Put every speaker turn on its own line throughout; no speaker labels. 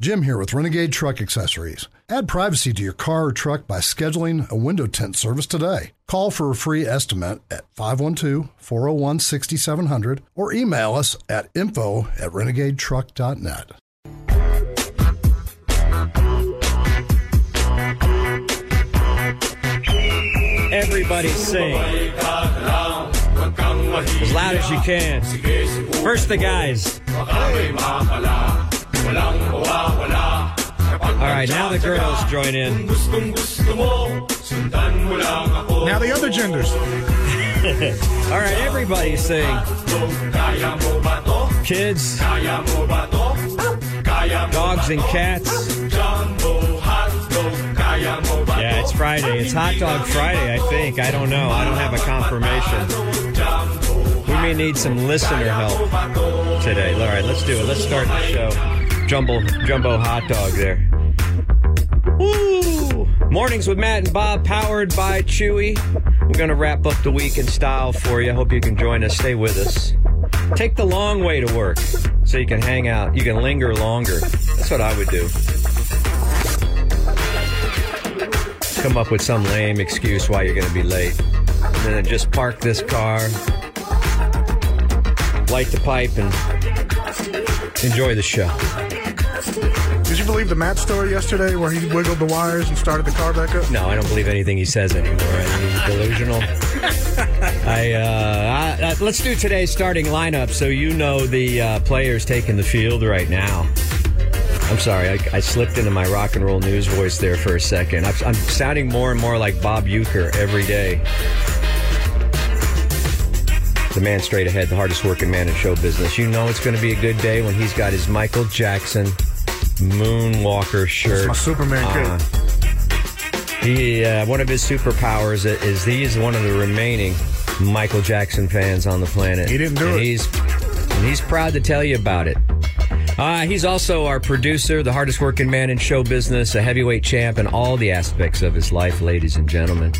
Jim here with Renegade Truck Accessories. Add privacy to your car or truck by scheduling a window tint service today. Call for a free estimate at 512 401 6700 or email us at info at renegadetruck.net.
Everybody sing as loud as you can. First, the guys. All right, now the girls join in.
Now the other genders.
All right, everybody sing. Kids, dogs, and cats. Yeah, it's Friday. It's Hot Dog Friday, I think. I don't know. I don't have a confirmation. We may need some listener help today. All right, let's do it. Let's start the show. Jumbo, jumbo hot dog there. Woo! Mornings with Matt and Bob, powered by Chewy. We're going to wrap up the week in style for you. Hope you can join us. Stay with us. Take the long way to work so you can hang out. You can linger longer. That's what I would do. come up with some lame excuse why you're going to be late. And then just park this car, light the pipe, and enjoy the show.
Did you believe the Matt story yesterday where he wiggled the wires and started the car back up?
No, I don't believe anything he says anymore. I mean, he's delusional. I, uh, I, uh, let's do today's starting lineup so you know the uh, players taking the field right now. I'm sorry, I, I slipped into my rock and roll news voice there for a second. I've, I'm sounding more and more like Bob Euchre every day. The man straight ahead, the hardest working man in show business. You know it's going to be a good day when he's got his Michael Jackson Moonwalker
It's
shirt.
my Superman
Uh,
kid.
He, uh, one of his superpowers i- is he is one of the remaining Michael Jackson fans on the planet.
He didn't do
and
it.
He's, and he's proud to tell you about it. Uh, he's also our producer, the hardest working man in show business, a heavyweight champ in all the aspects of his life, ladies and gentlemen.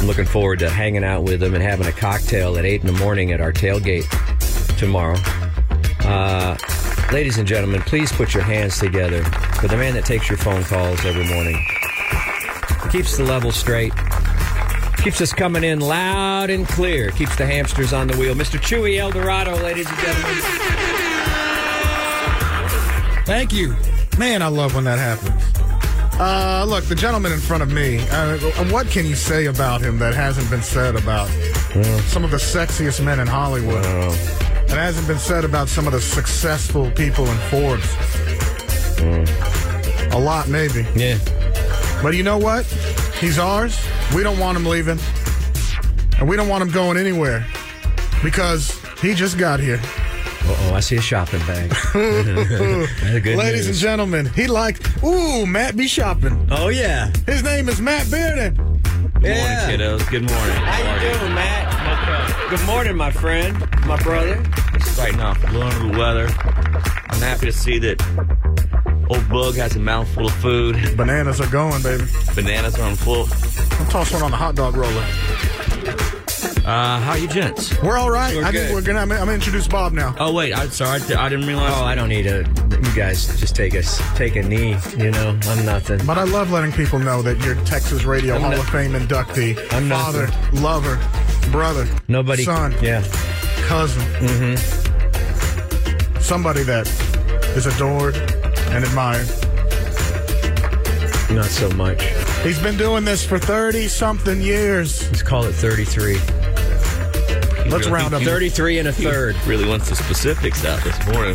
I'm looking forward to hanging out with him and having a cocktail at 8 in the morning at our tailgate tomorrow. Uh, ladies and gentlemen, please put your hands together for the man that takes your phone calls every morning keeps the level straight, keeps us coming in loud and clear, keeps the hamsters on the wheel. Mr. Chewy Eldorado, ladies and gentlemen.
Thank you. Man, I love when that happens. Uh, look, the gentleman in front of me, uh, what can you say about him that hasn't been said about some of the sexiest men in Hollywood? That hasn't been said about some of the successful people in Forbes. A lot, maybe.
Yeah.
But you know what? He's ours. We don't want him leaving. And we don't want him going anywhere because he just got here.
Uh oh, I see a shopping bag. That's good
Ladies and
news.
gentlemen, he liked, ooh, Matt be shopping.
Oh, yeah.
His name is Matt Bearden.
yeah.
kiddos. Good morning.
How you doing, Matt? Good morning, my friend, my brother.
Right now, a little under the weather. I'm happy to see that old Bug has a mouthful of food.
Bananas are going, baby.
Bananas are on full.
I'll toss one on the hot dog roller.
Uh, how you gents?
We're all right.
We're
I think
good.
we're gonna, I'm, gonna introduce Bob now.
Oh wait, I'm sorry. I, I didn't realize.
Oh, I don't need a. You guys just take a take a knee. You know, I'm nothing.
But I love letting people know that you're Texas Radio
I'm
Hall
not-
of Fame inductee,
I'm not-
father, lover, brother,
Nobody.
son,
Yeah.
cousin,
Mm-hmm.
somebody that is adored and admired.
Not so much.
He's been doing this for 30 something years.
Let's call it 33.
Let's round up.
33 and a third.
Really wants the specifics out this morning.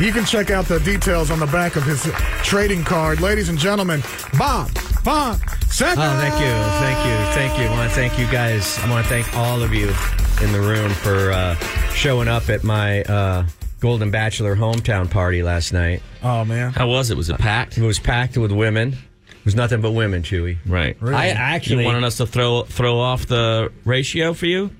You can check out the details on the back of his trading card. Ladies and gentlemen, Bob Fonseca.
Oh, thank you, thank you, thank you. I want to thank you guys. I want to thank all of you in the room for uh, showing up at my uh, Golden Bachelor hometown party last night.
Oh, man.
How was it? Was it packed?
It was packed with women. It was nothing but women, Chewy.
Right.
I
You
actually
wanted us to throw throw off the ratio for you?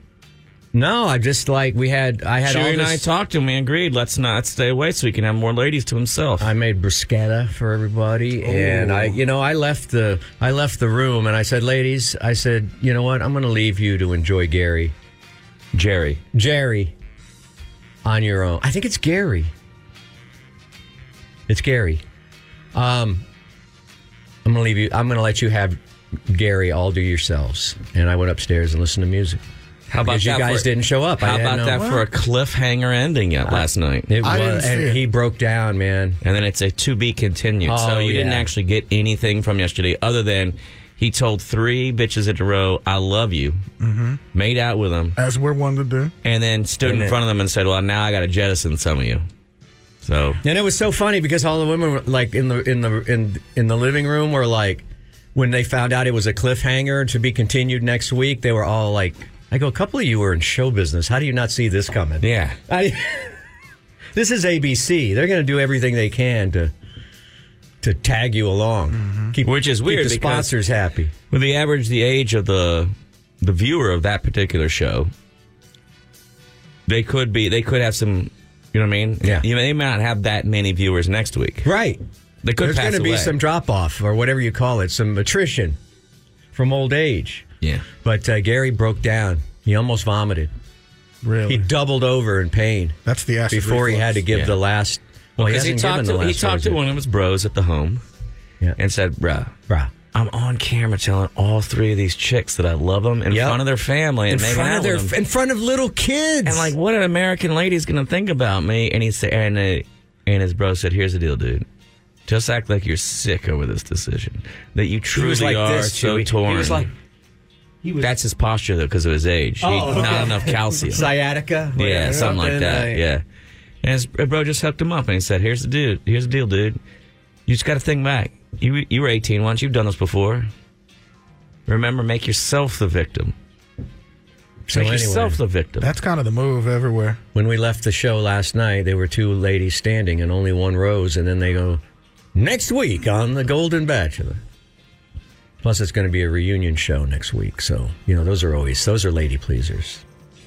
no. I just like we had. I had
Chewy
all
and I
this.
talked and we agreed. Let's not stay away so he can have more ladies to himself.
I made bruschetta for everybody, and
Oh.
I, you know, I left the I left the room, and I said, "Ladies, I said, you know what? I'm going to leave you to enjoy Gary,
Jerry.
Jerry, on your own. I think it's Gary. It's Gary. Um, I'm gonna leave you. I'm gonna let you have Gary all do yourselves, and I went upstairs and listened to music.
How about
Because you
that
guys
for-
didn't show up? I
How
had
about
no-
that for a cliffhanger ending yet last night?
It
I didn't
was,
see
and
it.
he broke down, man.
and then it's a to be continued.
Oh,
so you didn't
yeah.
actually get anything from yesterday other than he told three bitches in a row, "I love you," mm-hmm. made out with them,
As we're one to do.
and then stood
And
in
then-
front of them and said, "Well, now I got to jettison some of you." So
And it was so funny because all the women were like in the in the in in the living room were like when they found out it was a cliffhanger to be continued next week, they were all like I go, a couple of you were in show business. How do you not see this coming?
yeah,
I, this is ABC. They're going to do everything they can to to tag you along. Keep,
Which is
keep
Mm. weird
the
because-
sponsors happy.
with the average, the age of the the viewer of that particular show, they could be, they could have some. You know what I mean?
Yeah.
You know, they may not have that many viewers next week.
Right.
They could
There's
pass
going to be
away.
some drop off or whatever you call it, some attrition from old age.
Yeah.
But uh, Gary broke down. He almost vomited.
Really?
He doubled over in pain
That's the acid
before he
reflux.
had to give
Yeah.
the last. Well,
Because he,
hasn't given
talked
the
to, he
last
talked to
words
one of his bros at the home
Yeah.
and said, bruh,
yet. Bruh.
I'm on camera telling all three of these chicks that I love them in
Yep.
front of their family
In
and making
front
out
of their,
with them.
in front of little kids.
and like, what an American lady's gonna think about me? And he said, and, uh, and his bro said, "Here's the deal, dude. Just act like you're sick over this decision. That you
he
truly
was like
are
this.
so
Chewy.
torn.
He was like
That's his posture though, because of his age. he,
Oh, okay.
Not enough calcium.
sciatica.
Yeah, something like that.
like-
yeah. And his bro just helped him up and he said, Here's the dude. Here's the deal, dude. You just got to think back. You, you were 18 once. You've done this before. Remember, make yourself the victim.
So
make
anyway,
yourself the victim.
That's kind of the move everywhere.
when we left the show last night, there were two ladies standing and only one rose, and then they go, next week on The Golden Bachelor. Plus, it's going to be a reunion show next week. So, you know, those are always, those are lady pleasers.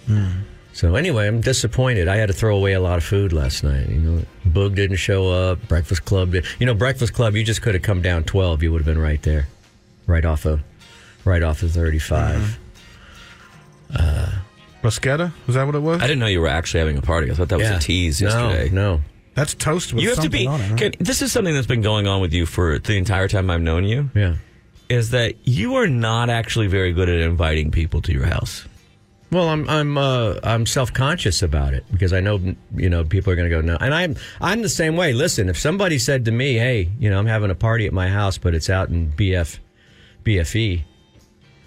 Hmm.
So, anyway, I'm disappointed. I had to throw away a lot of food last night. You know, Boog didn't show up. Breakfast Club did. You know, Breakfast Club, you just could have come down 12. You would have been right there, right off of, right off of 35.
Mm-hmm.
Bruschetta? Is that what it was?
I didn't know you were actually having a party. I thought that was a tease yesterday.
No, no.
That's toast with
You have to
something
be.
on it. huh?
can- this is something that's been going on with you for the entire time I've known you.
Yeah.
Is that you are not actually very good at inviting people to your house.
Well, I'm I'm uh, I'm self conscious about it because I know you know people are going to go no, and I'm I'm the same way. Listen, if somebody said to me, "Hey, you know, I'm having a party at my house, but it's out in BF BFE," E,"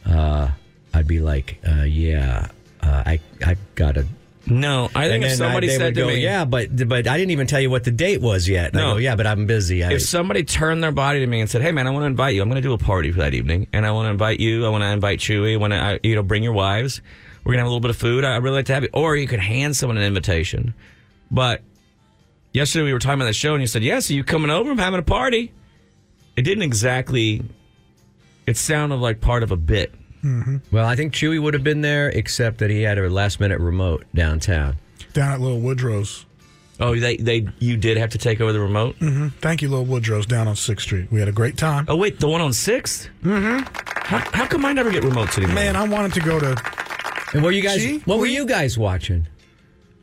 uh, I'd be like, uh, "Yeah, uh, I I gotta."
No, I
And
think if
then
somebody
I, they
said
would
to
go,
me,
"Yeah, but but I didn't even tell you what the date was yet." And I
No.
go, "Yeah, but I'm busy." I,
if somebody turned their body to me and said, "Hey, man, I want to invite you. I'm going to do a party for that evening, and I want to invite you. I want to invite Chewy. I want to, I, you know, bring your wives. We're gonna have a little bit of food. I I'd really like to have you." Or you could hand someone an invitation. But yesterday we were talking about the show, and you said, "Yeah, so you coming over? I'm having a party." It didn't exactly. It sounded like part of a bit.
well, I think Chewy would have been there, except that he had a last minute remote downtown.
Down at Little Woodrow's.
Oh, they they you did have to take over the remote.
Thank you, Little Woodrow's, down on 6th Street. We had a great time.
Oh wait, the one on Sixth. Mm-hmm. How, how come I never get remotes anymore?
Man, I wanted to go to.
And were you guys?
Gee,
what were
we-
you guys watching?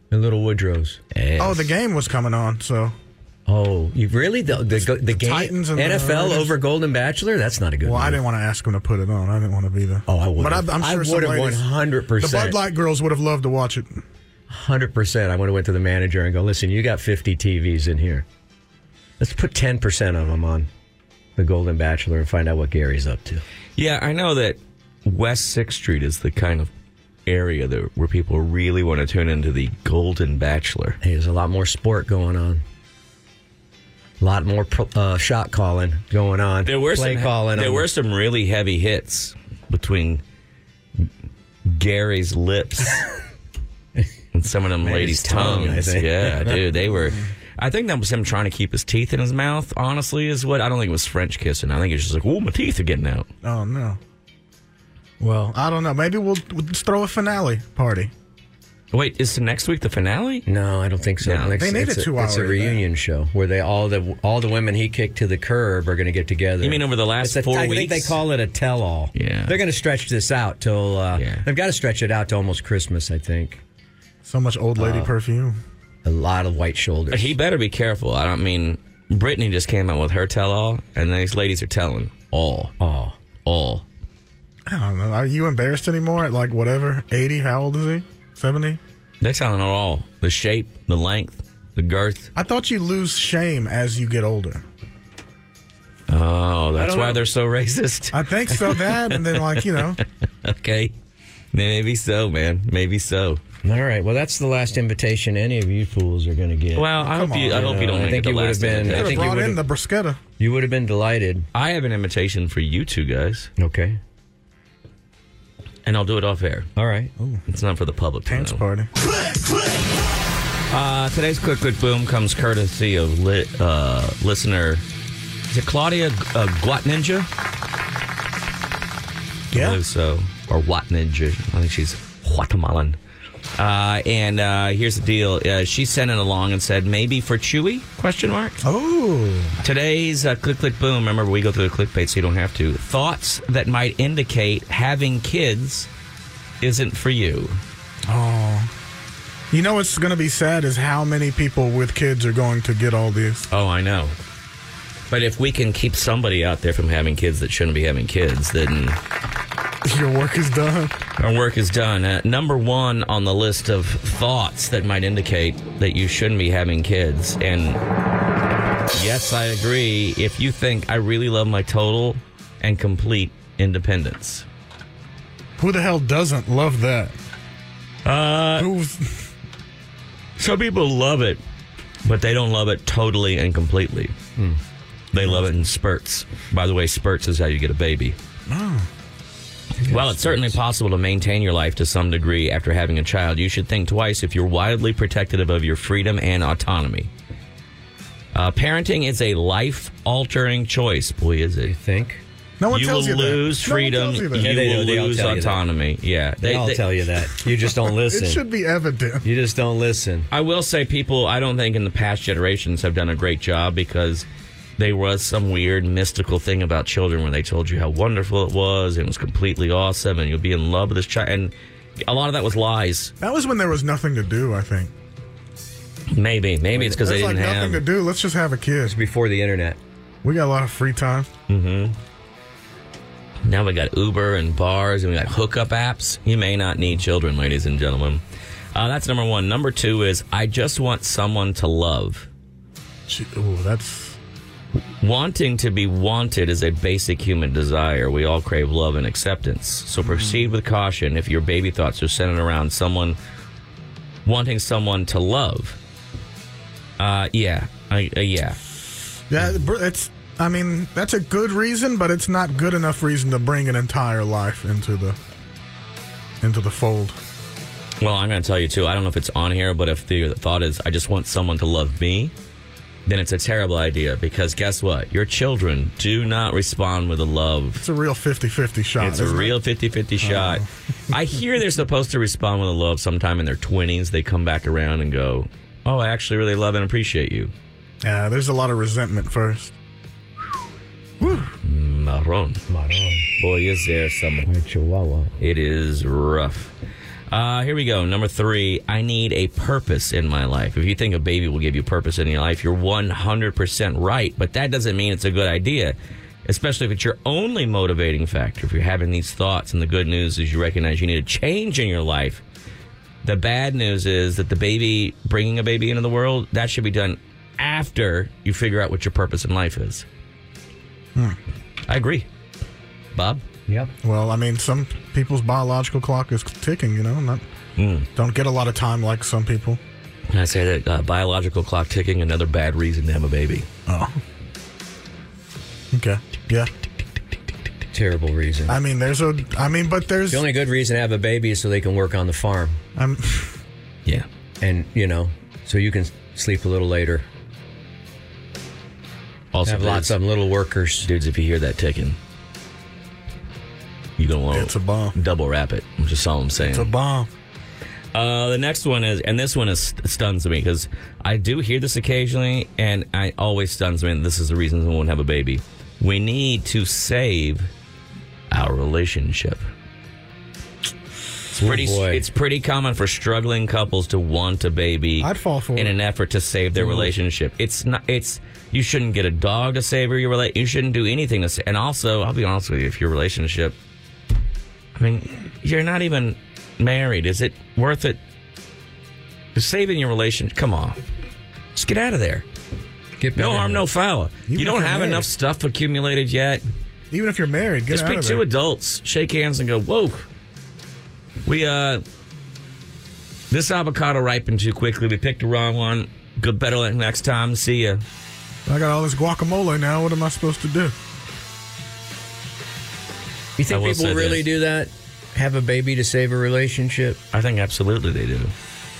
The Little Woodrows.
Oh, the game was coming on, so.
Oh, you really the the, the, game
Titans and the
NFL
Raiders.
over Golden Bachelor? That's not a good.
Well,
move.
I didn't want to ask him to put it on. I didn't want to be there.
Oh, I would.
But I, I'm sure some
would have one
ladies-
hundred
The Bud
percent.
Light girls would have loved to watch it.
Hundred percent. I would have went to the manager and go, listen, you got fifty TVs in here. Let's put ten percent of them on the Golden Bachelor and find out what Gary's up to.
Yeah, I know that West Sixth Street is the kind of area that where people really want to tune into the Golden Bachelor.
Hey, there's a lot more sport going on. A lot more pro- uh, shot calling going on.
There were
play
some
calling.
there
on-
were some really heavy hits between Gary's lips and some of them
his
ladies'
tongue, I
tongues.
think.
yeah, dude, they were. I think that was him trying to keep his teeth in his mouth. Honestly, is what I don't think it was French kissing. I think it's just like, oh, my teeth are getting out.
Oh, no. Well, I don't know. Maybe we'll, we'll just throw a finale party.
Wait, is next week the finale?
No, I don't think so.
No,
It's-
they need
it's
a two
It's a
hour event.
reunion show where they all the all the women he kicked to the curb are going to get together.
You mean over the last
It's a-
four
I think
weeks?
they call it a tell-all.
Yeah.
they're going to stretch this out till uh,
Yeah.
they've got to stretch it out to almost Christmas. I think Uh,
So much old lady perfume.
a lot of white shoulders.
He better be careful. I don't mean Brittany just came out with her tell all, and these ladies are telling all, all, all.
I don't know. Are you embarrassed anymore at like whatever? 80? How old is he? 70?
They're telling it all the shape, the length, the girth.
I thought you lose shame as you get older.
Oh, that's
don't
why
know.
they're so racist.
I think so, that, and then like, you know,
okay. Maybe so, man. Maybe so.
All right. Well, that's the last invitation any of you fools are going to get.
Well, I
Come
hope you.
on.
I hope you don't
I
make
think
it
you
the
would've
last
been- I
invitation.
think you
brought in
would've-
the bruschetta.
you would have been delighted.
I have an invitation for you two guys,
Okay.
and I'll do it off air.
All right.
It's not for the public. to
Dance
know.
party.
Uh, today's quick, quick boom comes courtesy of lit, uh, listener. Is it Claudia uh, Guatninja? I
Yeah.
believe so. Or Guatninja. I think she's Guatemalan. Uh, and uh, here's the deal. Uh, she sent it along and said maybe for Chewy? Question mark.
Oh.
Today's uh, click click boom. Remember, we go through the clickbait, so you don't have to. Thoughts that might indicate having kids isn't for you.
You know what's going to be sad is how many people with kids are going to get all this.
Oh, I know. But if we can keep somebody out there from having kids that shouldn't be having kids, then
Your work is done.
our work is done. Uh, number one on the list of thoughts that might indicate that you shouldn't be having kids. And yes, I agree. If you think I really love my total and complete independence,
Who the hell doesn't love that? Uh, Who's
some people love it, but they don't love it totally and completely.
Hmm.
They love it in spurts. By the way, spurts is how you get a baby.
Ah.
Well, it's certainly possible to maintain your life to some degree after having a child. You should think twice if you're wildly protective of your freedom and autonomy. Uh, parenting is a life altering choice. Boy, is it.
You think?
no one
You will
tells you that.
lose
No one
freedom.
tells
You
you that.
They do.
will
They all
lose
tell you that.
autonomy. Yeah.
They, all tell you that. You just don't
It
listen.
should be evident.
you just don't listen.
I will say people I don't think in the past generations have done a great job because there was some weird mystical thing about children where they told you how wonderful it was and it was completely awesome and you'll be in love with this child and a lot of that was lies.
That was when there was nothing to do. I think
Maybe. Maybe it's because they
there's
didn't
like nothing to
have
do. Let's just have a kid.
Before the internet.
We got a lot of free time.
Now we got Uber and bars and we got hookup apps. You may not need children, ladies and gentlemen. Uh, that's number one. Number two is I just want someone to love.
Gee, Ooh, that's
Wanting to be wanted is a basic human desire. We all crave love and acceptance. So proceed with caution if your baby thoughts are centered around someone wanting someone to love. Uh, yeah. I, uh, yeah.
yeah. br- It's. I mean, that's a good reason, but it's not good enough reason to bring an entire life into the into the fold.
Well, I'm going to tell you too. I don't know if it's on here, but if the thought is I just want someone to love me, then it's a terrible idea because guess what? Your children do not respond with a love.
It's a real 50-50 shot.
It's a
isn't it? Uh-huh.
real 50-50 shot. I hear they're supposed to respond with a love sometime in their 20s. They come back around and go, "Oh, I actually really love and appreciate you."
Yeah, there's a lot of resentment first.
Marron. Marron. Boy, is there some
Chihuahua.
It is rough. Uh, here we go. Number three, I need a purpose in my life. If you think a baby will give you purpose in your life, you're 100% right, but that doesn't mean it's a good idea, especially if it's your only motivating factor. If you're having these thoughts, and the good news is you recognize you need a change in your life. The bad news is that the baby, bringing a baby into the world, that should be done after you figure out what your purpose in life is. I agree. Bob?
Yep.
Well, I mean, some people's biological clock is ticking. You know, not
Hmm.
don't get a lot of time like some people.
And I say that uh, biological clock ticking, another bad reason to have a baby.
Oh, okay, yeah.
Terrible reason.
I mean, there's a. I mean, but there's.
the only good reason to have a baby is so they can work on the farm.
I'm,
Yeah.
And, you know, so you can sleep a little later.
Also,
have lots of them,
dudes-
little workers.
dudes. If you hear that ticking, you don't want
it's a bomb.
double wrap it. I'm just all I'm saying.
It's a bomb.
Uh, the next one is, and this one is stuns me because I do hear this occasionally, and I always stuns me. And this is the reason we won't have a baby. We need to save our relationship. It's pretty.
boy.
It's pretty common for struggling couples to want a baby.
I'd fall for
in
it. Mm-hmm.
an effort to save their relationship. It's not. It's you shouldn't get a dog to save your relationship. You shouldn't do anything to. Sa- and also, I'll be honest with you. If your relationship, I mean, you're not even married. Is it worth it? Saving your relationship. Come on, just get out of there.
Get
No
better.
harm, no foul. You,
Even if
don't
you're
have
married.
enough stuff accumulated yet.
Even if you're married, get
Just
out
pick
of
two
there.
adults, shake hands, and go, whoa. We, uh, this avocado ripened too quickly. We picked the wrong one. Good, better luck next time. See ya.
I got all this guacamole now. What am I supposed to do?
You
I
think
will say
people really
this.
do that? Have a baby to save a relationship?
I think absolutely they do.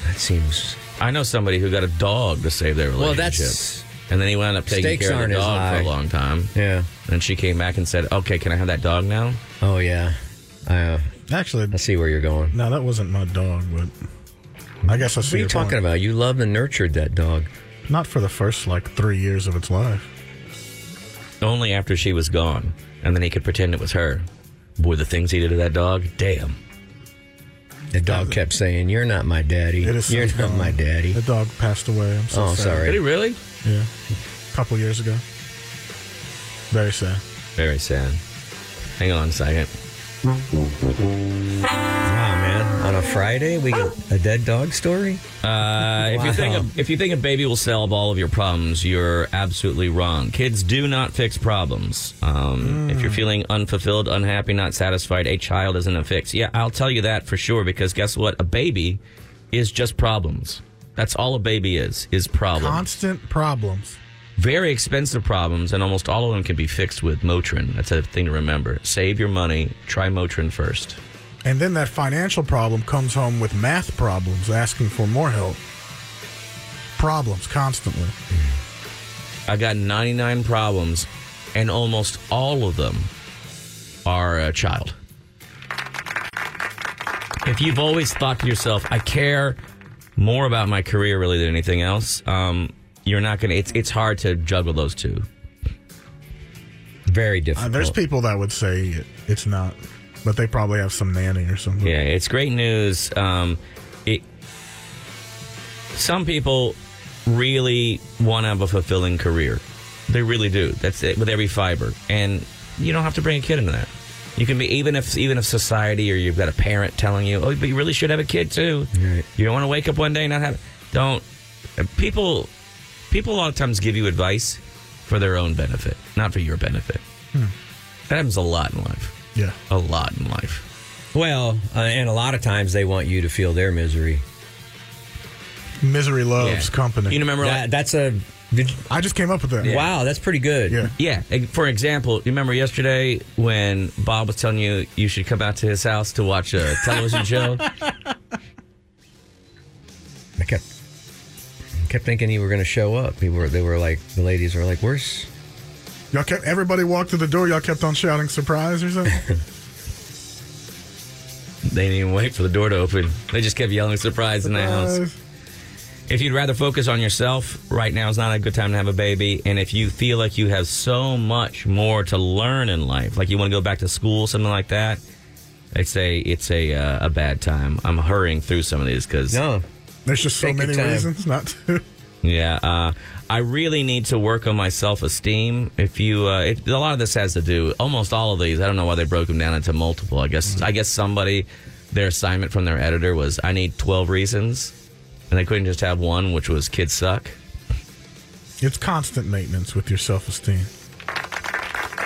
That seems
I know somebody who got a dog to save their relationship.
Well, that's-
And then he wound up taking
Stakes
care of
aren't
the
as
dog for
high.
a long time.
yeah.
And she came back and said, okay, can I have that dog now?
Oh yeah. I uh,
Actually,
I see where you're going.
no, that wasn't my dog, but I guess I see
What are you
your
talking
point.
about? You loved and nurtured that dog.
Not for the first like three years of its life.
Only after she was gone. And then he could pretend it was her. Boy, the things he did to that dog, damn.
The dog kept saying, "You're not my daddy.
It is so
You're not
gone.
my daddy."
The dog passed away. I'm so
Oh,
sad.
sorry.
Did he really?
Yeah, a couple years ago. Very sad.
Very sad. Hang on a second.
Wow, man! On a Friday, we get a dead dog story.
Uh, if you think a, if you think a baby will solve all of your problems, you're absolutely wrong. Kids do not fix problems. Um, If you're feeling unfulfilled, unhappy, not satisfied, a child isn't a fix. Yeah, I'll tell you that for sure. Because guess what? A baby is just problems. That's all a baby is is problems.
Constant problems.
Very expensive problems, and almost all of them can be fixed with Motrin. That's a thing to remember. Save your money. Try Motrin first.
And then that financial problem comes home with math problems, asking for more help. Problems constantly.
I got 99 problems, and almost all of them are a child. If you've always thought to yourself, I care more about my career really than anything else, um, you're not going to, it's, it's hard to juggle those two.
Very
Uh,
difficult.
there's people that would say it, it's not, but they probably have some nanny or something.
Yeah, it's great news. Um, it, some people really want to have a fulfilling career. They really do. That's it with every fiber, and you don't have to bring a kid into that. You can be even if even if society or you've got a parent telling you, oh, but you really should have a kid too.
Right.
You don't want to wake up one day and not have. Don't people people a lot of times give you advice for their own benefit, not for your benefit. That happens a lot in life.
Yeah.
A lot in life.
well, uh, and a lot of times they want you to feel their misery.
Misery
Yeah.
loves company.
You remember,
That, that's a did-
I just came up with that.
wow. That's pretty good.
Yeah.
like, yeah. like, For example, you remember yesterday when Bob was telling you you should come out to his house to watch a television show.
I kept kept thinking you were going to show up. People were they were like the ladies were like, "Where's
Y'all kept everybody walked to the door. Y'all kept on shouting surprise or something.
They didn't even wait for the door to open. They just kept yelling "surprise" in the house.
Surprise.
If you'd rather focus on yourself, right now is not a good time to have a baby. And if you feel like you have so much more to learn in life, like you want to go back to school, something like that, I'd say it's a uh, a bad time. I'm hurrying through some of these because
no?"
There's just so
Take your
many
time.
reasons not to.
Yeah, uh, I really need to work on my self esteem. If you, uh, if, a lot of this has to do, almost all of these. I don't know why they broke them down into multiple. I guess, I guess somebody, their assignment from their editor was, I need twelve reasons, and they couldn't just have one, which was kids suck.
It's constant maintenance with your self esteem.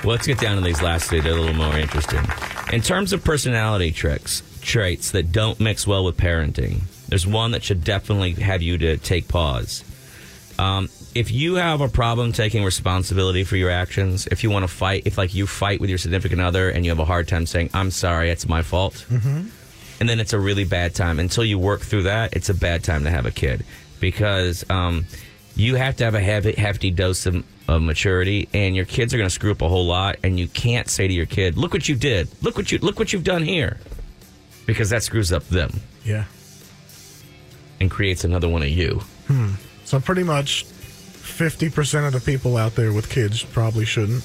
Well, let's get down to these last two. They're a little more interesting. In terms of personality tricks, traits that don't mix well with parenting, there's one that should definitely have you to take pause. Um, if you have a problem taking responsibility for your actions, if you want to fight, if like you fight with your significant other and you have a hard time saying, I'm sorry, it's my fault, and then it's a really bad time. Until you work through that, it's a bad time to have a kid because um, you have to have a heavy, hefty dose of, of maturity, and your kids are going to screw up a whole lot. And you can't say to your kid, "Look what you did! Look what you look what you've done here," because that screws up them
Yeah.
and creates another one of you.
So pretty much 50% of the people out there with kids probably shouldn't.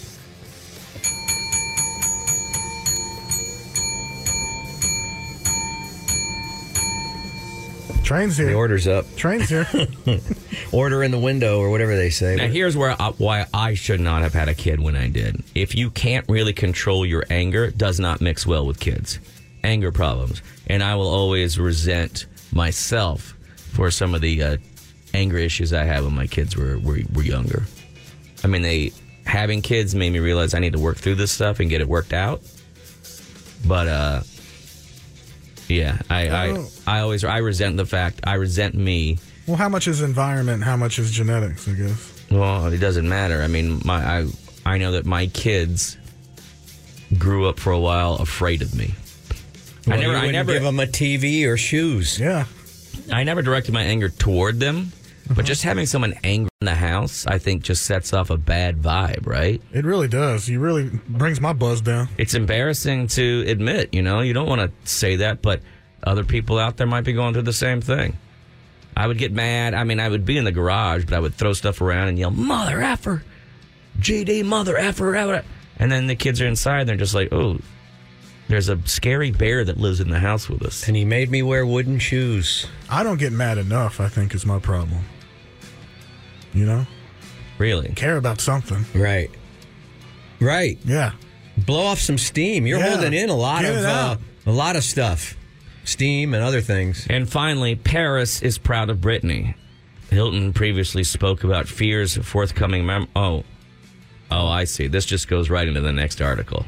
Train's here.
The order's up.
Train's here.
Order in the window or whatever they say.
Now, here's where I, why I should not have had a kid when I did. If you can't really control your anger, it does not mix well with kids. Anger problems, and I will always resent myself for some of the uh, anger issues I had when my kids were, were were younger. I mean, they having kids made me realize I need to work through this stuff and get it worked out. But uh, yeah, I I,
Oh.
I always I resent the fact I resent me
well, how much is environment? and How much is genetics? I guess.
Well, it doesn't matter. I mean, my I I know that my kids grew up for a while afraid of me.
Well,
I never
you
I
wouldn't
never
give them a TV or shoes.
Yeah.
I never directed my anger toward them,
Uh-huh.
but just having someone angry in the house, I think just sets off a bad vibe, right?
It really does. You really brings my buzz down.
It's embarrassing to admit, you know. You don't want to say that, but other people out there might be going through the same thing. I would get mad. I mean, I would be in the garage, but I would throw stuff around and yell, "Mother effer, GD, mother effer!" effer." And then the kids are inside. And they're just like, "Oh, there's a scary bear that lives in the house with us."
And he made me wear wooden shoes.
I don't get mad enough. I think is my problem. You know,
Really?
care about something.
Right. Right.
Yeah.
Blow off some steam. You're
Yeah.
holding in a lot
Get
of
it
uh,
out.
a lot of stuff, steam and other things.
And finally, Paris is proud of Brittany. Hilton previously spoke about fears of forthcoming mem- oh oh I see. This just goes right into the next article.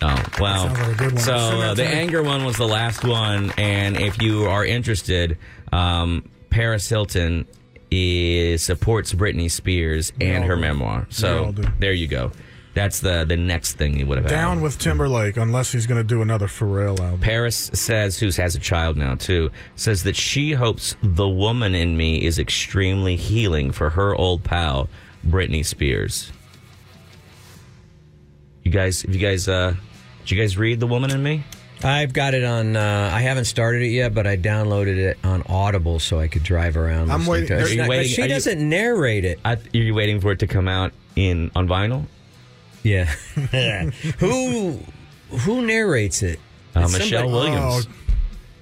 Oh wow!
That sounds like a good one.
So
Send that
uh,
to
the
me.
anger one was the last one, and if you are interested, um, Paris Hilton is supports Britney Spears and
all
her
do.
memoir.
all
So
do.
there you go. That's the the next thing you would have had.
Down with Timberlake unless he's going to do another Pharrell album.
Paris says, who has a child now too, says that she hopes the woman in me is extremely healing for her old pal, Britney Spears. You guys, if you guys, uh, did you guys read The Woman in Me?
I've got it on. Uh, I haven't started it yet, but I downloaded it on Audible so I could drive around.
I'm
listening
waiting-
to it.
are
It's
you
not- but
waiting-
she
are you-
doesn't narrate it.
I, are you waiting for it to come out in on vinyl?
Yeah. who who narrates it?
Uh,
It's oh,
Michelle
somebody-
Williams.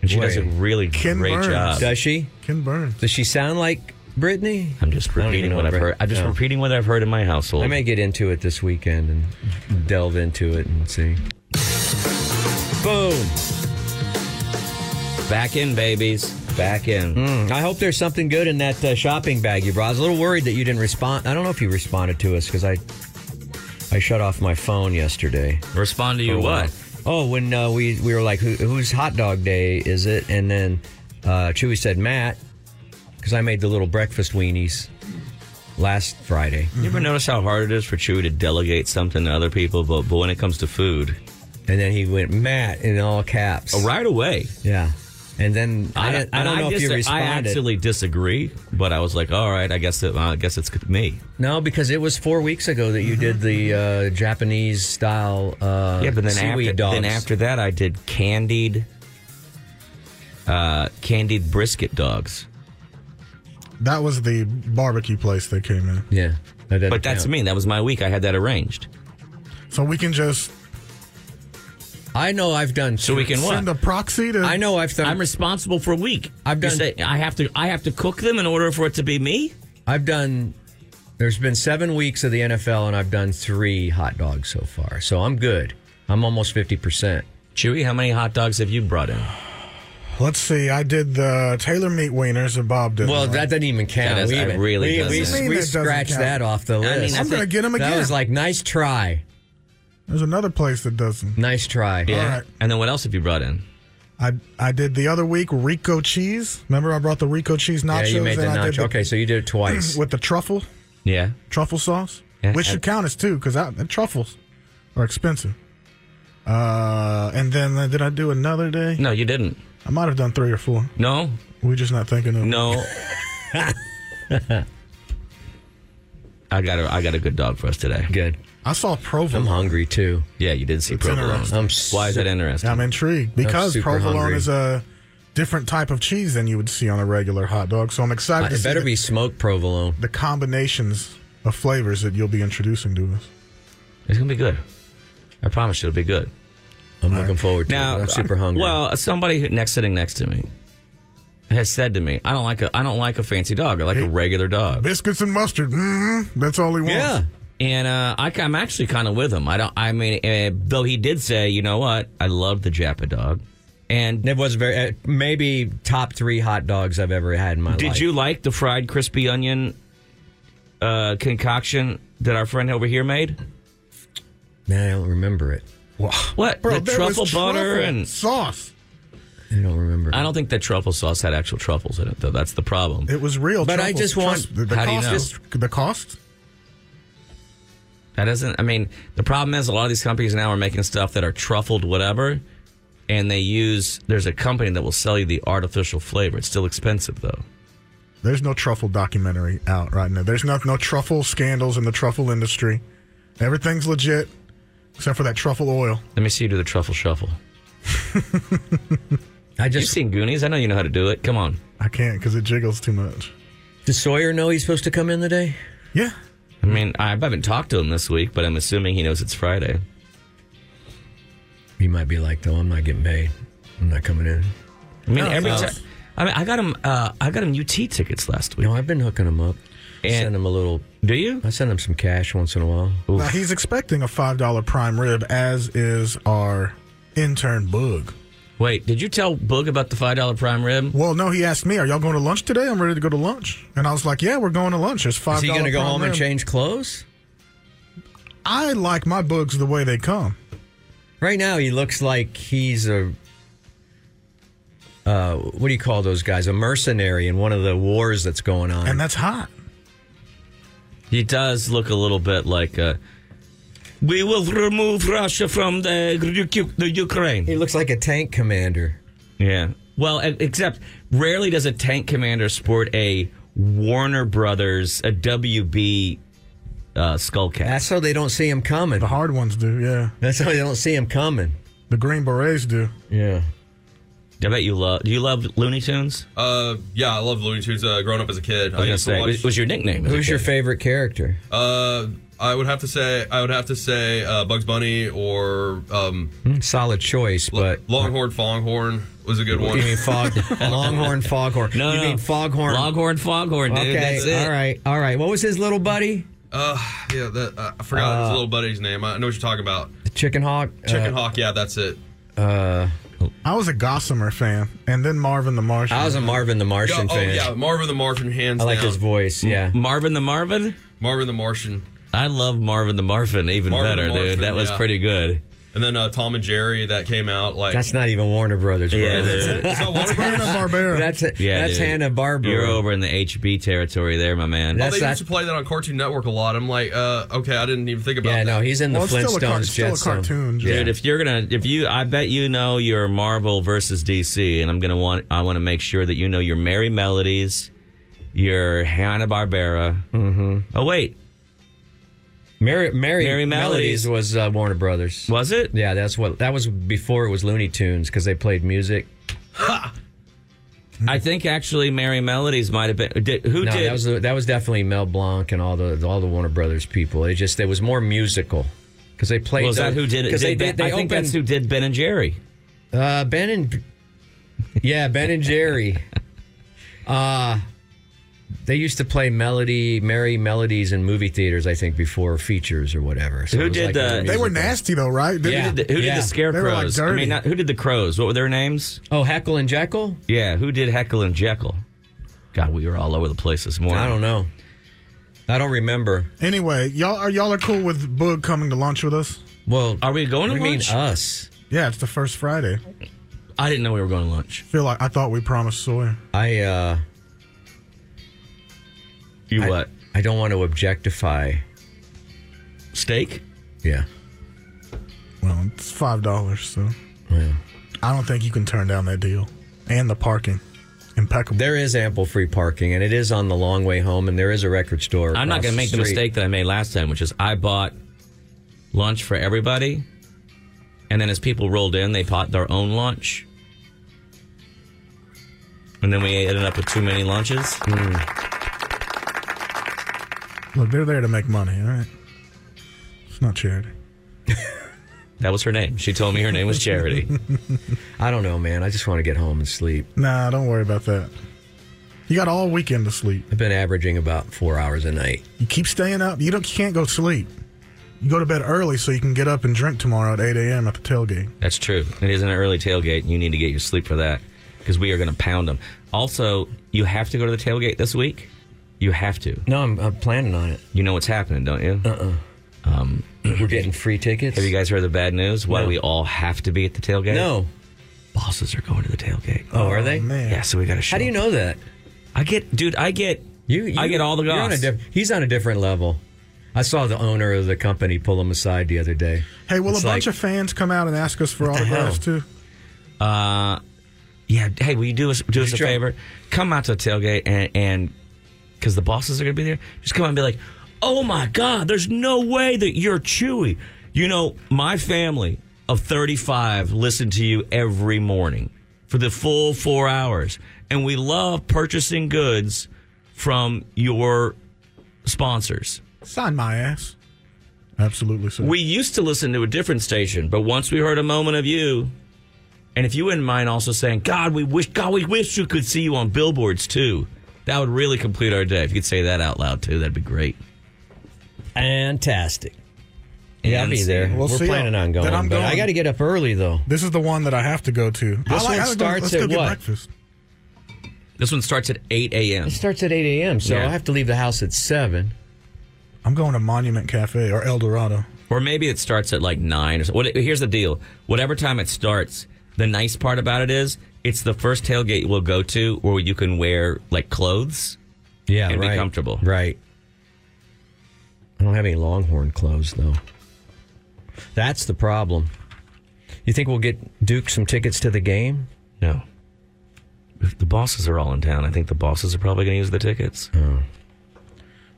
and she does a
boy.
really
Ken
great
Burns.
job.
Does she?
Ken Burns.
Does she sound like Britney?
I'm just
I Oh. don't
repeating
even know
what I've
Brit-
heard. I'm just
no.
repeating what I've heard in my household.
I may get into it this weekend and delve into it and see. Boom.
back in, babies. Back in.
I hope there's something good in that uh, shopping bag you brought. I was a little worried that you didn't respond. I don't know if you responded to us because I I shut off my phone yesterday.
Respond to you
Oh,
what?
wow. Oh, when uh, we we were like, Who, whose hot dog day is it? And then uh, Chewy said Matt because I made the little breakfast weenies last Friday,
You ever notice how hard it is for Chewy to delegate something to other people, but, but when it comes to food,
and then he went Matt in all caps.
right away.
Yeah. And then I, don't- I, don't
and
know if you
disa- I
responded.
actually disagree, but I was like, all right, I guess it, I guess it's me.
no, because it was four weeks ago that you did the uh, Japanese style uh, seaweed
after,
dogs.
Mm-hmm. then after that, I did candied, uh, candied brisket dogs.
That was the barbecue place that came in.
Yeah. that doesn't
But that's
count.
me. That was my week. I had that arranged,
So we can just
I know I've done.
so we can
send
what?
a proxy to.
I know I've done.
I'm responsible for a week.
I've
You
done-
say, I have to. I have to cook them in order for it to be me.
I've done. There's been seven weeks of the NFL, and I've done three hot dogs so far. So I'm good. I'm almost fifty percent.
Chewy, how many hot dogs have you brought in?
Let's see. I did the Taylor Meat Wieners and Bob did.
Well, that doesn't even count.
That is-
we
that
even-
really
we,
doesn't.
we,
Mean
we
that doesn't
scratched
count.
that off the
mean,
list.
I
I'm going to
think-
get them again.
that was like nice try,
There's another place that doesn't.
nice try.
Yeah. right.
And then what else have you brought in?
I I did the other week Rico cheese. Remember I brought the Rico cheese nachos.
Yeah, you made the
and I did
notch. Okay, so you did it twice.
With the truffle
Yeah.
truffle sauce,
Yeah,
which
I-
should count as two because the truffles are expensive. Uh, and then uh, did I do another day?
No, you didn't.
I might have done three or four.
No,
We're just not thinking of.
No. I got a I got a good dog for us today.
Good.
I saw
I'm
provolone.
hungry too.
Yeah, you did see
It's
provolone.
interesting.
I'm
Why is that
so-
interesting?
I'm intrigued because
super
provolone
hungry.
is a different type of cheese than you would see on a regular hot dog. So I'm excited
I-
to
Uh, It
see
better
the,
be smoked provolone.
the combinations of flavors that you'll be introducing to us.
it's gonna be good. I promise you, it'll be good.
I'm looking forward to it.
Now
uh,
uh,
I'm super hungry.
Well, somebody who, next sitting next to me has said to me, I don't like a I don't like a fancy dog. I like a regular dog.
Biscuits and mustard. Mm-hmm. That's all he wants.
Yeah. And uh, I, am actually kind of with him. I don't. I mean, uh, though he did say, you know what? I love the Japa dog. And
It was very uh, maybe top three hot dogs I've ever had in my
did
life.
you like the fried crispy onion uh, concoction that our friend over here made?
Man, I don't remember it.
What
Bro,
the
there was
truffle butter
truffle
and
sauce.
I don't remember.
I don't think that truffle sauce had actual truffles in it though. That's the problem.
It was real.
But I
truffle.
just want-
Trust- the, the
how do you
cost.
know?
is- the cost.
That doesn't. I mean, the problem is a lot of these companies now are making stuff that are truffled whatever, and they use. There's a company that will sell you the artificial flavor. It's still expensive though.
There's no truffle documentary out right now. There's no no truffle scandals in the truffle industry. Everything's legit, except for that truffle oil.
Let me see you do the truffle shuffle.
I
You've
just
seen Goonies. I know you know how to do it. Come on.
I can't because it jiggles too much.
does Sawyer know he's supposed to come in today?
Yeah,
I mean, I haven't talked to him this week, but I'm assuming he knows it's Friday.
He might be like, though, I'm not getting paid. I'm not coming in.
I mean,
No,
every
no.
time. I mean, I got him. Uh, I got him UT tickets last week.
No, I've been hooking him up. I
And-
send him a little.
Do you?
I send him some cash once in a while.
now he's expecting a five dollar prime rib, as is our intern Boog.
Wait, did you tell Boog about the five dollar prime rib?
Well, no, he asked me, "Are y'all going to lunch today? I'm ready to go to lunch." And I was like, "Yeah, we're going to lunch. It's five
Is he
going
going to go home and change clothes?
I like my Boogs the way they come.
Right now, he looks like he's a. Uh, what do you call those guys? A mercenary in one of the wars that's going on.
And that's hot.
He does look a little bit like a. We will remove Russia from the, U- the Ukraine.
he looks like a tank commander.
Yeah. Well, e- except rarely does a tank commander sport a Warner Brothers, a WB uh, skull cap.
That's how they don't see him coming.
The hard ones do, yeah.
That's how they don't see him coming.
The green berets do.
Yeah.
I bet you love. Do you love Looney Tunes?
Oh,
Uh, yeah, I love Looney Tunes. Uh, growing up as a kid, I, used
I was gonna
to
say,
watch.
was, was your nickname? as a
Who's your
kid?
favorite character?
uh, I would have to say, I would have to say uh, Bugs Bunny or um,
Hmm, Solid choice, but
Longhorn Fonghorn was a good
you
one.
mean fog, longhorn, foghorn?
No,
you
no,
mean
no.
foghorn?
Longhorn, Foghorn, dude.
okay,
That's it.
all right, all right. What was his little buddy?
Uh, yeah, that, uh, I forgot his little buddy's name. I know what you're talking about.
The chicken hawk.
Chicken
Uh,
Hawk. Yeah, that's it.
I was a Gossamer fan, and then Marvin the Martian.
I was a Marvin the
Yeah,
Martian
oh
fan.
yeah, Marvin the Martian. Hands
I like
down.
his voice. Yeah.
Marvin the Marvin.
Marvin the Martian,
I love Marvin the Marvin even
Marvin the
better,
Marvin,
dude. That was
yeah.
pretty good.
and then uh, Tom and Jerry that came out like. oh,
That's not even Warner Brothers. bro.
Yeah, dude.
Is that Warner Brothers?
Hanna Barbera.
That's it.
Yeah,
that's
dude.
Hannah Barbera.
You're over in the HB territory there, my man.
Oh,
That's-
they
not-
used to play that on Cartoon Network a lot. I'm like, uh, okay, I didn't even think about
Yeah,
that.
no, he's in the
Well, it's still a car-
Flintstones.
still a
Jetsons.
cartoon, just-
Dude, if you're gonna, if you, I bet you know your Marvel versus DC, and I'm gonna want, I want to make sure that you know your Merry Melodies, your Hanna Barbera. Mm-hmm. Oh wait,
Mary, Mary,
Mary Melodies.
Melodies was uh, Warner Brothers.
was it?
Yeah, that's what that was before it was Looney Tunes because they played music.
I think actually Merry Melodies might have been. Did, who
No,
did?
that was that was definitely Mel Blanc and all the all the Warner Brothers people. They just it was more musical because they played.
was that
those-
who did it?
'cause
Did
they
Ben-
did. They
I think that's who
opened,
did Ben and Jerry.
uh, Ben and yeah, Ben and Jerry. Uh, they used to play melody, merry melodies in movie theaters. I think before features or whatever. So
Who
it was
did
like a
the-
they were
musical.
nasty, though, right? Didn't-
Yeah.
Who did the, who did
Yeah.
the
They were, like,
scarecrows? I
dirty.
mean, not, who did the crows? What were their names?
Oh, Heckle and Jekyll.
Yeah, who did Heckle and Jekyll? God, we were all over the place this morning.
I don't know. I don't remember.
Anyway, y'all are y'all are cool with Boog coming to lunch with us?
Well,
Are we going
what
to
do you mean
lunch?
us?
Yeah, it's the first Friday.
I didn't know we were going to lunch.
Feel like I thought we promised Sawyer.
I uh,
You
I-
what?
I don't want to objectify.
Steak?
Yeah.
Well, it's five dollars, so
Well,
I don't think you can turn down that deal. And the parking, impeccable.
there is ample free parking, and it is on the long way home, and there is a record store.
I'm not
across
going to make the
street.
mistake that I made last time, which is I bought lunch for everybody, and then as people rolled in, they bought their own lunch, and then we ended up with too many lunches.
Look, they're there to make money. All right, it's not charity.
That was her name. She told me her name was Charity.
I don't know, man. I just want to get home and sleep.
Nah, don't worry about that. You got all weekend to sleep.
I've been averaging about four hours a night.
You keep staying up. You don't. You can't go to sleep. You go to bed early so you can get up and drink tomorrow at 8 a.m. at the tailgate.
That's true. It is an early tailgate, and you need to get your sleep for that because we are going to pound them. Also, you have to go to the tailgate this week. You have to.
No, I'm, I'm planning on it.
You know what's happening, don't you?
Uh-huh. We're getting free tickets.
Have you guys heard the bad news? Why
No.
we all have to be at the tailgate?
no.
Bosses are going to the tailgate.
Oh, are they?
man.
Yeah, so we got to show.
How do you
up.
know that?
I get, dude, I get,
You, you
I get all the
you're
goss.
on a diff- he's on a different level. I saw the owner of the company pull him aside the other day.
Hey, will
It's
a bunch
like-
of fans come out and ask us for
the
autographs
hell?
too?
yeah, hey, will you do us do us a
try-
favor? Come out to the tailgate and and because the bosses are gonna be there, just come out and be like, "Oh my God, there's no way that you're Chewy." You know, my family of 35 listen to you every morning for the full four hours, and we love purchasing goods from your sponsors.
Sign my ass. Absolutely, sir.
We used to listen to a different station, but once we heard a moment of you, and if you wouldn't mind also saying, God, we wish, God, we wish you could see you on billboards too. That would really complete our day. If you could say that out loud too, that'd be great.
Fantastic. Yeah, I'll
And
be
see
there.
you.
We'll
We're
see.
planning on going,
Then I'm
but
going.
I got to get up early though.
this is the one that I have to go to. I
one
I go-
starts
let's go
at
get
what?
breakfast.
This one starts at 8 a.m.
It starts at 8 a.m., so
Yeah.
I have to leave the house at 7.
I'm going to Monument Cafe or El Dorado.
Or maybe it starts at like 9 or so. What, here's the deal whatever time it starts, the nice part about it is it's the first tailgate we'll go to where you can wear like clothes.
Yeah,
And be comfortable.
Right. I don't have any Longhorn clothes though. That's the problem. You think we'll get Duke some tickets to the game?
No. If the bosses are all in town, I think the bosses are probably going to use the tickets.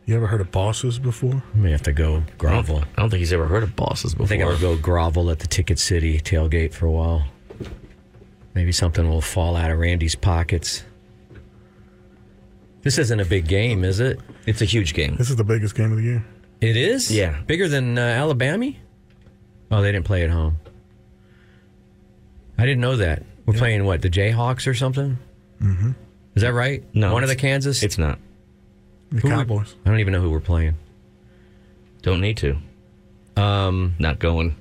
You ever heard of bosses before?
I may have to go grovel.
I don't think he's ever heard of bosses before.
I think I'll go grovel at the Ticket City tailgate for a while. Maybe something will fall out of Randy's pockets. This isn't a big game, is it?
it's a huge game.
This is the biggest game of the year.
It is?
Yeah.
Bigger than uh, Alabama? Oh, they didn't play at home. I didn't know that. We're playing what, the Jayhawks or something? Mm-hmm. Is that right?
No,
One of the
it's-
Kansas?
It's not.
The
Who we-
Cowboys.
I don't even know who we're playing.
Don't need to. Um, not going.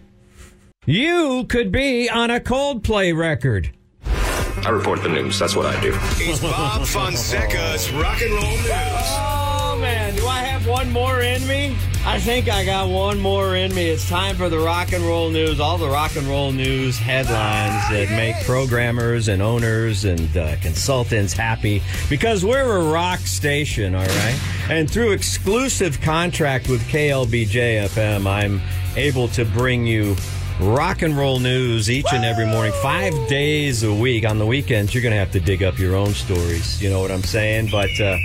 You could be on a Coldplay record.
I report the news. That's what I do.
It's Bob Fonseca's Rock and Roll News.
Oh man, do I have one more in me? I think I got one more in me. It's time for the rock and roll news. All the rock and roll news headlines that make programmers and owners and uh, consultants happy because we're a rock station, all right? And through exclusive contract with KLBJ FM, I'm able to bring you rock and roll news each and every morning, five days a week. On the weekends, you're going to have to dig up your own stories. You know what I'm saying? But uh,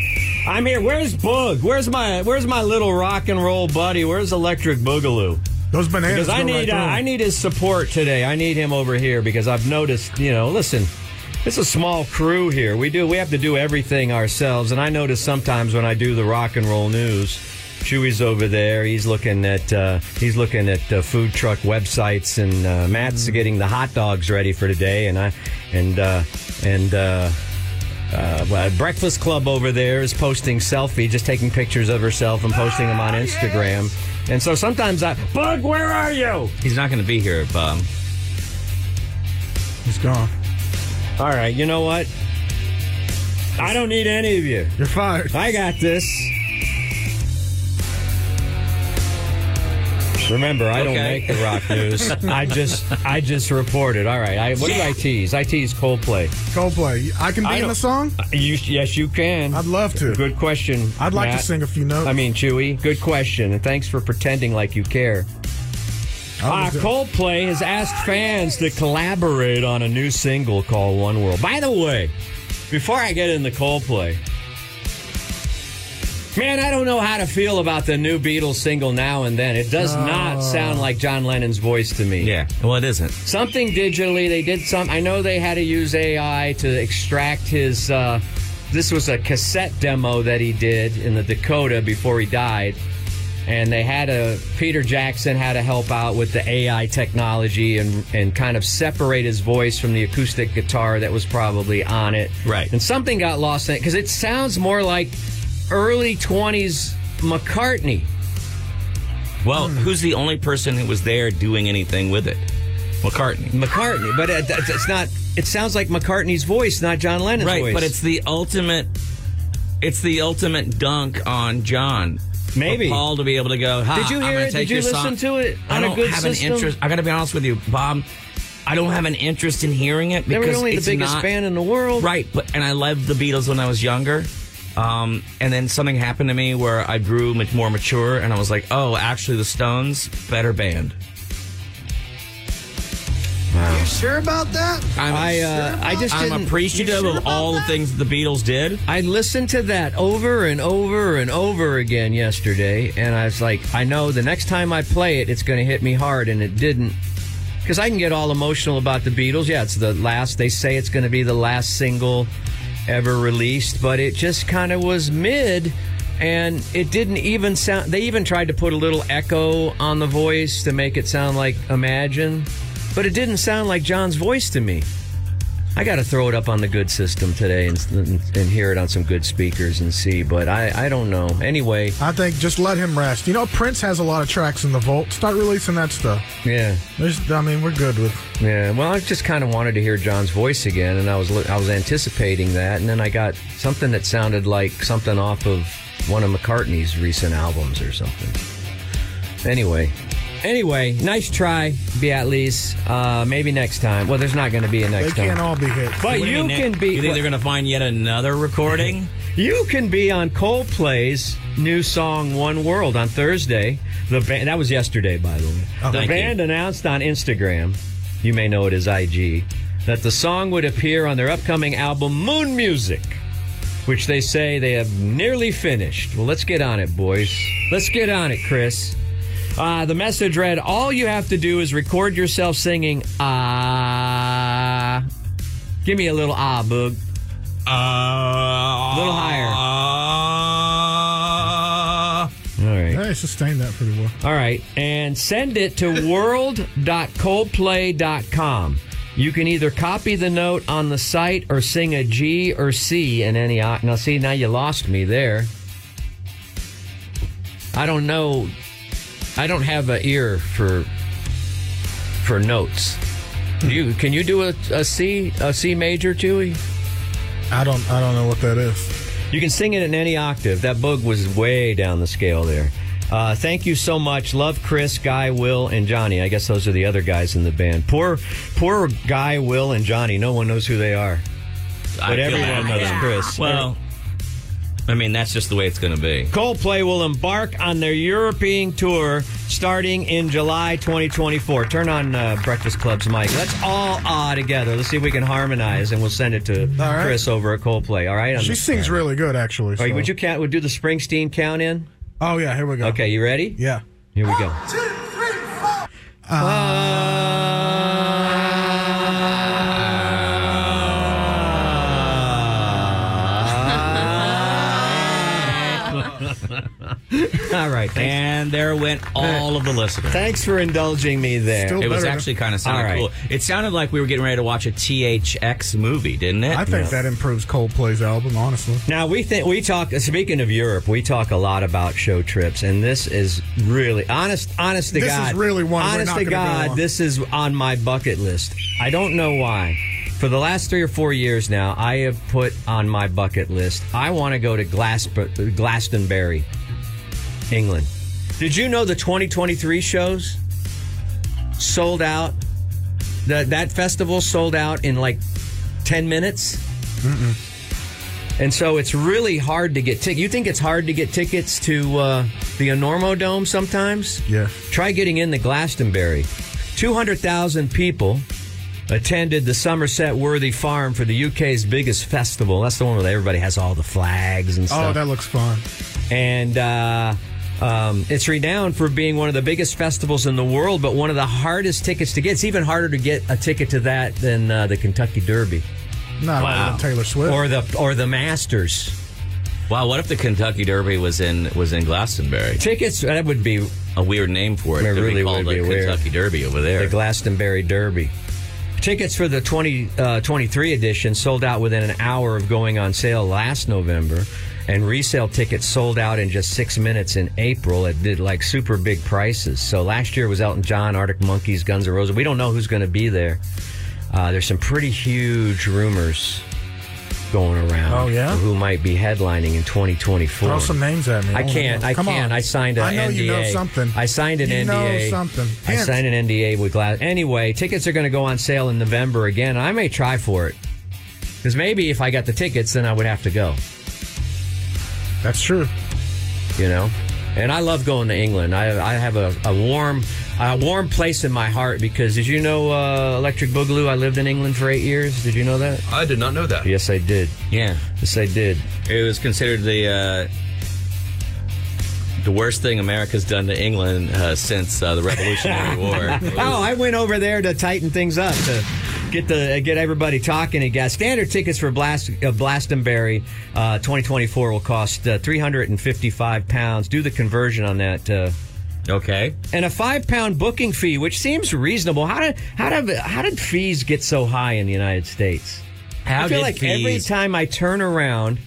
I'm here. Where's Boog? Where's my Where's my little rock and roll buddy? Where's Electric Boogaloo?
Those bananas.
Because I
go right
need uh,
through 'em.
I need his support today. I need him over here because I've noticed. You know, listen. It's a small crew here. We do we have to do everything ourselves, and I notice sometimes when I do the rock and roll news, Chewy's over there. He's looking at uh, he's looking at uh, food truck websites, and uh, Matt's getting the hot dogs ready for today, and I and uh, and. Uh, uh, well, Breakfast Club over there is posting selfie, just taking pictures of herself and posting them on Instagram. And so sometimes I, Bug, where are you?
He's not going to be here, Bob.
He's gone.
All right, you know what? I don't need any of you.
You're fired.
I got this. Remember, I don't
Okay.
make the rock news. I just, I just report it. All right. I, what do I tease? I tease Coldplay.
Coldplay. I can be
I
in
don't-
the song.
You, yes, you can.
I'd love to.
Good question.
I'd like
Matt.
to sing a few notes.
I mean, Chewy, good question, and thanks for pretending like you care.
I
Uh,
was-
Coldplay has asked fans to collaborate on a new single called One World. By the way, before I get into Coldplay, man, I don't know how to feel about the new Beatles single now and then. It does
Ah.
not sound like John Lennon's voice to me.
Yeah. Well, it isn't.
Something digitally, they did some. I know they had to use AI to extract his. Uh, this was a cassette demo that he did in the Dakota before he died and they had a Peter Jackson had to help out with the AI technology and and kind of separate his voice from the acoustic guitar that was probably on it.
Right.
And something got lost in it because it sounds more like early twenties McCartney.
Well, who's the only person who was there doing anything with it? McCartney.
McCartney, but it, it's not. It sounds like McCartney's voice, not John Lennon's
Right,
voice.
but it's the ultimate. It's the ultimate dunk on John. For
Maybe.
Paul to be able to go. "Ha,
Did you
I'm
hear
gonna
it?
take
Did you
your song."
listen to it
I
on a
don't
good
have
system?
an interest. I got to be honest with you, Bob. I don't have an interest in hearing it
they
because
were only the
it's
biggest
not-
band in the world.
Right, but and I loved the Beatles when I was younger. Um, and then something happened to me where I grew much more mature, and I was like, "Oh, actually, the Stones better band."
You sure about that?
I'm,
I, uh, I just
I'm
didn't-
appreciative of all the things the Beatles did.
I listened to that over and over and over again yesterday, and I was like, I know the next time I play it, it's going to hit me hard, and it didn't. Because I can get all emotional about the Beatles. Yeah, it's the last, they say it's going to be the last single ever released, but it just kind of was mid, and it didn't even sound, they even tried to put a little echo on the voice to make it sound like Imagine, but it didn't sound like John's voice to me. I got to throw it up on the good system today and, and, and hear it on some good speakers and see, but I, I don't know. Anyway,
I think just let him rest. You know, Prince has a lot of tracks in the vault. Start releasing that stuff.
yeah,
There's, I mean, we're good with.
yeah. Well, I just kind of wanted to hear John's voice again, and I was li- I was anticipating that, and then I got something that sounded like something off of one of McCartney's recent albums or something. Anyway, anyway, nice try, Beatles. Uh, maybe next time. Well, there's not going to be a
They
next
can't
time.
all be hit.
But
What do
you
mean, Nick?
can be.
You think they're going to find yet another recording?
You can be on Coldplay's new song "One World" on Thursday. The band that was yesterday, by the way. the
thank
band announced on Instagram, you may know it as IG, that the song would appear on their upcoming album Moon Music, which they say they have nearly finished. Well, let's get on it, boys. Let's get on it, Chris. Uh, the message read: All you have to do is record yourself singing ah. Give me a little ah, boog.
Uh,
A little higher.
Uh,
higher.
All right.
Hey, sustain that pretty well.
All right, and send it to world.coldplay.com. You can either copy the note on the site or sing a G or C in any. o- Now, see, now you lost me there. I don't know. I don't have an ear for for notes. You can you do a, a C a C major, Chewy?
I don't, I don't know what that is.
You can sing it in any octave. That bug was way down the scale there. Uh, thank you so much. Love Chris, Guy, Will, and Johnny. I guess those are the other guys in the band. Poor, poor Guy, Will, and Johnny. No one knows who they are, but everyone knows Chris.
Well, I mean, that's just the way it's going to be.
Coldplay will embark on their European tour starting in July 2024. Turn on uh, Breakfast Club's mic. Let's all ah together. Let's see if we can harmonize, and we'll send it to
All right.
Chris over at Coldplay. All right. On
She
the-
sings really good, actually.
All right,
so-
would you count? Would do the Springsteen count in?
Oh yeah, here we go.
Okay, you ready?
Yeah.
Here we go. Ah. All right. Thanks.
And there went all of the listeners.
Thanks for indulging me there.
Still-
It was
Better than-
actually kind of
All
sounded
right.
cool. It sounded like we were getting ready to watch a THX movie, didn't it?
I think that improves Coldplay's album, honestly.
Now we think we talk. Speaking of Europe, we talk a lot about show trips, and this is really honest. Honest to
This is
God,
really one we're
Honest
not
to
gonna go
God,
on.
this is on my bucket list. I don't know why. For the last three or four years now, I have put on my bucket list. I want to go to Glas- Glastonbury, England. Did you know the 2023 shows sold out? That that festival sold out in like 10 minutes. And so it's really hard to get tickets. You think it's hard to get tickets to uh, the Enormo Dome sometimes?
Yeah.
Try getting in the Glastonbury. 200,000 people attended the Somerset Worthy Farm for the UK's biggest festival. That's the one where everybody has all the flags and stuff
Oh, that looks fun.
and uh, um, it's renowned for being one of the biggest festivals in the world, but one of the hardest tickets to get. It's even harder to get a ticket to that than uh, the Kentucky Derby
Not wow. Taylor Swift.
or the or the Masters.
Wow, what if the Kentucky Derby was in was in Glastonbury?
Tickets, that would be
A weird name for it.
It
Could
really
be called
would be
the
weird.
Kentucky Derby over there.
the Glastonbury Derby. Tickets for the 2023 edition sold out within an hour of going on sale last November, and resale tickets sold out in just six minutes in April at did like super big prices. So last year was Elton John, Arctic Monkeys, Guns N' Roses. We don't know who's going to be there. Uh, there's some pretty huge rumors going around.
Oh, yeah?
for who might be headlining in 2024?
Throw some names at me. Oh,
I can't. I
Come
can't.
On.
I signed an
I know
NDA.
you know something.
I signed an
You
NDA.
know something.
I
Hint.
signed an NDA with Glass. Anyway, tickets are going to go on sale in November again. I may try for it because maybe if I got the tickets, then I would have to go.
That's true.
You know. And I love going to England. I, I have a, a warm a warm place in my heart because did you know uh, Electric Boogaloo? I lived in England for eight years. Did you know that?
I did not know that.
Yes, I did.
yeah,
Yes, I did.
it was considered the uh, the worst thing America's done to England uh, since uh, the Revolutionary War. It was-
Oh, I went over there to tighten things up to get the uh, get everybody talking. And got standard tickets for Blast uh, Blastonbury uh, 2024 will cost uh, 355 pounds. Do the conversion on that. Uh,
okay.
and a five pound booking fee, which seems reasonable. How did how did how did fees get so high in the United States?
How
I feel
did
like
fees-
every time I turn around,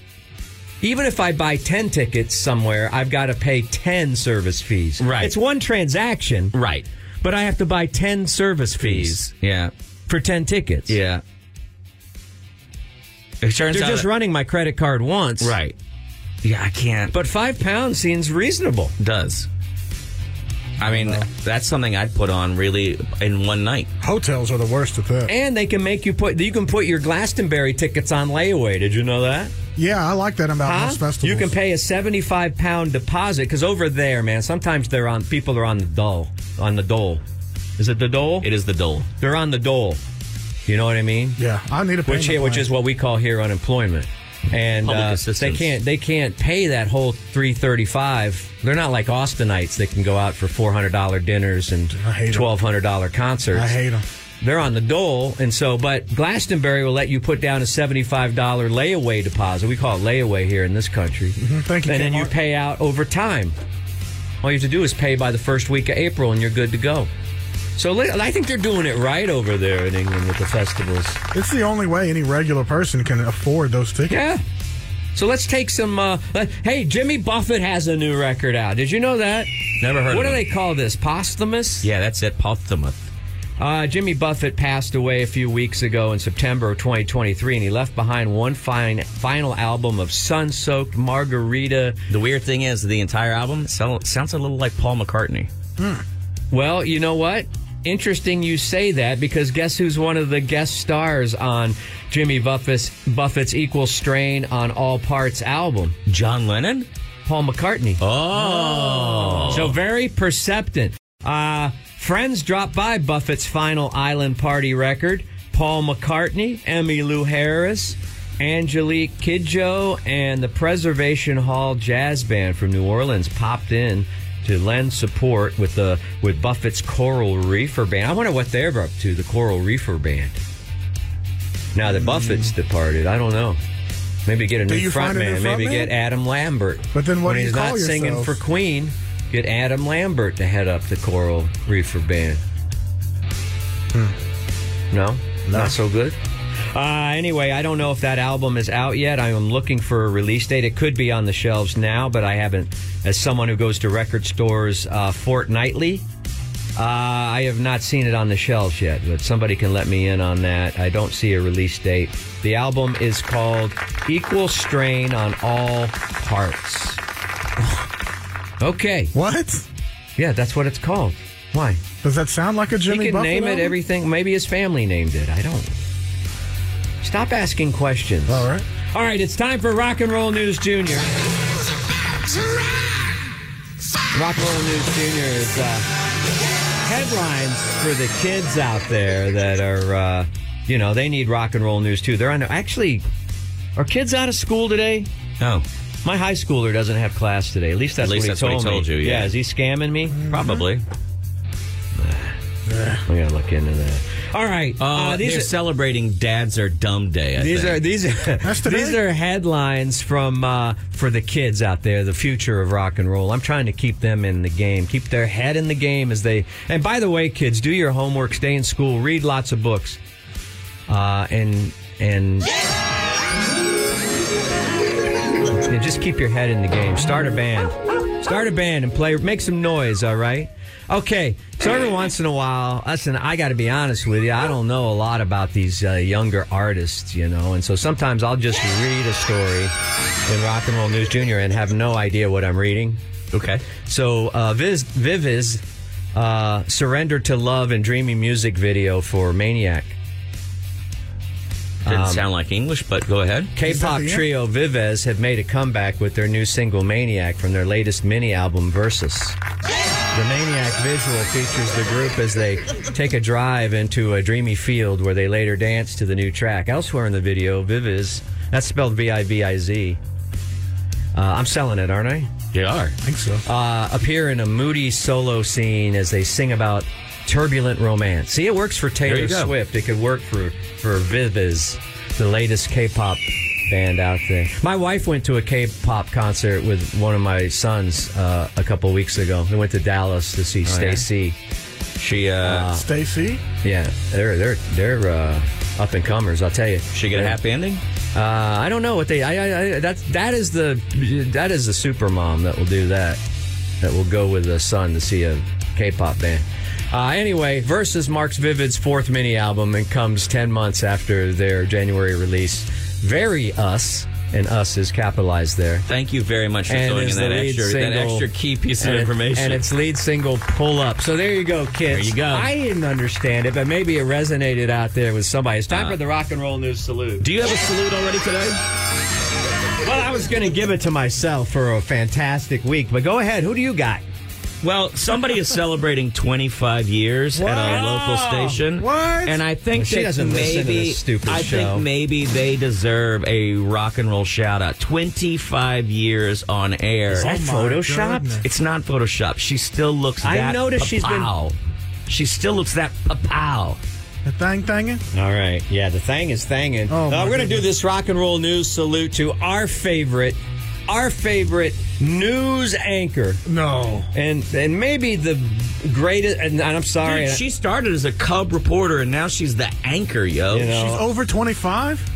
even if I buy ten tickets somewhere, I've got to pay ten service fees.
Right.
it's one transaction.
Right.
But I have to buy 10 service fees
Fees. Yeah.
for 10 tickets.
Yeah. It turns
They're
out
just
that-
running my credit card once.
right. Yeah, I can't.
But five pounds seems reasonable.
does. I mean, that's something I'd put on really in one night.
Hotels are the worst at that.
And they can make you put, you can put your Glastonbury tickets on layaway. Did you know that?
yeah, I like that about
Huh?
most festivals.
You can pay a 75 pound deposit because over there, man, sometimes they're on, people are on the dole. On the dole. Is it the dole?
It is the dole.
They're on the dole. You know what I mean?
Yeah, I need a
which
payment
which
plan.
is what we call here unemployment, and
Public
uh, they
assistance.
can't they can't pay that whole three thirty five. They're not like Austinites that can go out for four hundred dollar dinners and
I hate 'em.
twelve hundred dollar concerts.
I hate them.
They're on the dole, and so but Glastonbury will let you put down a seventy five dollar layaway deposit. We call it layaway here in this country.
Mm-hmm. Thank you.
and then you
Kmart.
pay out over time. All you have to do is pay by the first week of April, and you're good to go. So li- I think they're doing it right over there in England with the festivals.
It's the only way any regular person can afford those tickets.
Yeah. So let's take some. Uh, let- hey, Jimmy Buffett has a new record out. Did you know that?
Never heard
What
of
do they
him.
call this? Posthumous?
Yeah, that's it. Portsmouth.
Uh, Jimmy Buffett passed away a few weeks ago in September of 2023, and he left behind one fine, final album of sun soaked margarita.
The weird thing is, the entire album so- sounds a little like Paul McCartney.
Well, you know what? Interesting you say that because guess who's one of the guest stars on Jimmy Buffett's, Buffett's Equal Strain on All Parts album?
John Lennon?
Paul McCartney.
Oh.
So very perceptant. Uh, friends dropped by Buffett's final Island Party record. Paul McCartney, Emmy Lou Harris, Angelique Kidjo, and the Preservation Hall Jazz Band from New Orleans popped in to lend support with the with Buffett's Coral Reefer Band. I wonder what they're up to, the Coral Reefer Band. Now that Buffett's departed, I don't know. Maybe get a new
you
front
find a new
man.
front
Maybe
man?
get Adam Lambert.
But then what
when
do you
he's
call
not singing
yourself?
for Queen, get Adam Lambert to head up the Coral Reefer Band. Hmm. No? Not so good? Uh, anyway, I don't know if that album is out yet. I am looking for a release date. It could be on the shelves now, but I haven't. As someone who goes to record stores uh, fortnightly, uh, I have not seen it on the shelves yet, but somebody can let me in on that. I don't see a release date. The album is called Equal Strain on All Parts. okay.
What?
Yeah, that's what it's called. Why?
Does that sound like a Jimmy
he could
Buffett
name it
album?
everything. Maybe his family named it. I don't. Stop asking questions.
All right.
All right, it's time for Rock and Roll News Junior. Rock and Roll News Junior is uh, headlines for the kids out there that are, uh, you know, they need rock and roll news too. They're on. Actually, are kids out of school today?
Oh,
My high schooler doesn't have class today. At least that's,
At least
what,
that's
he
what he
told me.
told you, yeah.
is he scamming me?
probably.
We gotta look into that. All right, uh,
Uh,
these
they're
are
celebrating Dads Are Dumb Day. I
these
think.
are these are
today?
these are headlines from uh, for the kids out there, the future of rock and roll. I'm trying to keep them in the game, keep their head in the game as they. And by the way, kids, do your homework, stay in school, read lots of books, uh, and and. Yeah, just keep your head in the game. Start a band. Start a band and play. Make some noise. All right. Okay. So every once in a while, listen. I got to be honest with you. I don't know a lot about these uh, younger artists, you know, and so sometimes I'll just read a story in Rock and Roll News Junior and have no idea what I'm reading.
okay.
So uh, Viz, Viviz uh, surrender to love and dreamy music video for Maniac.
Didn't
um,
sound like English, but go ahead.
K-pop trio Vives have made a comeback with their new single "Maniac" from their latest mini album Versus. The Maniac visual features the group as they take a drive into a dreamy field where they later dance to the new track. Elsewhere in the video, Viviz, that's spelled V-I-V-I-Z. Uh, I'm selling it, aren't I?
They are.
I think so.
Uh, appear in a moody solo scene as they sing about turbulent romance. See, it works for Taylor
you go.
Swift. It could work for for Viviz, the latest K-pop band out there. My wife went to a K-pop concert with one of my sons uh, a couple weeks ago. We went to Dallas to
Oh,
see Stacy.
She uh,
Stacy?
Yeah, they're they're they're uh, up and comers. I'll tell you.
she get a
They're-
happy ending.
Uh, I don't know what they. I, I, I that that is the that is the super mom that will do that. That will go with the son to see a K-pop band. Uh, anyway, versus marks Vivid's fourth mini album and comes ten months after their January release. Very us and us is capitalized there.
Thank you very much for
And
throwing in
is
that
the lead
extra, that
single-
extra key piece of
and it-
information.
and its lead single "Pull Up." So there you go, kids.
There you go.
I didn't understand it, but maybe it resonated out there with somebody. It's
Uh,
time for the rock and roll news salute.
Do you have a salute already today?
Well, I was going to give it to myself for a fantastic week, but go ahead. Who do you got?
Well, somebody is celebrating 25 years at a local station.
What?
And I think
She
that
doesn't listen to
maybe
this stupid
I
show.
think maybe they deserve a rock and roll shout out. 25 years on air.
that
my
photoshopped?
goodness.
It's not Photoshop. She still looks.
I
that
noticed she's been-
pow. She still looks that pow.
The thing thinging?
All right. Yeah, the thing is thangin'.
Oh,
Uh,
my
we're going to do
goodness.
this rock and roll news salute to our favorite, our favorite news anchor,
No.
and and maybe the greatest. And, and I'm sorry,
Dude, she started as a Cub reporter and now she's the anchor, yo.
You know.
She's over 25?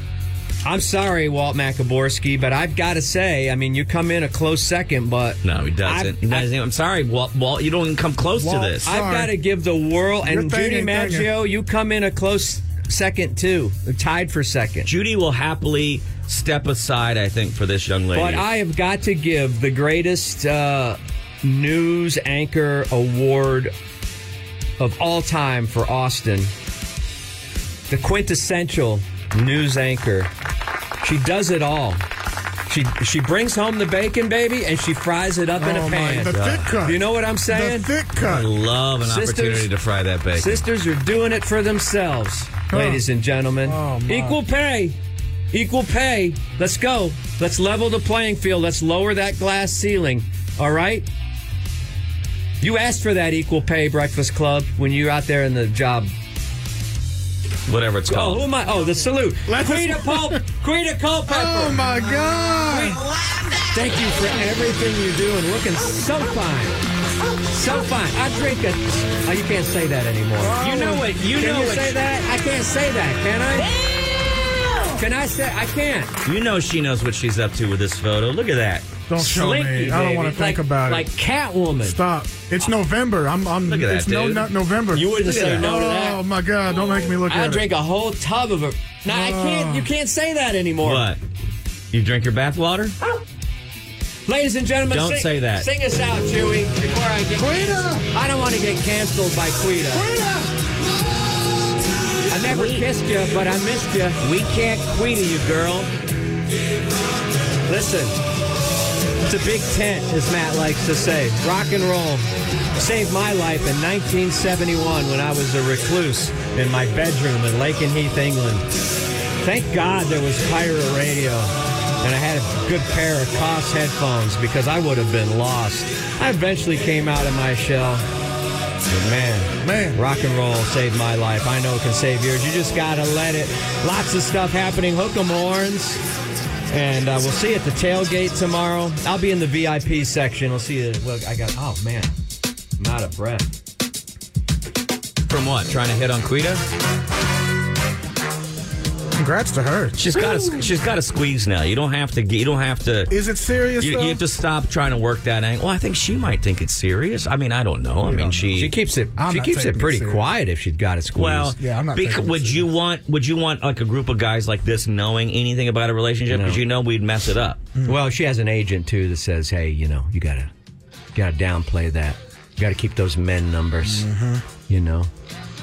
I'm sorry, Walt Makaborski, but I've got to say, I mean, you come in a close second, but
No, he doesn't.
I've-
he doesn't. I'm sorry, Walt. Walt, you don't even come close
Walt,
to this.
I-
I've
Sorry.
got to give the world and
You're
Judy
thinking, thinking.
Maggio. You come in a close second too, tied for second.
Judy will happily step aside, I think, for this young lady.
But I have got to give the greatest uh, news anchor award of all time for Austin, the quintessential news anchor. She does it all. She she brings home the bacon, baby, and she fries it up in a
Oh, my-
pan.
the thick cut.
You know what I'm
The
saying?
thick
I
cut.
love an
Sisters-
opportunity to fry that bacon.
Sisters are doing it for themselves, ladies and gentlemen.
Oh, my.
Equal pay. Equal pay. Let's go. Let's level the playing field. Let's lower that glass ceiling. All right? You asked for that equal pay breakfast club when you're out there in the job.
Whatever it's
Oh,
called.
who am I? Oh, the salute.
Let's-
Queen of Pulp. Queen of
Oh,
Culpepper.
my God.
Thank you for everything you do and looking so fine. So fine. I drink a. Oh, you can't say that anymore.
you know what? You
Can
know
you
what?
say that? I can't say that, can I? Can I say I can't?
You know she knows what she's up to with this photo. Look at that.
Don't show me.
Slinky,
I don't
baby.
want to think
Like-
about
Like
it.
Catwoman.
Stop. It's November. I'm. I'm
Look at
it's
that,
no,
dude.
not November.
You wouldn't
Look at
say
that.
no to that.
Oh my God! Don't make me look
I
at
drink a whole tub of it. No, I can't.
Ah.
You can't say that anymore.
What? You drink your bath water?
Ladies and gentlemen,
Don't
sing-
say that.
Sing us out, Chewy. Before I get,
Quita!
I don't want to get canceled by Quita. I never kissed you, but I missed you.
We can't queen you, girl.
Listen, it's a big tent, as Matt likes to say. Rock and roll saved my life in 1971 when I was a recluse in my bedroom in Lake and Heath, England. Thank God there was pirate radio, and I had a good pair of Koss headphones because I would have been lost. I eventually came out of my shell. Man,
Man.
rock and roll saved my life. I know it can save yours. You just gotta let it. Lots of stuff happening. Hook 'em horns, and uh, we'll see you at the tailgate tomorrow. I'll be in the VIP section. I'll see you. Well, I got. Oh man, I'm out of breath.
From what? Trying to hit on Quita?
Congrats to her.
She's got to. She's got to squeeze now. You don't have to. You don't have to.
Is it serious?
You,
though?
you have to stop trying to work that angle. Well, I think she might think it's serious. I mean, I don't know. I mean, she.
She keeps it.
I'm
she
not
keeps
taking
it
it
pretty
serious.
quiet if she's got it squeezed.
well,
Yeah, I'm not
bec-
taking it
would you want? Would you want like a group of guys like this knowing anything about a relationship? Because you know we'd mess it up.
Mm.
Well, she has an agent too that says, "Hey, you know, you gotta, gotta downplay that. You gotta keep those men numbers. You know."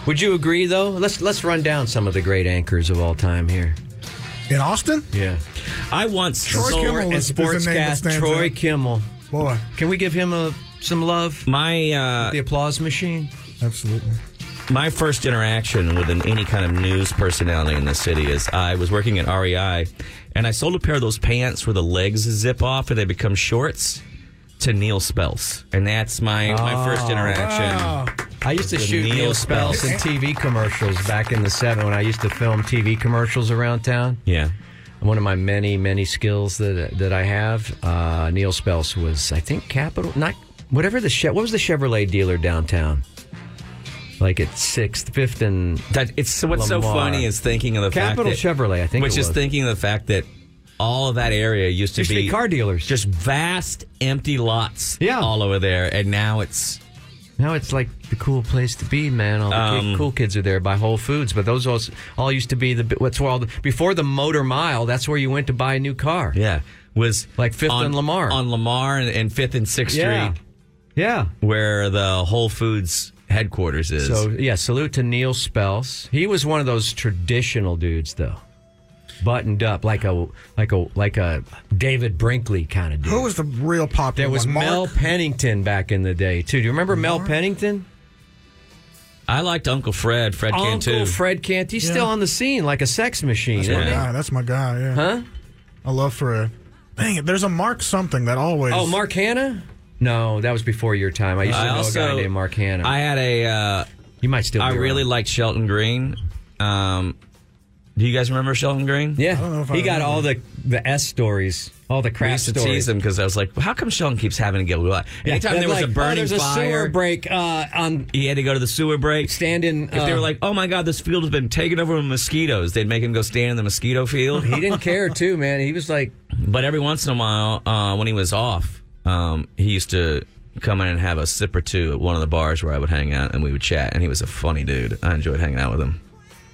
Would you agree, though? Let's let's run down some of the great anchors of all time here.
in Austin?
Yeah,
I once
Troy
sold-
Kimmel
and
is, is the name that
sportscast
stands
Troy
out.
Kimmel.
Boy,
Can we give him a some love?
my uh,
The applause machine.
absolutely.
my first interaction with an, any kind of news personality in the city is I was working at REI and I sold a pair of those pants where the legs zip off and they become shorts to Neil Spells. And that's my, my
Oh,
first interaction.
I used to
The
shoot
Neil
Neil Spells in TV commercials back in the seven when I used to film TV commercials around town.
Yeah.
one of my many many skills that that I have. Uh, Neil Spels was, I think, Capital, not whatever the Chev- what was the Chevrolet dealer downtown, like at Sixth, Fifth, and
That it's what's so
Lamar.
funny is thinking of the
Capital
fact that,
Chevrolet, I think
which
it
is
was.
thinking of the fact that all of that area used to
Used to
be,
be car dealers.
just vast empty lots,
Yeah.
all over there, and now it's
now it's like the cool place to be, man. All the kid-
Um,
cool kids are there by Whole Foods, but those all, all used to be the what's where all the, before the Motor Mile. That's where you went to buy a new car.
yeah was
Like Fifth
on,
and Lamar.
on Lamar and, and Fifth and Sixth
yeah,
Street.
yeah.
where the Whole Foods headquarters is.
So yeah, salute to Neil Spels. He was one of those traditional dudes, though, buttoned up like a like a like a David Brinkley kind of dude.
Who was the real popular
there was
one?
Mel
Mark?
Pennington back in the day too. Do you remember Mel Pennington?
I liked Uncle Fred, Fred Cantu.
Uncle Fred Cant. He's still on the scene like a sex machine.
Yeah.
isn't he?
Ah, that's my guy, yeah.
Huh?
I love Fred. Dang it, there's a Mark something that always.
Oh, Mark Hanna. No, that was before your time. I used to
I
know a guy
also
named Mark Hanna.
I had a uh,
you might still.
I
be
really
around.
liked Shelton Green. Um, do you guys remember Shelton Green?
Yeah,
don't know if I
he got
remember.
all the the S stories, all the
I
crap
used to
stories.
tease him because I was like, "How come Shelton keeps having to get wet?" Anytime
Yeah,
there was
like,
a burning
oh, there's a
fire,
sewer break uh, on
he had to go to the sewer break.
stand in.
if they
uh,
were like, "Oh my God, this field has been taken over with mosquitoes," they'd make him go stand in the mosquito field.
he didn't care too, man. He was like,
But every once in a while, uh, when he was off, um, he used to come in and have a sip or two at one of the bars where I would hang out, and we would chat. And he was a funny dude. I enjoyed hanging out with him.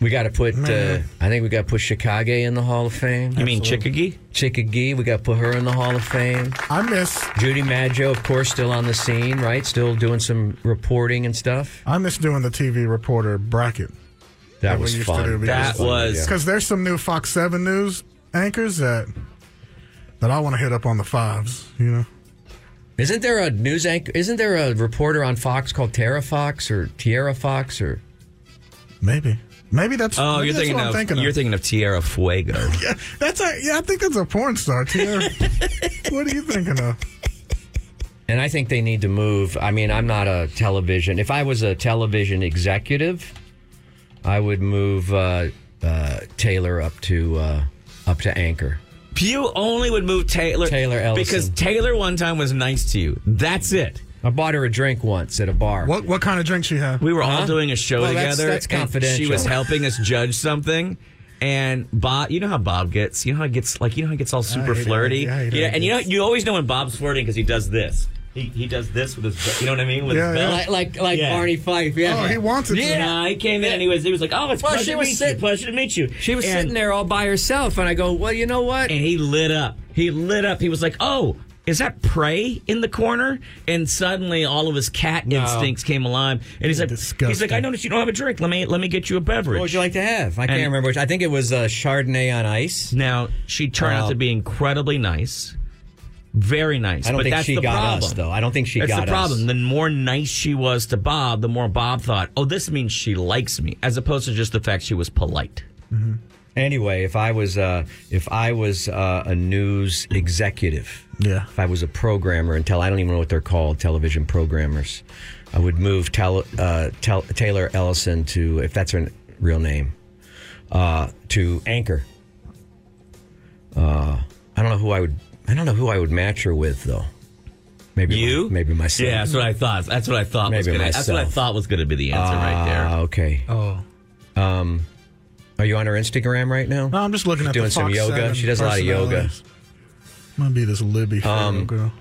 we got to put. Uh,
Man.
I think we got to put Chicago in the Hall of Fame.
You mean Chickagee?
Chickagee, we got to put her in the Hall of Fame.
I miss
Judy Maggio, of course, still on the scene, right? Still doing some reporting and stuff.
I miss doing the TV reporter bracket.
That
we
was
used to do
fun.
because-
That was
Because there's some new Fox 7 news anchors that that I want to hit up on the fives, you know?
Isn't there a news anchor? Isn't there a reporter on Fox called Tara Fox or Tierra Fox or?
Maybe. Maybe that's.
oh,
maybe
you're
that's
thinking
what I'm
of,
thinking of.
you're thinking of Tierra Fuego.
Yeah, that's a, yeah, I think that's a porn star, Tierra. what are you thinking of?
And I think they need to move. I mean, I'm not a television. If I was a television executive, I would move uh, uh, Taylor up to uh, up to anchor.
you only would move Taylor
Taylor Ellison.
because Taylor one time was nice to you. That's it.
I bought her a drink once at a bar.
What what kind of drink she have?
We were all
Huh?
doing a show
Well, that's-
together.
that's
and
confidential.
She was helping us judge something. And Bob, you know how Bob gets. You know how he gets like you know how he gets all super
hate it.
flirty.
Yeah, I hate it.
yeah, and you know you always know when Bob's flirting because he does this. He, he does this with his. You know what I mean? With
Yeah,
his
yeah.
Like
belt.
like like
Yeah.
Barney Fife. Yeah.
Oh, he wants it. to-
Yeah, he came in and he was he was like, "Oh, it's
Well,
pleasure
she
to
was
meet
sit-
you. Pleasure to meet you."
she was
and,
sitting there all by herself, and I go, "Well, you know what?
and he lit up. He lit up. He was like, "Oh, is that prey in the corner?" And suddenly, all of his cat instincts came alive, and he's like, "He's like,
disgusting.
I noticed you don't have a drink. Let me let me get you a beverage."
What would you like to have? I
And-
can't remember. Which, I think it was uh, Chardonnay on ice.
Now she turned
Wow.
out to be incredibly nice, very nice.
I don't
but
think
that's
she
the
got
problem.
us though. I don't think she
That's
got
the problem.
us.
The more nice she was to Bob, the more Bob thought, "Oh, this means she likes me," as opposed to just the fact she was polite.
Anyway, if I was uh, if I was uh, a news executive,
Yeah.
if I was a programmer and tell I don't even know what they're called, television programmers, I would move Tal- uh, Tal- Taylor Ellison to, if that's her n- real name, uh, to anchor. Uh, I don't know who I would. I don't know who I would match her with though. Maybe my-
You?
maybe myself.
Yeah, that's what I thought. That's what I thought. was
Maybe
gonna, that's what I
myself.
thought was going to be the answer right there.
Ah, okay. Oh. Um, are you on her Instagram right now?
No, I'm just looking at
doing
the
some
Fox
yoga.
7
She does a lot of yoga.
personalities. Might be this Libby um, girl.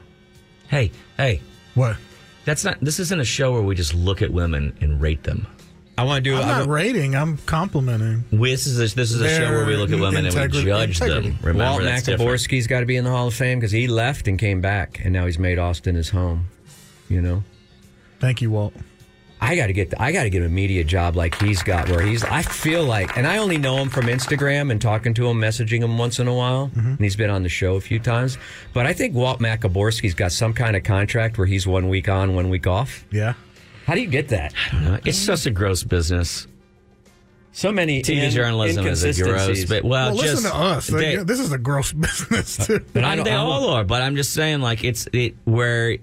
Hey, hey,
What?
that's not. This isn't a show where we just look at women and rate them.
I want to do.
I'm
I
not
wa-
rating. I'm complimenting.
We, this is a, this is a show where we look at women and we
Integrity-
judge
integrity.
them. Remember
Walt
that's different.
Makaborski's got to be in the Hall of Fame because he left and came back, and now he's made Austin his home. You know,
Thank you, Walt.
I got to get I got to get a media job like he's got, where he's. I feel like, and I only know him from Instagram and talking to him, messaging him once in a while, and he's been on the show a few times. But I think Walt Makaborski's got some kind of contract where he's one week on, one week off.
Yeah.
How do you get that?
Uh, It's just a gross business.
So many
TV
in-
journalism is a gross.
inconsistencies.
But well,
Well,
just,
listen to us.
they-
They- this is a gross business, too.
But
I
I
mean,
don't,
they
I don't-
all are, but I'm just saying, like it's it where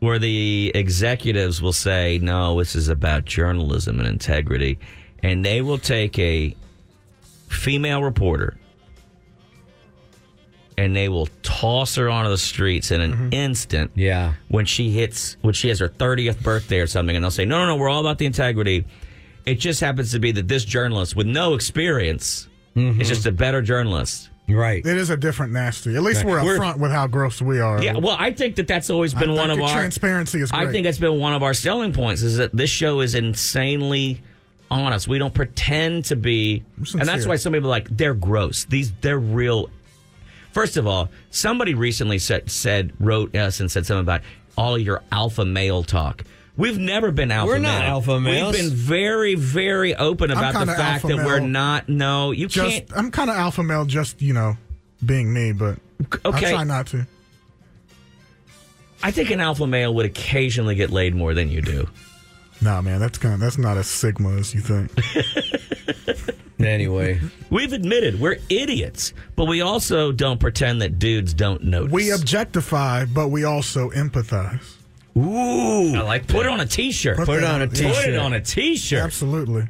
where the executives will say, "No, this is about journalism and integrity," and they will take a female reporter and they will toss her onto the streets in an instant.
Mm-hmm. Yeah.
when she hits when she has her 30th birthday or something, and they'll say, "No, no, no, we're all about the integrity." It just happens to be that this journalist with no experience
Mm-hmm.
is just a better journalist.
Right.
It is a different nasty. At least we're
We're-
upfront with how gross we are.
Yeah, well, I think that that's always been
I
one
think
of
the
our
transparency is
I
great.
think that's been one of our selling points is that this show is insanely honest. We don't pretend to be,
sincere.
and that's why some people are like they're gross. These they're real. First of all, somebody recently said said wrote us and said something about all your alpha male talk. We've never been alpha.
We're not
male.
alpha males.
We've been very, very open about the
kinda
fact
alpha
that we're
male.
not. No, you
just
can't.
I'm kind of alpha male, just you know, being me, but
Okay,
I try not to.
I think an alpha male would occasionally get laid more than you do.
Nah, man, that's kind of that's not as sigma as you think.
Anyway,
We've admitted we're idiots, but we also don't pretend that dudes don't notice.
we objectify, but we also empathize.
Ooh, I like put it on a t-shirt.
Put it on a
Put it
t-shirt.
on a t-shirt.
Absolutely.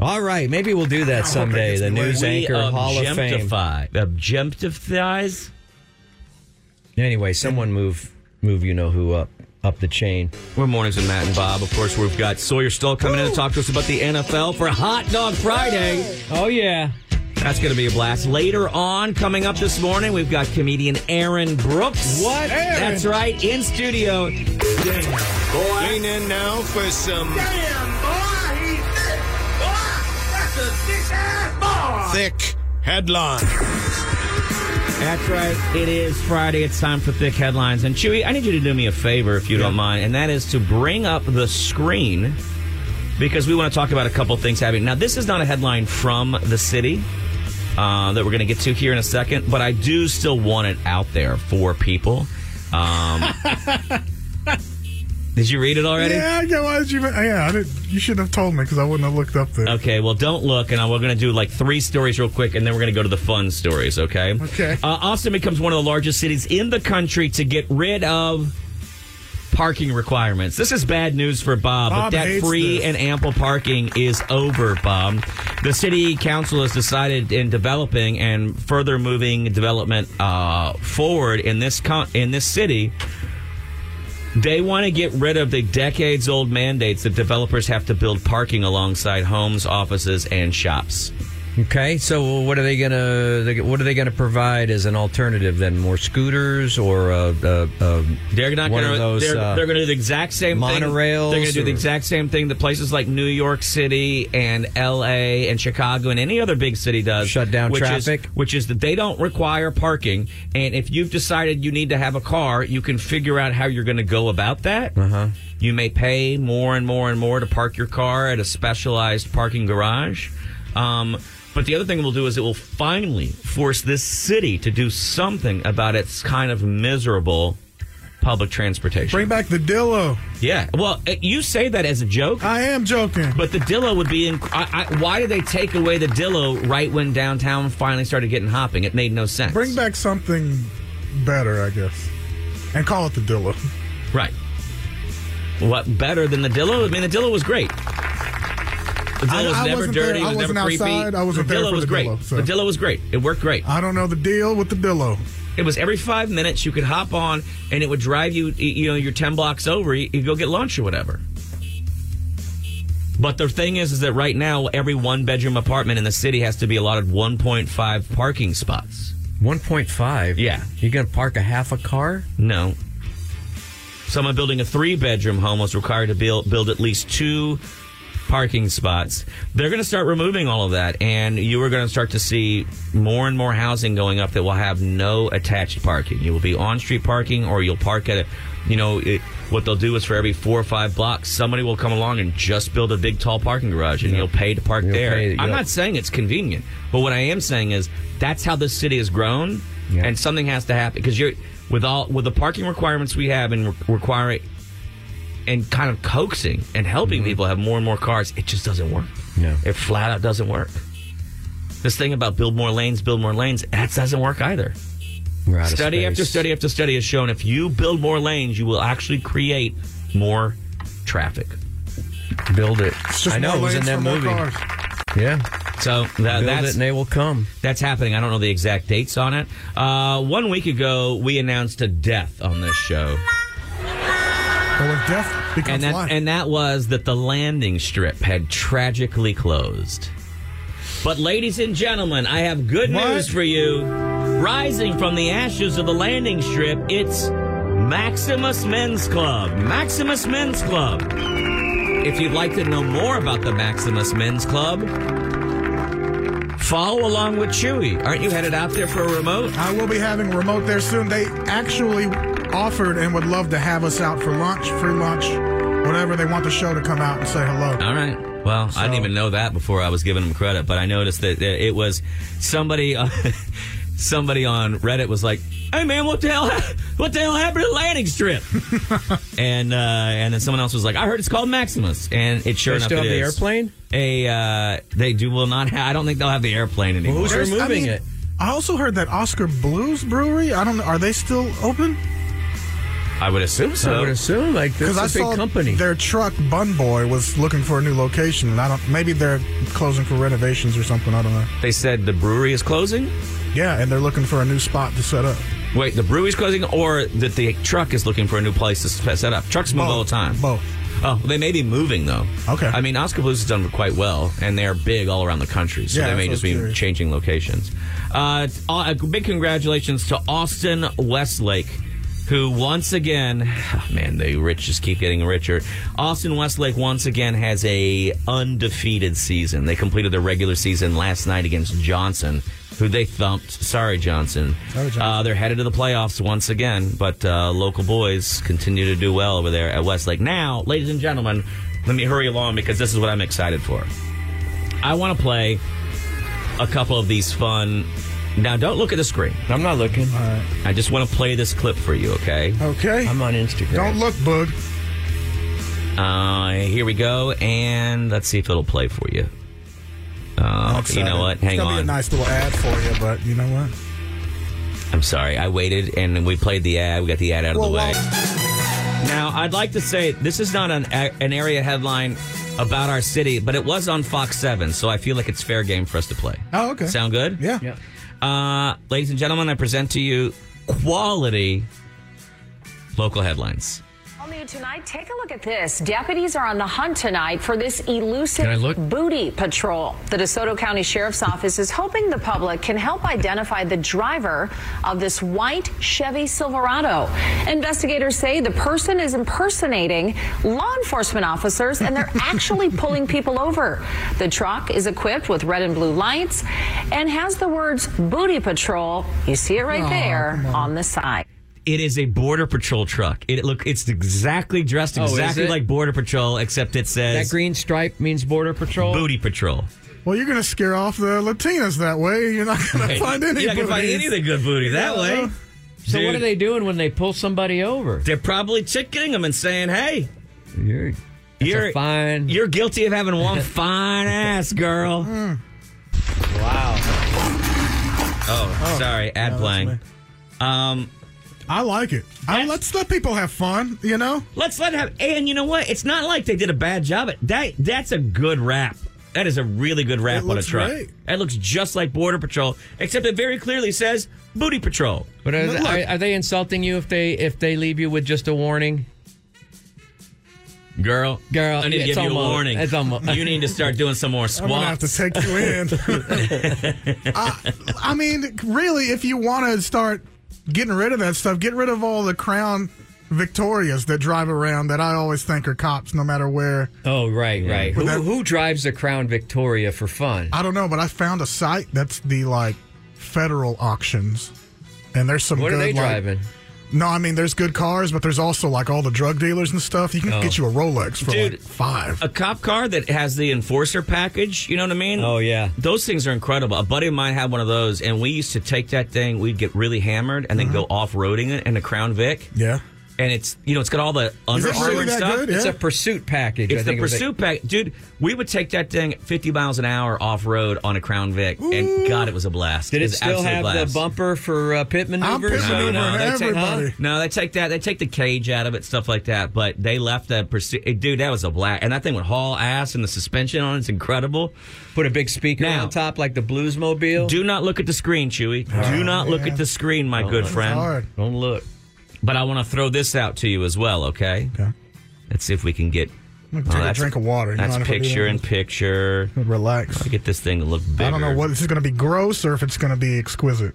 all right. Maybe we'll do that someday.
gets
The
delayed.
news anchor
um,
Hall of Fame.
objectify. Objectifies.
Anyway, someone move move you know who up up the chain.
We're mornings with Matt and Bob. Of course, we've got Sawyer Stull coming in to talk to us about the NFL for Hot Dog Friday.
Oh yeah.
That's going to be a blast. Later on, coming up this morning, we've got comedian Aaron Brooks.
What? Aaron!
That's right, in studio.
Lean in now for some thick headline.
That's right. It is Friday. It's time for thick headlines. And Chewy, I need you to do me a favor if you don't mind, and that is to bring up the screen because we want to talk about a couple things happening. Now, this is not a headline from the city uh, that we're going to get to here in a second, but I do still want it out there for people. Um, did you read it already?
Yeah, yeah. Why did you? Yeah, I didn't, you shouldn't have told me because I wouldn't have looked up there.
Okay, well, don't look, and I- we're going to do like three stories real quick, and then we're going to go to the fun stories, okay?
Okay.
Uh, Austin becomes one of the largest cities in the country to get rid of parking requirements. This is bad news for Bob,
Bob
but that
hates
free
this.
and ample parking is over, Bob. The city council has decided in developing and further moving development uh, forward in this con- in this city. They want to get rid of the decades old mandates that developers have to build parking alongside homes, offices, and shops.
Okay. So what are they gonna they- what are they gonna provide as an alternative then? More scooters or uh, uh, uh,
They're not
one of
going to.
those,
They're,
uh,
they're going to do the exact same thing.
monorails
They're going to do the
or-
exact same thing that places like New York City and L.A. and Chicago and any other big city does.
Shut down
which is-
traffic?
which is that they don't require parking. And if you've decided you need to have a car, you can figure out how you're going to go about that. Uh-huh. You may pay more and more and more to park your car at a specialized parking garage. Um, but the other thing we'll do is it will finally force this city to do something about its kind of miserable public transportation.
Bring back the Dillo.
yeah. Well, eh, you say that as a joke.
I am joking.
But the Dillo would be in. I, I, why did they take away the Dillo right when downtown finally started getting hopping? It made no sense.
Bring back something better, I guess, and call it the Dillo.
Right. What better than the Dillo? I mean, the Dillo was great. The Dillo
I-
was
I
never
wasn't there.
dirty. It
I
was never
wasn't
creepy.
outside. I wasn't
the
there
Dillo
for the
was great.
Dillo, so.
The Dillo was great. It worked great.
I don't know the deal with the Dillo.
It was every five minutes you could hop on and it would drive you, you know, you're 10 blocks over, you, you go get lunch or whatever. But the thing is, is that right now, every one bedroom apartment in the city has to be allotted 1.5 parking spots.
1.5.
Yeah.
You're going to park a half a car?
No. Someone building a three bedroom home was required to build, build at least two parking spots. They're going to start removing all of that, and you are going to start to see more and more housing going up that will have no attached parking. You will be on street parking, or you'll park at a, you know, it, what they'll do is for every four or five blocks, somebody will come along and just build a big tall parking garage, and you'll pay to park
You'll
there.
pay-
I'm
yeah.
not saying it's convenient, but what I am saying is that's how this city has grown,
Yeah.
and something has to happen because you're with all with the parking requirements we have and re- requiring and kind of coaxing and helping
Mm-hmm.
people have more and more cars, it just doesn't work.
No.
It flat out doesn't work. This thing about build more lanes, build more lanes, that doesn't work either.
We're out of
Study
space.
after study after study has shown if you build more lanes, you will actually create more traffic.
Build it.
It's just
I know,
more
it was in
lanes
that
for more
movie.
cars.
Yeah.
So that,
Build
that's
it and they will come.
That's happening. I don't know the exact dates on it. Uh, one week ago, we announced a death on this show,
But when death
and
becomes
that
life,
and that was that the landing strip had tragically closed. But, ladies and gentlemen, I have good
What?
news for you. Rising from the ashes of the landing strip, it's Maximus Men's Club. Maximus Men's Club. If you'd like to know more about the Maximus Men's Club, follow along with Chewy. Aren't you headed out there for a remote?
I will be having a remote there soon. They actually offered and would love to have us out for lunch, free lunch, whatever they want the show to come out and say hello.
All right. Well, I didn't even know that before I was giving him credit, but I noticed that uh, it was somebody, uh, somebody on Reddit was like, "Hey man, what the hell? hap- What the hell happened to the landing strip?" and uh, and then someone else was like, "I heard it's called Maximus," and it sure
They
enough
still
it
have the
is.
airplane?
A uh, they do will not. Ha- I don't think they'll have the airplane anymore.
who's
There's- I
removing
mean,
it?
I also heard that Oscar Blues Brewery. I don't know. Are they still open?
I would assume
I
so.
would assume like this
I
is a big company.
their truck Bun Boy was looking for a new location, and I don't. Maybe they're closing for renovations or something. I don't know.
They said the brewery is closing.
Yeah, and they're looking for a new spot to set up.
Wait, the brewery's closing, or that the truck is looking for a new place to s- set up. Trucks move
Both.
all the time.
Both.
Oh, they may be moving though.
Okay.
I mean, Oscar Blues has done quite well, and they are big all around the country. So
Yeah,
they
that's
may
what
just
I was
be
curious.
changing locations. Uh, it's- uh, big congratulations to Austin Westlake, who once again, oh, man, the rich just keep getting richer. Austin Westlake once again has a undefeated season. They completed their regular season last night against Johnson. Who they thumped. Sorry, Johnson. Uh, they're headed to the playoffs once again, but uh, local boys continue to do well over there at Westlake. Now, ladies and gentlemen, let me hurry along because this is what I'm excited for. I want to play a couple of these fun. Now, don't look at the screen.
I'm not looking.
I just want to play this clip for you, okay?
Okay.
I'm on Instagram.
don't look, Bug.
Uh, here we go, and let's see if it'll play for you. Uh, you know what? Hang
it's gonna
on.
Be a nice little ad for you, but you know what?
I'm sorry. I waited, and we played the ad. We got the ad out of
Well,
the way.
well-
Now, I'd like to say this is not an an area headline about our city, but it was on Fox Seven, so I feel like it's fair game for us to play.
Oh, okay.
Sound good?
Yeah.
Yeah.
Uh, ladies and gentlemen, I present to you quality local headlines.
All new tonight, take a look at this. Deputies are on the hunt tonight for this elusive
Can I look?
booty patrol. The DeSoto County Sheriff's Office is hoping the public can help identify the driver of this white Chevy Silverado. Investigators say the person is impersonating law enforcement officers and they're actually pulling people over. The truck is equipped with red and blue lights and has the words booty patrol. You see it right there on the side.
It is a border patrol truck. It look, it's exactly dressed
Oh, is
exactly
it?
like border patrol, except
That
it says
green stripe means border patrol.
booty patrol.
Well, you're gonna scare off the Latinas that way. You're not gonna find any.
You're not gonna find
booties.
any of the good booty that way.
So what
Dude.
are they doing when they pull somebody over?
They're probably chickening them and saying, "Hey,
You're, that's
you're
a fine.
You're guilty of having one fine ass, girl."
Mm. Oh.
Wow. Oh, sorry, ad playing. Um,
I like it. I, let's let people have fun, you know?
Let's let it have. And you know what? It's not like they did a bad job. at- That that's a good rap. That is a really good rap
It
on a
looks
truck.
great.
That looks just like Border Patrol, except it very clearly says Booty Patrol.
But are, are, are they insulting you if they if they leave you with just a warning?
Girl,
Girl,
I need to
it's
give you a
almost-
warning.
it's almost-
you need to start doing some more
I'm gonna have to
squats.
take you in. I, I mean, really, if you want to start getting rid of that stuff, get rid of all the Crown Victorias that drive around that I always think are cops, no matter where.
Oh, right, right. Who,
that-
who drives the Crown Victoria for fun?
I don't know, but I found a site that's the like federal auctions, and there's some.
What
good,
are they
like-
driving?
No, I mean there's good cars, but there's also like all the drug dealers and stuff. You can get you a Rolex for
Oh. Dude.
like five.
a cop car that has the enforcer package. You know what I mean?
Oh, yeah.
Those things are incredible. A buddy of mine had one of those, and we used to take that thing. We'd get really hammered and then go off roading it in a Crown Vic.
Uh-huh. yeah.
And it's you know it's got all the Under
it really
Armour and
that
stuff.
good?
It's
Yeah.
a pursuit package. I
It's the
think it was like-
pursuit pack, dude. We would take that thing 50 miles an hour off road on a Crown Vic, and God, it was a blast.
Did it
was
still
absolute
have
blast.
the bumper for uh, pit
I'm
maneuvers?
pissing
No,
over
no,
on
that's-
everybody.
No, they take that. They take the cage out of it, stuff like that. But they left that pursuit. eh, Dude, that was a blast, and that thing would haul ass, and the suspension on it's incredible.
Put a big speaker
Now-
on top like the Bluesmobile. Oh,
Do not look at the screen, Chewy. Do not look at the screen, my good friend.
Oh, hard.
Don't look.
But I want to throw this out to you as well, okay?
Okay.
Let's see if we can get.
I'm gonna
Oh,
take a
that's-
drink of water. You
That's
mind if I do
picture
that?
in picture.
Relax.
Get this thing to look bigger.
I don't know what this is going to be gross or if it's going to be exquisite.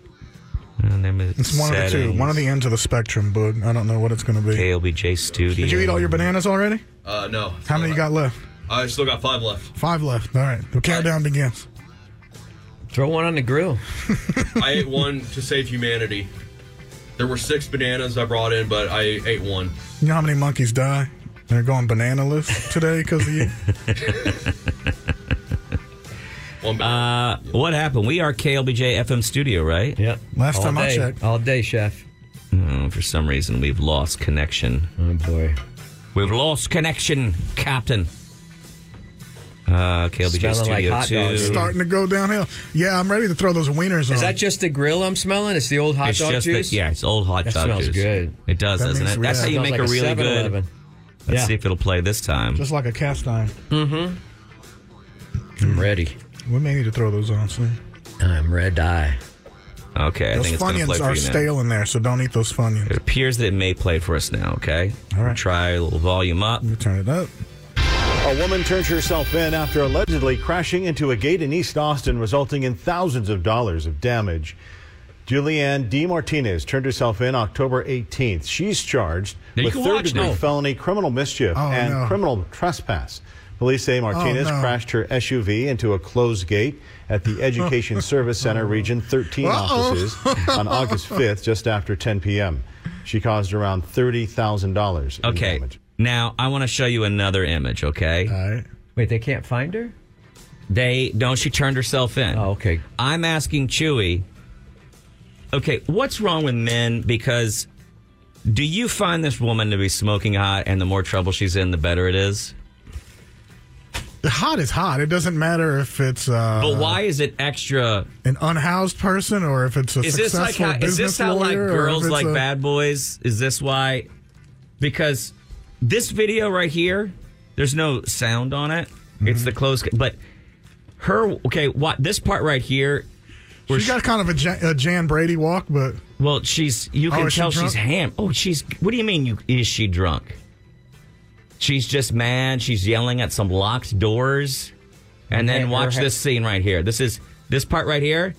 And then
It's one of the two. One of the ends of the spectrum, but I don't know what it's going to be.
KLBJ Studio.
Did you eat all your bananas already?
Uh, no.
How many you got left?
I still got five left.
Five left. All right. The countdown begins.
Throw one on the grill.
I ate one to save humanity. There were six bananas I brought in, but I ate one.
You know how many monkeys die? They're going bananaless today because of you.
One banana.
What happened? We are KLBJ FM Studio, right?
Yep.
Last
All
time I
day.
checked.
All day, chef.
Oh, for some reason, we've lost connection.
Oh, boy.
We've lost connection, Captain. Uh, KLBJ
Smelling like
Studio
hot
2.
dogs.
Starting to go downhill. Yeah, I'm ready to throw those wieners on.
Is that just the grill I'm smelling? It's the old hot
It's
dog
just
juice?
that, yeah, it's old hot
That
dog
smells
juice.
good.
It does,
That
doesn't
means
it?
we
That's
have-
how you
Smells like
make a really good.
7-Eleven.
Let's
Yeah.
see if it'll play this time.
Just like a cast iron.
I'm Mm. ready.
We may need to throw those on soon.
I'm red eye.
Okay, I
Those
think it's going to play
Funyuns
for
are
you now.
stale in there, so don't eat those Funyuns.
It appears that it may play for us now. Okay,
All right.
Try a little volume up.
You turn it up.
A woman turned herself in after allegedly crashing into a gate in East Austin, resulting in thousands of dollars of damage. Julianne D. Martinez turned herself in October 18th. She's charged
Now you
with
can
third
watch
degree
now.
felony criminal mischief
Oh,
and
no. Oh,
criminal trespass. Police say Martinez
no.
crashed her SUV into a closed gate at the Education Service Center Region 13 offices on August 5th, just after 10 p.m. She caused around $30,000 in
Okay,
damage.
now I want to show you another image. Okay,
All right.
Uh, Wait, they can't find her?
they no, she turned herself in.
Oh, okay.
I'm asking Chewy. Okay, what's wrong with men? Because do you find this woman to be smoking hot, and the more trouble she's in, the better it is?
The Hot is hot. It doesn't matter if it's uh,
Uh-huh.
But why is it extra?
an unhoused person or if it's a
Is this
successful
like how? Is
business
this how like
lawyer or if
girls
it's
like
a-
bad boys? Is this why? Because this video right here, there's no sound on it.
Mm-hmm.
It's the close, but her. Okay, what this part right here? Where
She got kind of a Jan, a Jan Brady walk, but
Well, she's. You
Oh,
can
is she
tell
drunk?
she's ham. Oh, she's. What do you mean? You is she drunk? She's just mad. She's yelling at some locked doors, and then
her
watch
ha-
this scene right here. This is this part right here.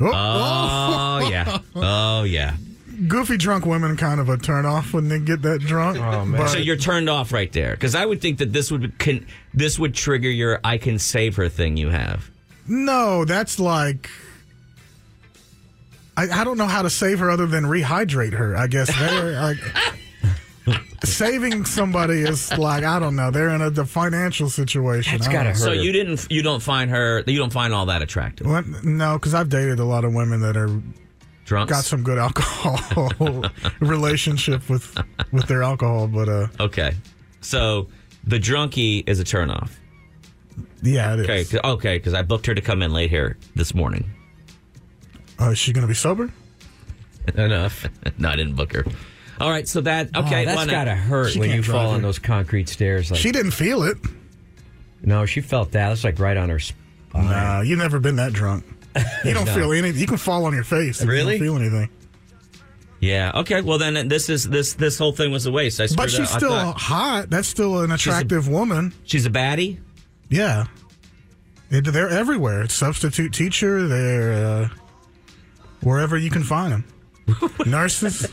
oh,
Uh. Oh yeah. Oh yeah.
goofy drunk women kind of a turnoff when they get that drunk. Oh man!
So you're turned off right there because I would think that this would can, this would trigger your I can save her thing you have.
no, that's like. I, I don't know how to save her other than rehydrate her. I guess they're like saving somebody is like I don't know. They're in a the financial situation.
That's
I don't
gotta
know.
hurt.
So you didn't you don't find her you don't find all that attractive.
What? No, because I've dated a lot of women that are
Drunks.
got some good alcohol relationship with with their alcohol, but uh,
Okay, so the drunkie is a turnoff.
yeah, it is.
Okay, 'cause- okay, because I booked her to come in late here this morning.
Uh, is she gonna be sober?
enough. no, I didn't book her. All right, so that
Oh,
okay.
that's
why not?
gotta hurt
She
when
can't
you fall
drive
on
her.
those concrete stairs. Like,
She didn't feel it.
no, she felt that. It's like right on her. Sp-
Nah, you've never been that drunk. You don't
No.
feel anything. You can fall on your face. and
Really?
You don't feel anything.
Yeah. Okay. Well, then this is this this whole thing was a waste. I
But
screwed
she's
up. I
still
thought-
hot. That's still an
a-
attractive woman.
she's a baddie.
Yeah. It- they're everywhere. It's substitute teacher. They're uh, wherever you can find them. Nurses.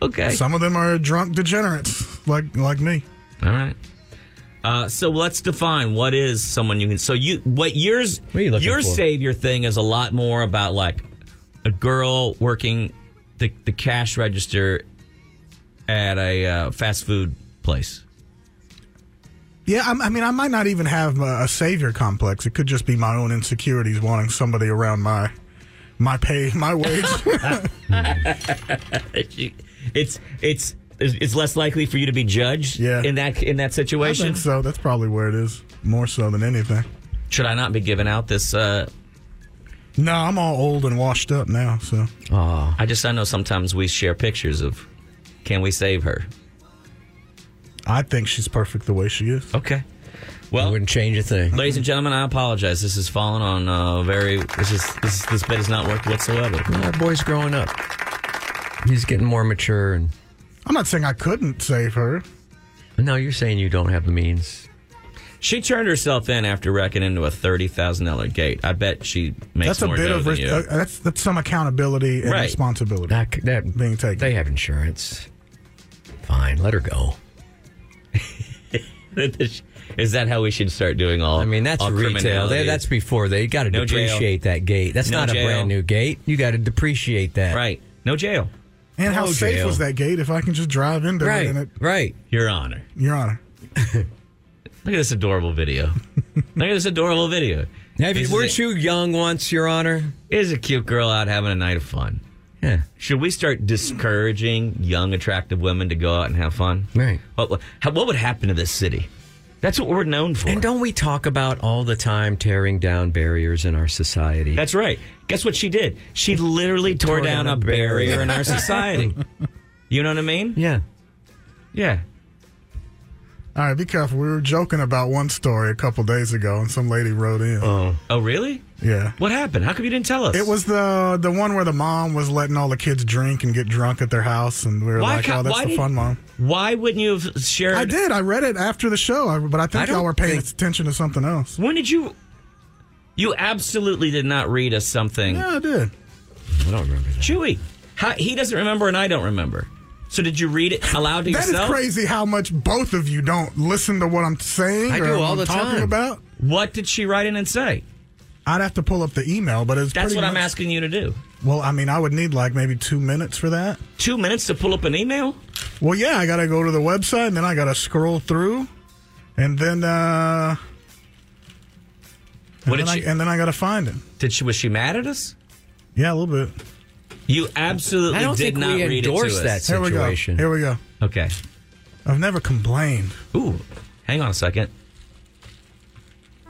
Okay.
Some of them are drunk degenerates, like like me.
All right. Uh, so let's define what is someone you can. So you what yours
What are you looking
your
for?
savior thing is a lot more about like a girl working the the cash register at a uh, fast food place.
Yeah, I'm, I mean, I might not even have a, a savior complex. It could just be my own insecurities wanting somebody around my my pay, my wage.
It's it's it's less likely for you to be judged
Yeah.
in that in that
I
situation.
think so. That's probably where it is, more so than anything.
Should I not be giving out this uh,
No, I'm all old and washed up now, so
oh,
I just I know sometimes we share pictures of can we save her?
I think she's perfect the way she is.
Okay.
I
Well,
wouldn't change a thing.
ladies and gentlemen, I apologize. This has fallen on uh, very this is this this bit has not worked whatsoever.
Our Oh, boy's growing up. He's getting more mature, and
I'm not saying I couldn't save her.
no, you're saying you don't have the means.
She turned herself in after wrecking into a thirty thousand dollar gate. I bet she makes
That's a
more
bit
dough
of
than
res-
you.
uh, that's that's some accountability and
Right.
responsibility.
That that
Being taken.
They have insurance. Fine, let her go.
is that how we should start doing all?
I mean, that's
all
retail. They,
criminality?
that's before they got to
No jail.
depreciate that gate. That's
No
not a
jail.
brand new gate. You got to depreciate that.
right. No jail,
and how
no
safe
jail.
was that gate? If I can just drive into it,
Right.
and it,
Right.
Your Honor.
Your Honor.
Look at this adorable video. Look at this adorable video.
Now, if
This
you,
is
weren't
it.
you young once, Your Honor?
is a cute girl out having a night of fun.
Yeah.
Should we start discouraging young, attractive women to go out and have fun?
Right.
What, how, what would happen to this city? That's what we're known for.
And don't we talk about all the time tearing down barriers in our society?
That's right. Guess what she did? She literally tore, down, a barrier, in our society. you know what I mean?
yeah.
Yeah.
All right, be careful. We were joking about one story a couple days ago, and some lady wrote in.
Oh, really?
yeah.
What happened? How come you didn't tell us?
It was the the one where the mom was letting all the kids drink and get drunk at their house, and we were
Why
like,
ca-
"Oh, that's
why
the
did-
fun mom."
Why wouldn't you have shared?
I did. I read it after the show, I- but I
I
think
don't
y'all were paying
think-
attention to something else.
When did you? You absolutely did not read us something.
Yeah, I did.
I don't remember that.
Chewy. How, he doesn't remember, and I don't remember. So did you read it aloud to
That is
yourself?
crazy how much both of you don't listen to what I'm saying
I
or
do
what
all
I'm
the
talking
time.
about.
What did she write in and say?
I'd have to pull up the email, but it's
That's
pretty
what I'm
much-
asking you to do.
Well, I mean, I would need like maybe two minutes for that.
Two minutes to pull up an email?
Well, yeah, I gotta go to the website, and then I gotta scroll through, and then uh, and,
What did
then
she?
I, and then I gotta find it.
did she? Was she mad at us?
Yeah, a little bit.
You absolutely
I don't
did
think
not
we
read it to
endorse
us.
that.
Here
Situation.
we go. Here we go.
Okay.
I've never complained.
Ooh, hang on a second.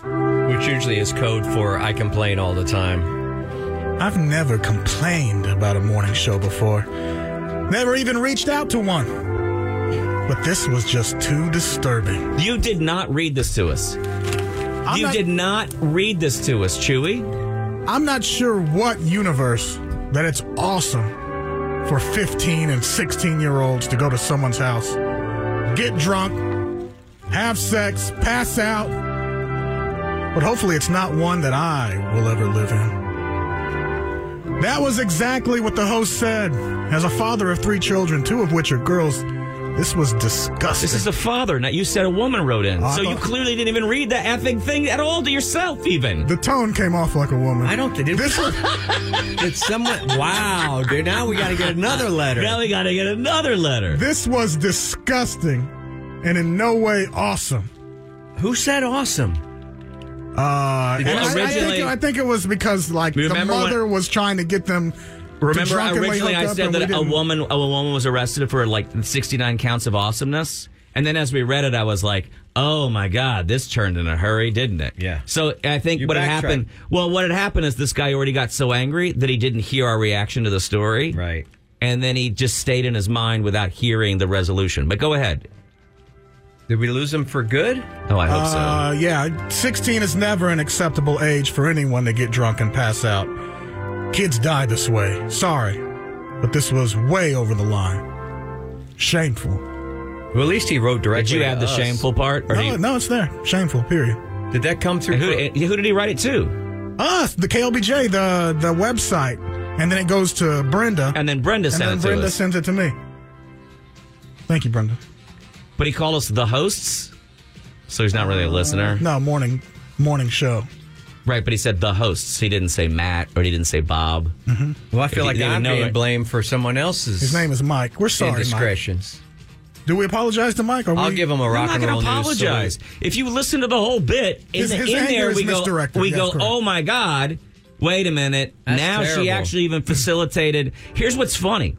Uh, Which usually is code for I complain all the time.
I've never complained about a morning show before. Never even reached out to one. But this was just too disturbing.
You did not read this to us.
I'm
you
not,
did not read this to us, Chewy.
I'm not sure what universe that it's awesome for 15 and 16 year olds to go to someone's house, get drunk, have sex, pass out. But hopefully, it's not one that I will ever live in. That was exactly what the host said. As a father of three children, two of which are girls, this was disgusting.
This is a father. Now you said a woman wrote in,
I
so you
thought-
clearly didn't even read the effing thing at all to yourself, even.
the tone came off like a woman.
I don't think
This was,
Did someone? Wow, dude! Now we got to get another letter.
Now we gotta get another letter.
this was disgusting and in no way awesome.
Who said awesome?
Uh, and
Well,
I- I,
originally-
think, I think it was because like the
Remember when-
mother was trying to get them. to
Remember,
drunkenly
originally
hook
I
up
said
and we
that a
didn't-
woman a woman was arrested for like 69 counts of awesomeness, and then as we read it, I was like, oh my God, this turned in a hurry, didn't it?
Yeah.
So I think
You
what had
backtracked.
happened, well, what had happened is this guy already got so angry that he didn't hear our reaction to the story.
Right.
And then he just stayed in his mind without hearing the resolution. But go ahead.
Did we lose him for good?
Oh, I hope
Uh, yeah, 16 is never an acceptable age for anyone to get drunk and pass out. Kids die this way. Sorry. But this was way over the line. Shameful.
Well, at least he wrote
so. Did
directly.
you
to
add the
us.
shameful part? Or
No,
do you-
no, it's there. Shameful, period.
Did that come through?
and who, eh, and who did he write it to?
Us, Ah, the KLBJ, the, the website. And then it goes to Brenda.
And then Brenda
and
sent
then
it to
Brenda
us.
sends it to me. Thank you, Brenda.
but he called us the hosts, so he's not really a listener.
No, morning, morning show.
Right, but he said the hosts. He didn't say Matt or he didn't say Bob.
well, I feel
He
like
didn't
I'm
know
being
it.
blamed for someone else's
His name is Mike. We're sorry, Mike.
indiscretions.
Do we apologize to Mike? Or
I'll
we,
give him a
I'm
rock
not
and
going
roll
to
news
apologize.
story.
If you listen to the whole bit, in,
His-
the,
his
in
anger
there
is
we go,
misdirected.
we
Yes,
go,
correct.
oh my god, wait a minute.
That's
now she
terrible.
actually even facilitated. Here's what's funny: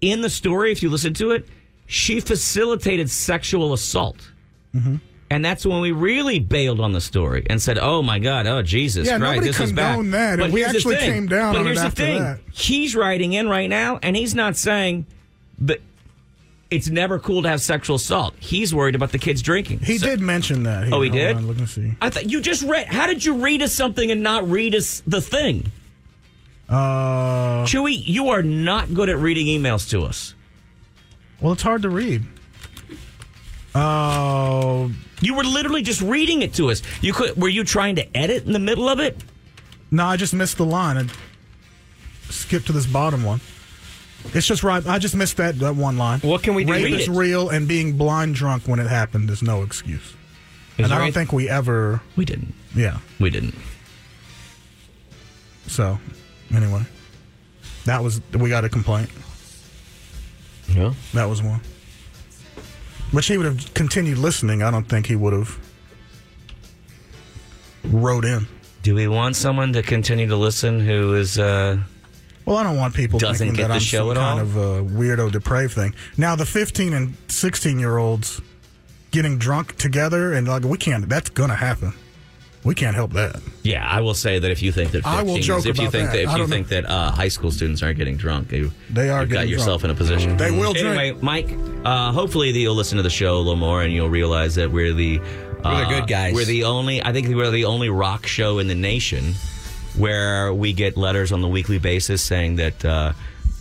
in the story, if you listen to it, she facilitated sexual assault.
Mm-hmm.
And that's when we really bailed on the story and said, "Oh my God! Oh Jesus
Yeah,
Christ!
nobody
This is bad."
condoned that, and
But
we
here's the
actually
thing.
came down
But
on it
here's the
after
thing:
that.
he's writing in right now, and he's not saying, "But it's never cool to have sexual assault." He's worried about the kids drinking.
He
So-
did mention that.
Oh, he
hold
did?
On, look and see.
I thought you just read. How did you read us something and not read us the thing?
Uh,
Chewy, you are not good at reading emails to us.
well, it's hard to read. Uh,
You were literally just reading it to us. You could. Were you trying to edit in the middle of it?
no, I just missed the line and skipped to this bottom one. It's just right. I just missed that, that one line.
What can we do?
Rape
Read
is
it.
real, and being blind drunk when it happened is no excuse.
Is
and I
there
don't
any-
think we ever.
We didn't.
Yeah.
We didn't.
So, anyway, that was we got a complaint.
Yeah.
That was one. But he would have continued listening. I don't think he would have wrote in.
Do we want someone to continue to listen who is? uh
Well, I don't want people
Doesn't
thinking
get
that
the
I'm
show
some
at
kind
all?
of a weirdo, depraved thing. Now, the 15 and 16 year olds getting drunk together and like we can't. That's gonna happen. We can't help that.
Yeah, I will say that if you think that 15,
I will joke
if you
about
think
that.
that, if
I
you
don't
think that uh, high school students aren't getting drunk, you,
They are
you've got
getting
yourself
drunk.
in a position.
They will drink.
Anyway, Mike, uh, hopefully that you'll listen to the show a little more and you'll realize that we're the uh,
We're the good guys.
We're the only. I think we're the only rock show in the nation where we get letters on the weekly basis saying that uh,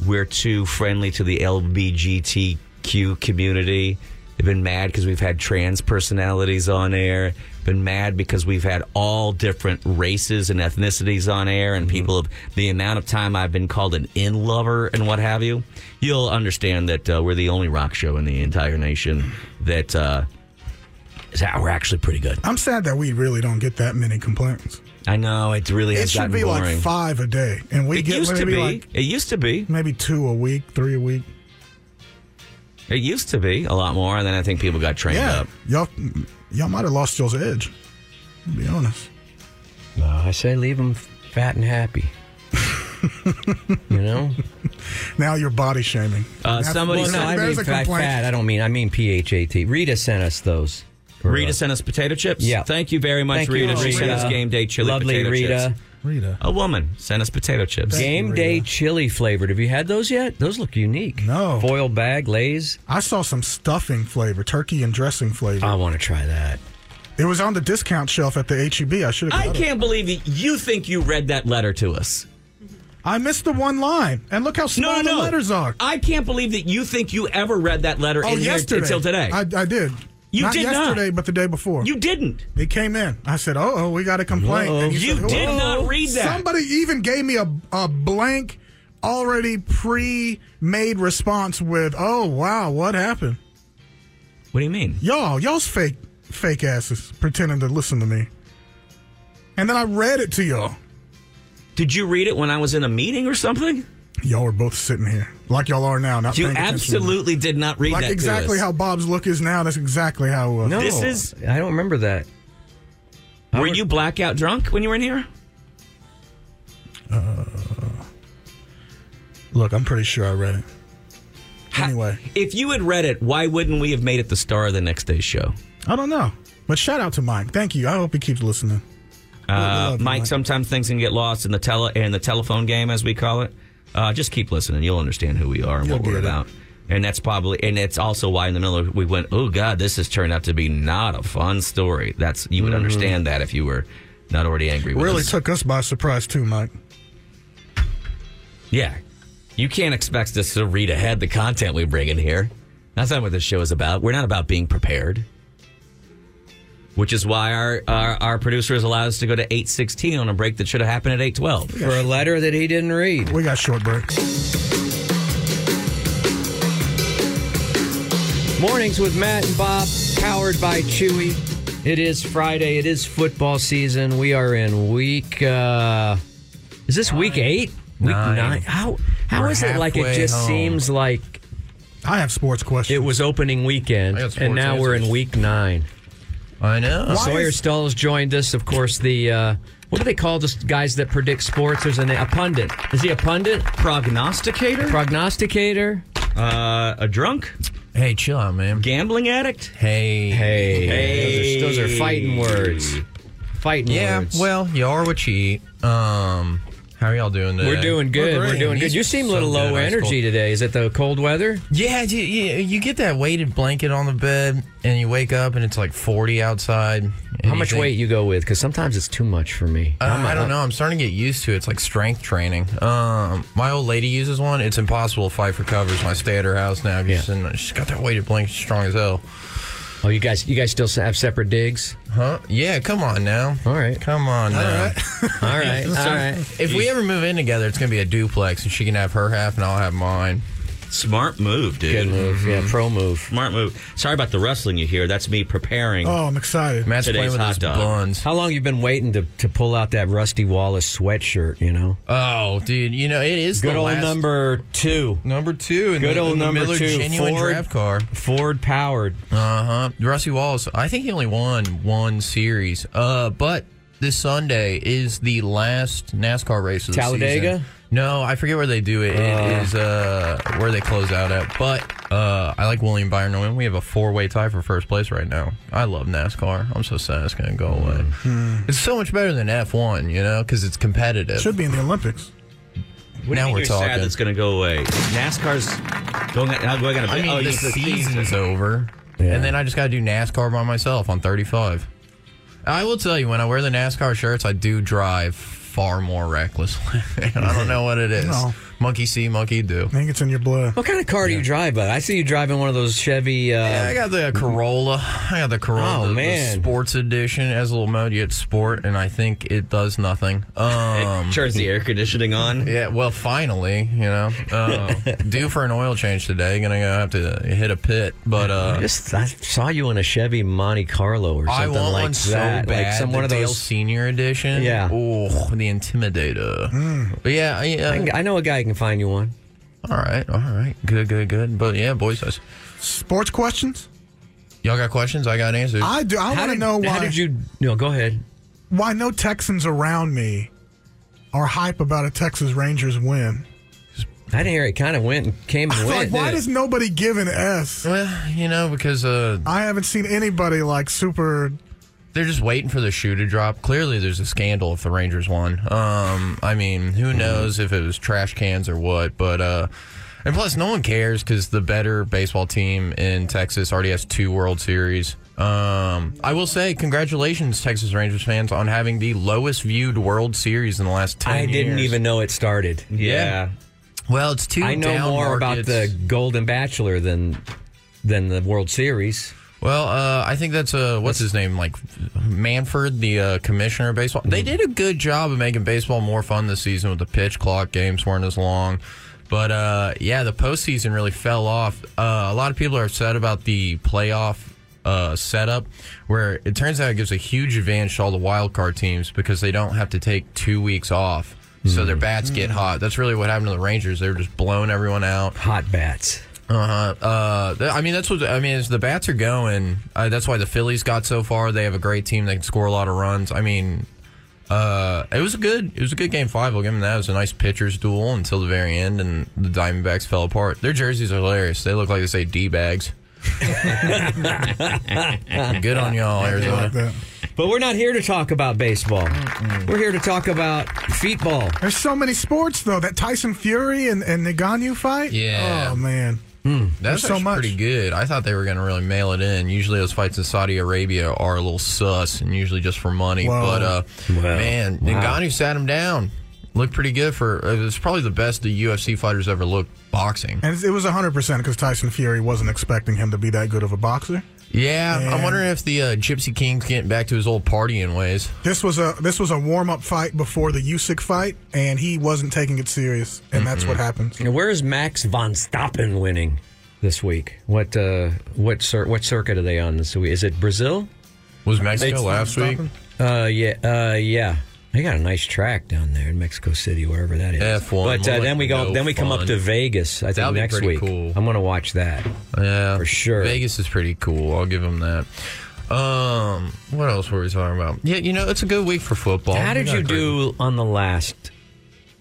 we're too friendly to the LBGTQ community. They've been mad because we've had trans personalities on air. Been mad because we've had all different races and ethnicities on air, and
Mm-hmm.
people have the amount of time I've been called an in lover and what have you. You'll understand that uh, we're the only rock show in the entire nation that uh, is that we're actually pretty good.
I'm sad that we really don't get that many complaints.
I know it really
It
has
should
gotten
be
boring.
like five a day, and we
it
get
used to
maybe
be.
like
it used to be.
maybe two a week, three a week.
It used to be a lot more, and then I think people got trained
Yeah,
up.
y'all, y'all might have lost y'all's edge. To be honest,
No, I say leave him fat and happy. you know.
now you're body shaming.
Uh,
That's-
somebody-
well,
No,
I mean
there's a
fat,
complaint.
fat. I don't mean. I mean P H A T. Rita sent us those. for
Rita
us.
sent us potato chips.
Yeah.
Thank you very much,
Thank
Rita.
you,
She sent us
Rita.
game day chili
Lovely
potato
Rita.
chips.
Rita.
A woman sent us potato chips.
Game
Rita.
day chili flavored. Have you had those yet? Those look unique.
No.
Foil bag Lay's.
I saw some stuffing flavor, turkey and dressing flavor.
Um,
I want to try that.
it was on the discount shelf at the HEB. I should have.
I
got it.
can't believe that you think you read that letter to us.
I missed the one line, and look how small
No, no, no.
the letters are.
I can't believe that you think you ever read that letter
oh,
in here
yesterday
until today.
I, I did.
You
not
did not.
yesterday, but the day before.
you didn't.
it came in. I said, "Oh, oh, we got a complaint."
Uh-oh.
And
You
said,
did
"Whoa."
not read that.
Somebody even gave me a, a blank, already pre made response with, oh, wow, what happened?
What do you mean?
Y'all, y'all's fake, fake asses pretending to listen to me. And then I read it to y'all.
Did you read it when I was in a meeting or something?
Y'all are both sitting here like y'all are now. Not
You
paying attention to me.
absolutely did not read
Like
that to
exactly
us.
how Bob's look is now. That's exactly how it was.
No,
This is-
I don't remember that.
were you blackout drunk when you were in here?
Look, I'm pretty sure I read it.
Ha-
Anyway.
if you had read it, why wouldn't we have made it the star of the next day's show?
I don't know. But shout out to Mike. Thank you. I hope he keeps listening.
Uh, Mike, sometimes things can get lost in the tele in the telephone game, as we call it. Uh, just keep listening; you'll understand who we are and
You'll
what we're
get it.
about. And that's probably, and it's also why in the middle of, we went, oh God, this has turned out to be not a fun story. That's you would
Mhm.
understand that if you were not already angry. With
Really
us.
took us by surprise too, Mike.
yeah. You can't expect us to read ahead the content we bring in here. That's not what this show is about. We're not about being prepared. Which is why our, our, our producer has allowed us to go to 816 on a break that should have happened at 812.
For a letter that he didn't read.
We got short breaks.
Mornings with Matt and Bob, powered by Chewy. It is Friday. It is football season. We are in week. Uh, is this week eight? Week
Nine.
How how
We're
is it like? It
halfway
just
home.
seems like
I have sports questions.
It was opening weekend,
I got sports
and now we're in
answers.
week nine.
I know.
Sawyer Stull's joined us, of course. The uh, what do they call the guys that predict sports? There's an, a pundit. Is he a pundit?
Prognosticator?
Prognosticator.
Uh, a drunk?
Hey, chill out, man.
Gambling addict?
Hey.
Hey.
Hey.
Those, are, those are fighting words. Fighting
Yeah,
words.
well, you are what you eat. Um, how are y'all doing today?
We're doing good. We're,
great.
doing good.
He's
You seem a little
so
low
good. I was
energy
cold.
today. Is it the cold weather?
Yeah, you, you, you get that weighted blanket on the bed, and you wake up, and it's like 40 outside. and
How
you
much
think,
weight you go with? Because sometimes it's too much for me.
Uh,
I'm a-
I don't know. I'm starting to get used to it. It's like strength training. Um, my old lady uses one. It's impossible to fight for covers. when I stay at her house now. Just, and she's got that weighted blanket. She's strong as hell.
Oh, you guys, you guys still have separate digs?
Huh? Yeah. Come on now.
All right.
Come on now.
All right. All right.
If we ever move in together, it's gonna be a duplex, and she can have her half, and I'll have mine.
Smart move, dude.
Good move. Yeah, pro move.
Smart move. Sorry about the wrestling you hear. That's me preparing.
Oh, I'm excited.
Matt's
Today's
playing with
hot
his
dog.
buns.
How long you been waiting to, to pull out that Rusty Wallace sweatshirt, you know?
Oh, dude, you know it is
Good
the
old
last-
number two.
number two. In
Good
the,
old
in the
number
Miller
two,
genuine
Ford.
draft car.
Ford powered.
Uh huh. Rusty Wallace. I think he only won one series. Uh, but this Sunday is the last NASCAR race of the
Talladega?
season. No, I forget where they do it. it is uh where they close out at. But uh, I like William Byron to win. We have a four way tie for first place right now. I love NASCAR. I'm so sad it's gonna go away. It's so much better than F1, you know, because it's competitive.
Should be in the Olympics.
What do you
now
mean
we're
you're
talking.
sad that's going to go away. NASCAR's going out, going out of
I mean,
oh,
the
it's
season's over, and then I just got to do NASCAR by myself on 35. I will tell you, when I wear the NASCAR shirts, I do drive far more recklessly. I don't know what it is.
No.
Monkey see, monkey do.
I think it's in your blood.
What kind of car do you drive, bud? I see you driving one of those Chevy. Uh,
Yeah, I got the Corolla. I got the Corolla,
Oh,
the- the
man.
sports edition as a little mode. You hit sport, and I think it does nothing. Um,
Turns the air conditioning on.
Yeah, well, finally, you know, uh, due for an oil change today. Gonna have to hit a pit, but uh,
I just I saw you in a Chevy Monte Carlo or something
I want
like
one so
that.
bad.
like some
the
one of
Dale
those.
Senior Edition.
Yeah.
Oh, the Intimidator. But yeah, I, uh,
I can- I know a guy who can find you one.
all right, all right, good, good, good. But yeah, boys, us-
Sports questions?
y'all got questions? I got answers.
I do. I want to know
How
why,
did you? No, go ahead.
why no Texans around me are hype about a Texas Rangers win.
I didn't hear it. Kind of went and came and
like,
went.
why
didn't
does nobody give an S?
well, you know, because uh,
I haven't seen anybody like super.
they're just waiting for the shoe to drop. Clearly, there's a scandal if the Rangers won. Um, I mean, who
Mm-hmm.
knows if it was trash cans or what? But uh, and plus, no one cares because the better baseball team in Texas already has two World Series. Um, I will say, congratulations, Texas Rangers fans, on having the lowest viewed World Series in the last ten.
I didn't
years.
even know it started.
Yeah.
Well, it's two.
I know
down
more about
markets.
the Golden Bachelor than than the World Series.
Well, uh, I think that's uh, what's his name, like Manford, the uh, commissioner of baseball. They did a good job of making baseball more fun this season with the pitch clock. Games weren't as long, but uh, yeah, the postseason really fell off. Uh, a lot of people are upset about the playoff uh, setup, where it turns out it gives a huge advantage to all the wild card teams because they don't have to take two weeks off. So their bats get hot. That's really what happened to the Rangers. They were just blowing everyone out.
Hot bats.
Uh-huh. Uh th- I mean, that's what I mean. Is the bats are going. Uh, that's why the Phillies got so far. They have a great team. They can score a lot of runs. I mean, uh, it was a good. It was a good game five. I'll give them that. It was a nice pitchers duel until the very end, and the Diamondbacks fell apart. Their jerseys are hilarious. They look like they say D bags. Good on y'all, Arizona.
But we're not here to talk about baseball. We're here to talk about feetball.
There's so many sports though. That Tyson Fury and and Ngannou fight.
Yeah.
Oh man.
That's
There's so
so
much.
pretty good. I thought they were going to really mail it in. Usually those fights in Saudi Arabia are a little sus and usually just for money.
Whoa.
But uh, man,
Wow.
Ngannou sat him down. Looked pretty good for. It was probably the best the UFC fighters ever looked boxing.
And it was 100% because Tyson Fury wasn't expecting him to be that good of a boxer.
Yeah, I'm
And-
wondering if the uh, Gypsy King's getting back to his old partying ways.
This was a this was a warm up fight before the Usyk fight, and he wasn't taking it serious,
Mm-hmm.
and that's what happens.
Now, Where is Max von Stappen winning this week? What uh, what cir- what circuit are they on this week? Is it Brazil?
Was Mexico
It's
last week?
unstoppable.
Uh, yeah, uh, yeah. They got a nice track down there in Mexico City, wherever that is.
F1,
But uh,
well,
then we go.
no
then we come up
fun.
to Vegas. I think
That'll be
next
pretty
week.
cool.
I'm going to watch that.
Yeah,
For sure.
Vegas is pretty cool. I'll give him that. Um, what else were we talking about? Yeah, you know, it's a good week for football.
How
Oh, We
did
got
you
a great-
do on the last?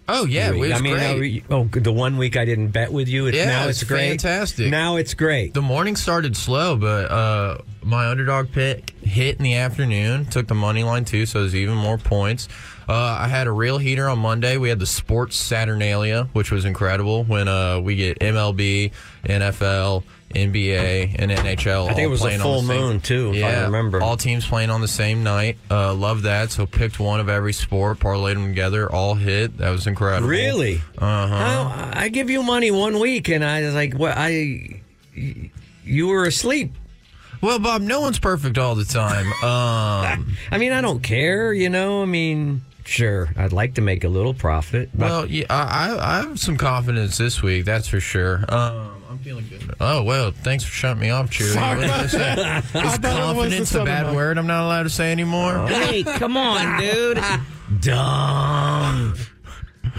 Oh yeah, it
week?
was
I mean,
great.
how you- oh, the one week I didn't bet with you. It's,
Yeah,
now it's,
it's
great.
fantastic.
Now it's great.
the morning started slow, but uh, my underdog pick hit in the afternoon. Took the money line too, so there's even more points. Uh, I had a real heater on Monday. We had the sports Saturnalia, which was incredible. When uh, we get MLB, NFL, NBA, and NHL.
I think
all
it was a
playing on
full
the same-
moon, too, if I
Yeah,
remember.
all teams playing on the same night. Uh, love that. So picked one of every sport, parlayed them together, all hit. That was incredible.
Really?
Uh huh.
How, I give you money one week, and I was like, "Well, I, you were asleep."
Well, Bob, no one's perfect all the time. Um,
I mean, I don't care, you know. I mean, sure, I'd like to make a little profit. But
Well, yeah, I, I- I have some confidence this week, that's for sure. Um, I'm feeling good. Oh well, thanks for shutting me off, Chewy. What did I say? Is confidence a bad word? I'm not allowed to say anymore.
hey, come on, dude.
Dumb.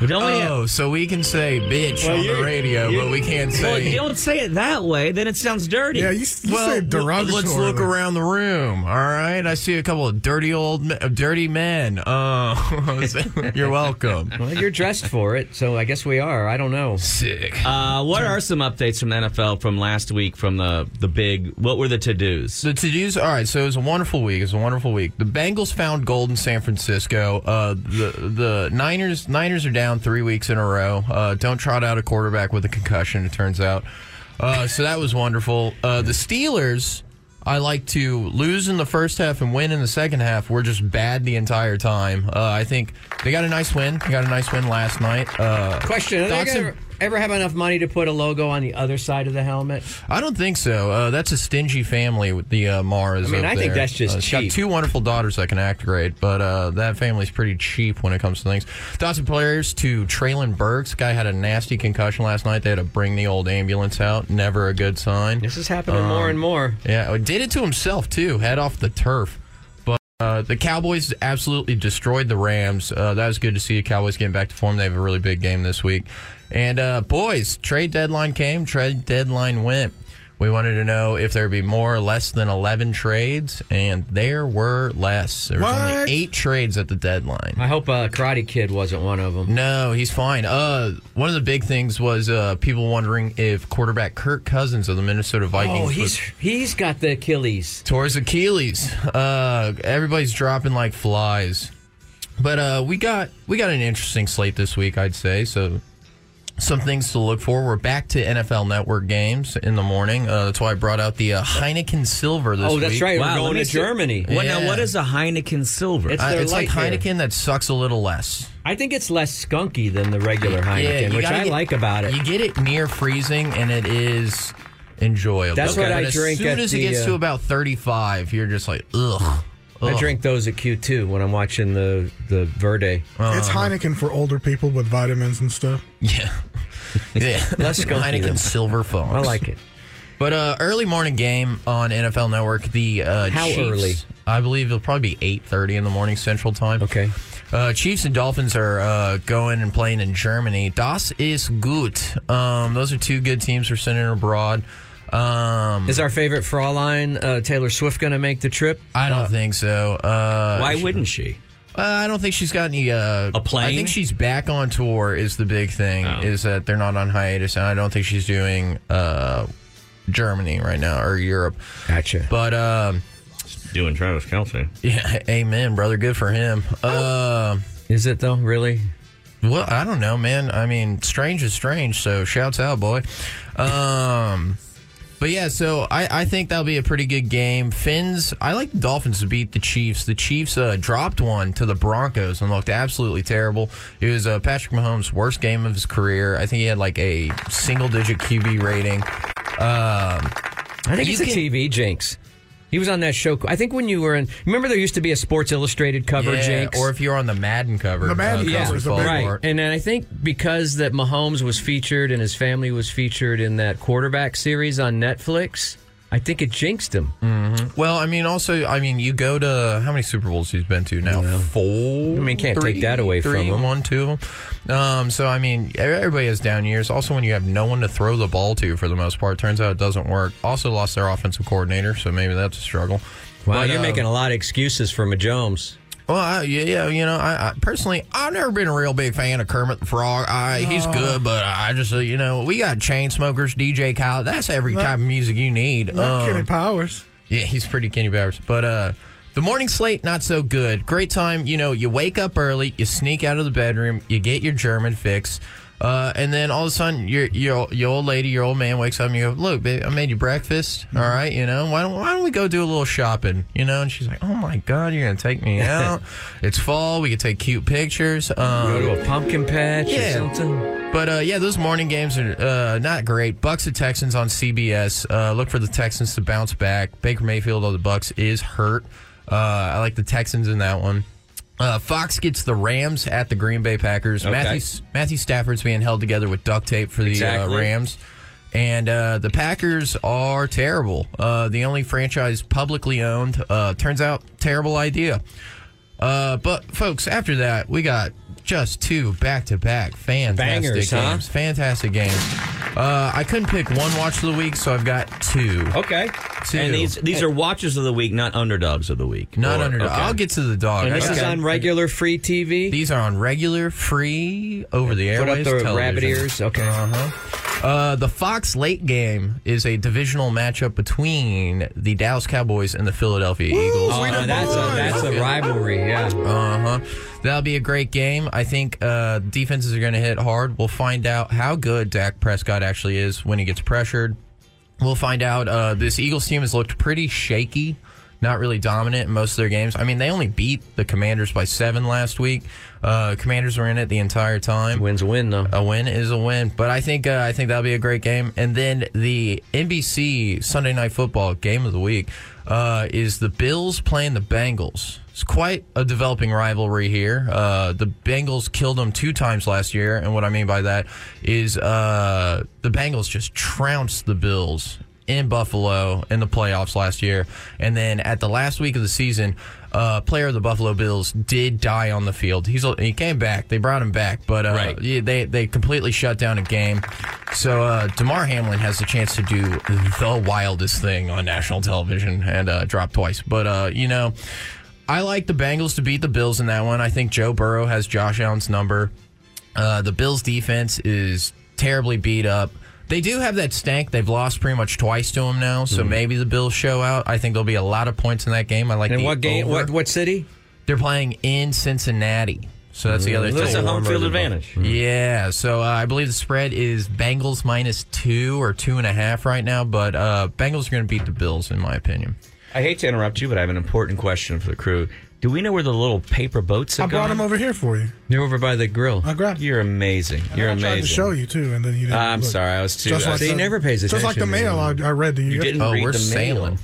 Don't we have-
Oh, so we can say bitch on the radio, but we can't
Well,
say.
don't say it that way. Then it sounds dirty.
Yeah, you, s- you
well,
say derogatory.
let's look around the room. All right, I see a couple of dirty old, me- uh, dirty men. Uh, you're welcome.
Well, you're dressed for it, so I guess we are. I don't know.
Sick.
Uh, what are some updates from the NFL from last week from the the big? What were the to dos?
The to do's. All right. So it was a wonderful week. It was a wonderful week. The Bengals found gold in San Francisco. Uh, the the Niners Niners are down three weeks in a row. Uh, don't trot out a quarterback with a concussion. It turns out. Uh, so that was wonderful. Uh, the Steelers. I like to lose in the first half and win in the second half. We're just bad the entire time. Uh, I think they got a nice win. They got a nice win last night. Uh,
Question: Are they
Dotson-
gonna ever have enough money to put a logo on the other side of the helmet?
I don't think so. Uh, that's a stingy family with the uh, Mars.
I mean,
up
I think
there.
that's just
uh, she's
cheap.
Got two wonderful daughters that can act great, but uh, that family's pretty cheap when it comes to things. Dawson players to Traylon Burks. Guy had a nasty concussion last night. They had to bring the old ambulance out. Never a good sign.
This is happening more and more.
Yeah, oh, did it to himself too. Head off the turf. But uh, the Cowboys absolutely destroyed the Rams. Uh, that was good to see the Cowboys getting back to form. They have a really big game this week. And uh, boys, trade deadline came. Trade deadline went. We wanted to know if there'd be more or less than eleven trades, and there were less. There was
What?
only eight trades at the deadline.
I hope uh, Karate Kid wasn't one of them.
No, he's fine. Uh, one of the big things was uh, people wondering if quarterback Kirk Cousins of the Minnesota Vikings
Oh, he's
was
he's got the Achilles.
Towards Achilles. Uh, everybody's dropping like flies. But uh, we got we got an interesting slate this week, I'd say. So some things to look for. We're back to NFL Network games in the morning. Uh, that's why I brought out the uh, Heineken Silver this
Oh,
week.
that's right.
Wow,
We're
let
going
me
to
see-
Germany.
What, Now,
Yeah.
what is a Heineken Silver?
It's
Uh,
their
it's like
light beer.
Heineken that sucks a little less.
I think it's less skunky than the regular
you
Heineken, which
gotta
I
get-
like about it.
You get it near freezing, and it is enjoyable.
That's what I
But
drink
As soon
at
as
the,
it gets
uh,
to about thirty-five, you're just like ugh.
I
ugh.
drink those at Q2 when I'm watching the the Verde.
It's
Uh-huh.
Heineken for older people with vitamins and stuff.
Yeah. yeah.
Less skunky, though.
Heineken Silver Fox.
I like it.
But uh, early morning game on NFL Network. The uh,
How
Chiefs-
early?
I believe it'll probably be eight thirty in the morning Central Time.
Okay.
Uh, Chiefs and Dolphins are uh, going and playing in Germany. Das ist gut. Um, those are two good teams we're sending abroad. Um,
Is our favorite Fraulein uh, Taylor Swift going to make the trip?
I don't think so. Uh,
Why wouldn't she?
Uh, I don't think she's got any. Uh,
A plane? Oh.
I think she's back on tour. Is the big thing is that they're not on hiatus, and I don't think she's doing uh, Germany right now or Europe.
Gotcha.
But um,
doing Travis Kelsey.
yeah, amen, brother. Good for him. Uh,
is it though? Really?
Well, I don't know, man. I mean, strange is strange. So shouts out, boy. Um, but yeah, so I, I think that'll be a pretty good game. Finns, I like the Dolphins to beat the Chiefs. The Chiefs uh, dropped one to the Broncos and looked absolutely terrible. It was uh, Patrick Mahomes' worst game of his career. I think he had like a single digit QB rating. Um,
I think it's a TV jinx. He was on that show. I think when you were in, remember there used to be a Sports Illustrated cover,
Yeah,
Jinx,
or if you were on the Madden cover.
The Madden
uh,
cover is the
football.
big one. Right. And then I think because that Mahomes was featured and his family was featured in that quarterback series on Netflix, I think it jinxed him.
hmm Well, I mean, also, I mean, you go to how many Super Bowls he's been to now? Four. I mean,
can't take that away from him.
One, two of them. Um, so, I mean, everybody has down years. Also, when you have no one to throw the ball to, for the most part, turns out it doesn't work. Also, lost their offensive coordinator, so maybe that's a struggle.
Wow,
But,
you're
uh,
making a lot of excuses for Mahomes.
Well, I, yeah, yeah, you know, I, I personally, I've never been a real big fan of Kermit the Frog. I, he's
No.
good, but I just, uh, you know, we got chain smokers, DJ Khaled. That's every
Not-
type of music you need.
Not
Uh-huh.
Um,
Kenny Powers.
Yeah, he's pretty Kenny Powers. But uh the morning slate, not so good. Great time, you know, you wake up early, you sneak out of the bedroom, you get your German fix. Uh, and then all of a sudden, your, your your old lady, your old man wakes up and you go, "Look, babe, I made you breakfast.
Mm-hmm.
All right, you know, why don't why don't we go do a little shopping? You know?" And she's like, "Oh my god, you're gonna take me out? it's fall. We can take cute pictures. Um,
Go to a pumpkin patch or
yeah.
something.
But uh, yeah, those morning games are uh, not great. Bucks at Texans on CBS. Uh, look for the Texans to bounce back. Baker Mayfield of the Bucks is hurt. Uh, I like the Texans in that one. Uh, Fox gets the Rams at the Green Bay Packers.
Okay.
Matthew, Matthew Stafford's being held together with duct tape for the
Exactly.
uh, Rams. And uh, the Packers are terrible. Uh, the only franchise publicly owned. Uh, turns out, terrible idea. Uh, but folks, after that, we got just two back-to-back fantastic
Bangers, huh?
games. Fantastic games. Uh, I couldn't pick one watch of the week, so I've got two.
Okay.
Two.
And these these are watches of the week, not underdogs of the week.
not
Or-
under.
okay.
I'll get to the dog.
And this is on
regular free TV.
These are on regular free over the air.
Put up the rabbit ears. Okay.
Uh-huh. Uh, the Fox late game is a divisional matchup between the Dallas Cowboys and the Philadelphia Eagles.
Oh, no, that's a that's a rivalry. Yeah.
Uh huh. That'll be a great game. I think uh, defenses are going to hit hard. We'll find out how good Dak Prescott actually is when he gets pressured. We'll find out. Uh, this Eagles team has looked pretty shaky, not really dominant in most of their games. I mean, they only beat the Commanders by seven last week. Uh, commanders were in it the entire time.
Win's a win, though.
A win is a win. But I think uh, I think that'll be a great game. And then the NBC Sunday Night Football game of the week uh, is the Bills playing the Bengals. It's quite a developing rivalry here. Uh, the Bengals killed them two times last year, and what I mean by that is uh, the Bengals just trounced the Bills in Buffalo in the playoffs last year. And then at the last week of the season, uh, player of the Buffalo Bills did die on the field. He's he came back. They brought him back, but uh, yeah, they they completely shut down a game. So uh, Demar Hamlin has the chance to do the wildest thing on national television and uh, drop twice. But uh, you know, I like the Bengals to beat the Bills in that one. I think Joe Burrow has Josh Allen's number. Uh, the Bills' defense is terribly beat up. They do have that stank. They've lost pretty much twice to them now,
Hmm.
so maybe the Bills show out. I think there'll be a lot of points in that game. I like.
And
the
what game- what- city?
They're playing in Cincinnati, so that's the
Mm,
other.
that's
thing.
a home field advantage.
Yeah, so uh, I believe the spread is Bengals minus two or two and a half right now, but uh, Bengals are going to beat the Bills in my opinion.
I hate to interrupt you, but I have an important question for the crew. Do we know where the little paper boats? Have
I brought
gone?
him over here for you.
They're over by the
Oh,
grill. I grabbed. You're amazing. You're
I
amazing.
tried to show you too, and then you didn't.
I'm
look.
sorry, I was too.
Just like
See,
the-
he never pays
just
attention.
like the mail I- I read to you
didn't
yesterday.
read
Oh, we're
the
sailing.
mail.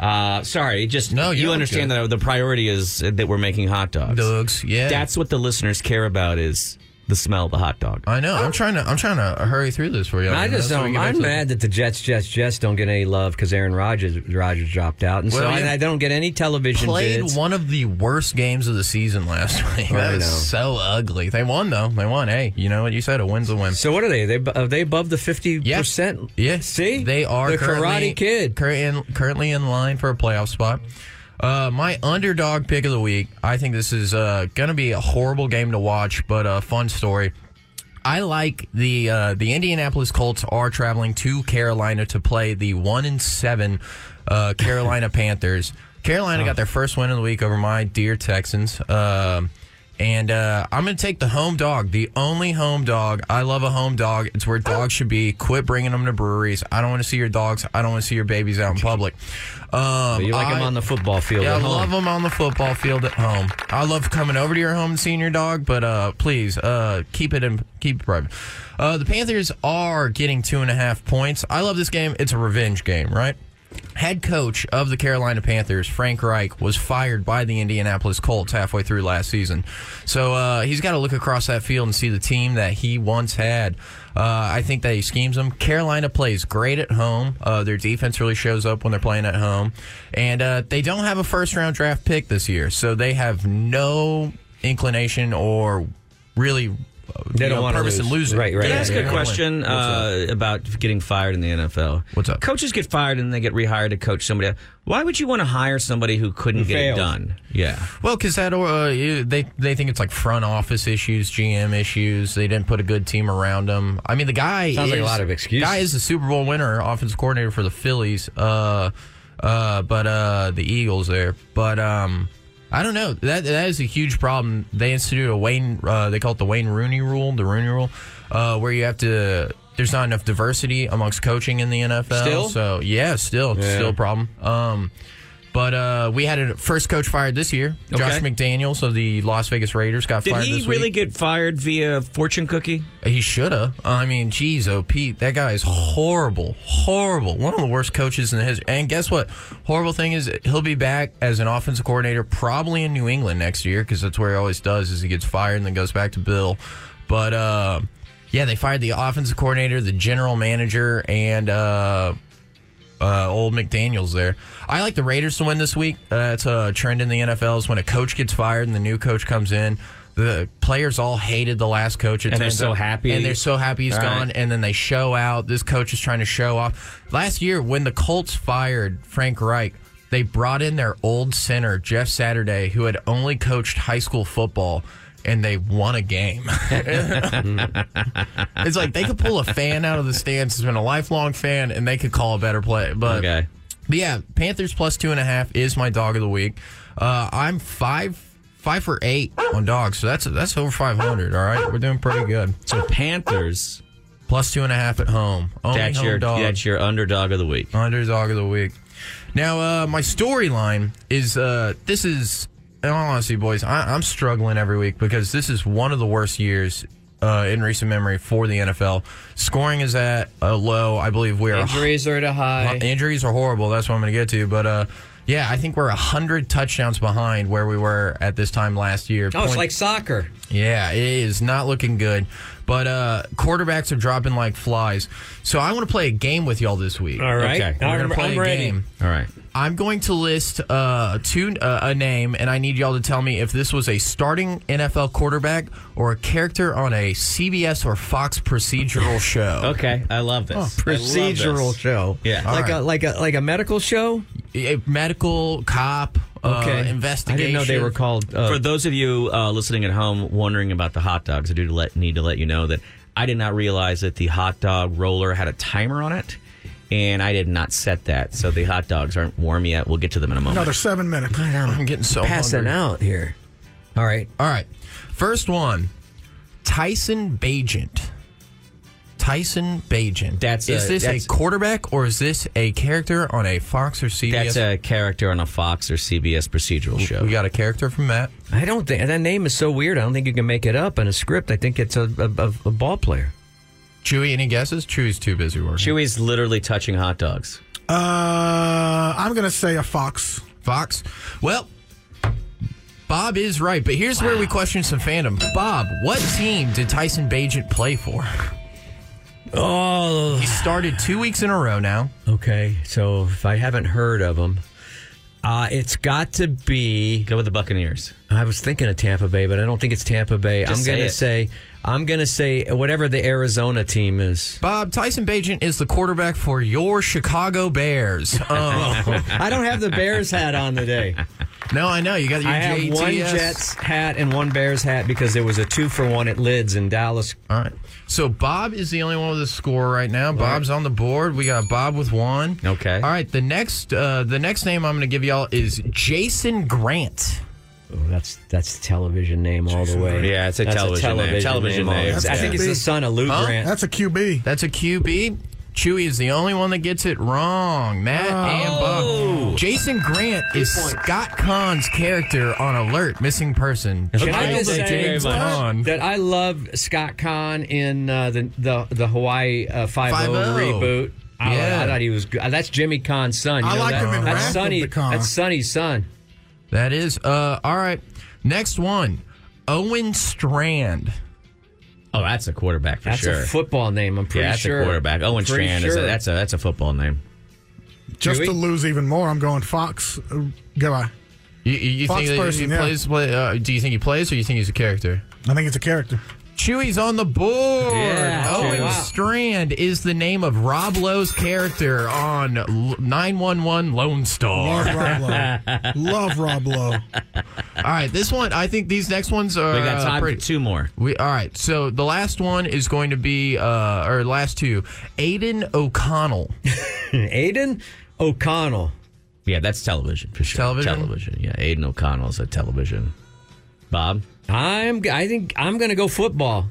Uh, sorry, it just no. You,
you're
understand that the priority is that we're making hot dogs.
Dogs, yeah.
That's what the listeners care about is the smell of the hot dog.
I know.
Oh.
I'm trying to. I'm trying to hurry through this for you.
I just don't. I'm mad that the Jets, Jets, Jets don't get any love because Aaron Rodgers, Rodgers dropped out, and so
Well,
I,
yeah.
I don't get any television
Played
bids.
one of the worst games of the season last week.
I
That
know.
was so ugly. They won though. They won. Hey, you know what you said? A win's a win.
So what are they? They are they above the fifty percent?
Yeah. See, they are
The
currently,
Karate Kid.
cur- in- currently in line for a playoff spot. Uh, my underdog pick of the week. I think this is uh, going to be a horrible game to watch, but a fun story. I like the uh, the Indianapolis Colts are traveling to Carolina to play the one and seven uh, Carolina Panthers. Carolina got their first win of the week over my dear Texans. Um and uh, I'm going to take the home dog, the only home dog. I love a home dog. It's where
Oh.
dogs should be. Quit bringing them to breweries. I don't want to see your dogs. I don't want to see your babies out in public. Um,
you like
I-
them on the football field
yeah,
at
I
home.
love them on the football field at home. I love coming over to your home and seeing your dog, but uh, please uh, keep it in, keep it private. Uh, the Panthers are getting two and a half points. I love this game. It's a revenge game, right? Head coach of the Carolina Panthers, Frank Reich, was fired by the Indianapolis Colts halfway through last season. So uh, he's got to look across that field and see the team that he once had. Uh, I think that he schemes them. Carolina plays great at home. Uh, their defense really shows up when they're playing at home. And uh, they don't have a first round draft pick this year. So they have no inclination or really uh,
They
you
don't
know,
want to
purpose
lose.
in losing.
Right, right.
They
Can I
don't
ask
wanna
a
win.
question
What's up?
uh, about getting fired in the NFL?
What's up?
Coaches get fired and they get rehired to coach somebody else. Why would you want to hire somebody who couldn't
Who
get
failed.
it done? Yeah.
Well, because that uh, you- they they think it's like front office issues, GM issues. They didn't put a good team around him. I mean, the guy
Sounds
is,
like a lot of excuses.
Guy is the Super Bowl winner, offensive coordinator for the Phillies. Uh, uh, but uh, the Eagles there. But um, I don't know. That that is a huge problem. They instituted a Wayne. Uh, they call it the Wayne Rooney Rule. The Rooney Rule, uh, where you have to. There's not enough diversity amongst coaching in the NFL.
Still?
So yeah, still,
Yeah.
still a problem. Um, but uh, we had a first coach fired this year. Josh
Okay.
McDaniels of the Las Vegas Raiders got
Did
fired.
he
this
really
week.
get fired via fortune cookie?
He should have. I mean, geez, oh Pete, that guy is horrible, horrible. One of the worst coaches in the history. And guess what? Horrible thing is he'll be back as an offensive coordinator, probably in New England next year because that's where he always does. Is he gets fired and then goes back to Bill. But uh, yeah, they fired the offensive coordinator, the general manager, and. Uh, uh, old McDaniels there. I like the Raiders to win this week. Uh, it's a trend in the NFL is when a coach gets fired and the new coach comes in. The players all hated the last coach, it
And they're
turns
so
out.
happy.
and they're so happy he's
All right.
gone. And then they show out. This coach is trying to show off. Last year, when the Colts fired Frank Reich, they brought in their old center Jeff Saturday, who had only coached high school football, and they won a game. It's like they could pull a fan out of the stands who's been a lifelong fan and they could call a better play. But,
Okay.
but yeah, Panthers plus two and a half is my dog of the week. Uh, I'm five five for eight on dogs, so that's that's over five hundred. All right, we're doing pretty good.
So Panthers
plus two and a half at home. Only
that's
home
your
dog.
that's your underdog of the week.
Oh.
Underdog of the week. Now, uh, my storyline is uh, this is, in all honesty, boys, I, I'm struggling every week because this is one of the worst years uh, in recent memory for the NFL. Scoring is at a low. I believe we are.
Injuries are at a
My
high.
injuries are horrible. That's what I'm going to get to. But uh, yeah, I think we're 100 touchdowns behind where we were at this time last year.
Oh, it's
Point-
like soccer.
yeah, it is not looking good. But uh, quarterbacks are dropping like flies. So I want to play a game with y'all this week.
All right.
Okay. We're
I'm-
going to play
I'm
a
ready.
game.
All right.
I'm going to list uh, two uh, a name, and I need y'all to tell me if this was a starting NFL quarterback or a character on a CBS or Fox procedural show.
Okay. I love this. I love this.
Procedural show.
Yeah.
Like
Oh,
a
All
like a like a medical show?
A Eh, medical cop uh,
Okay. I didn't
investigation.
know they were called uh,
For those of you uh, listening at home wondering about the hot dogs, I do let, need to let you know that I did not realize that the hot dog roller had a timer on it, and I did not set that. So the hot dogs aren't warm yet. We'll get to them in a moment.
Another seven minutes.
I'm getting so
passing
hungry.
out here. All right.
All right. First one Tyson Bajent. Tyson Bajent.
That's
is
a-
this
that's-
a quarterback or is this a character on a Fox or CBS?
That's a character on a Fox or CBS procedural show.
we got a character from that.
I don't think that name is so weird. I don't think you can make it up in a script. I think it's a a, a, a ball player.
Chewy, any guesses? Chewy's too busy working.
Chewy's literally touching hot dogs.
Uh, I'm gonna say a fox.
Fox. Well, Bob is right, but here's where we question some fandom. Bob, what team did Tyson Bajent play for?
Oh,
He started two weeks in a row now.
okay. So if I haven't heard of him, uh, it's got to be.
Go with the Buccaneers.
I was thinking of Tampa Bay, but I don't think it's Tampa Bay.
Just
I'm
say
gonna
it.
say I'm gonna say whatever the Arizona team is.
Bob, Tyson Bajent is the quarterback for your Chicago Bears. Oh.
I don't have the Bears hat on today.
No, I know. You got your
I have
JTS.
one Jets hat and one Bears hat because there was a two for one at Lids in Dallas.
All right. So Bob is the only one with a score right now. Bob's on the board. We got Bob with one. Okay. All right. The next, uh, the next name I'm going to give y'all is Jason Grant.
Oh, that's that's the television name all the way.
Yeah, it's a
That's
television name. Television
all the
name.
way.
That's
I think it's the
QB.
son of Lou
Huh?
Grant.
That's
a QB.
That's a QB. Chewy is the only one that gets it wrong. Matt
Oh.
and Bob. Jason Grant is Scott Kahn's character on Alert: Missing Person.
Can I
Jailed
just
by
say
James Caan.
that I love Scott Kahn in uh, the, the the Hawaii uh, Five O
5-0.
reboot? I,
oh. Yeah.
I thought he was good. That's Jimmy Kahn's son. You
I
know
like
that?
him in Wrath
That's
of
Sonny.
the Khan.
That's Sonny's son.
That is. Uh, all right. Next one. Owen Strand.
Oh, that's a quarterback for
That's a
sure.
football name. I'm
pretty
yeah, that's
sure.
a quarterback. Owen
Pretty
Strand is a,
sure.
that's a that's a football name.
Just
Chewy?
to lose even more, I'm going Fox. Uh, goodbye.
You, you, you
Fox
think that
person,
he
yeah.
plays? Play, uh, do you think he plays, or you think he's a character?
I think it's a character.
Chewie's on the board.
Yeah,
Owen
Chewie. Wow.
Strand is the name of Rob Lowe's character on L- 911 Lone Star.
Love Rob Lowe. Love Rob Lowe.
All right, this one. I think these next ones are.
we got
uh,
time for
pretty-
two more.
We all right. So the last one is going to be, uh, or last two, Aiden O'Connell.
Aiden O'Connell.
Yeah, that's television for sure.
Television?
television. Yeah, Aiden O'Connell's a television. Bob,
I'm. I think I'm going to go football.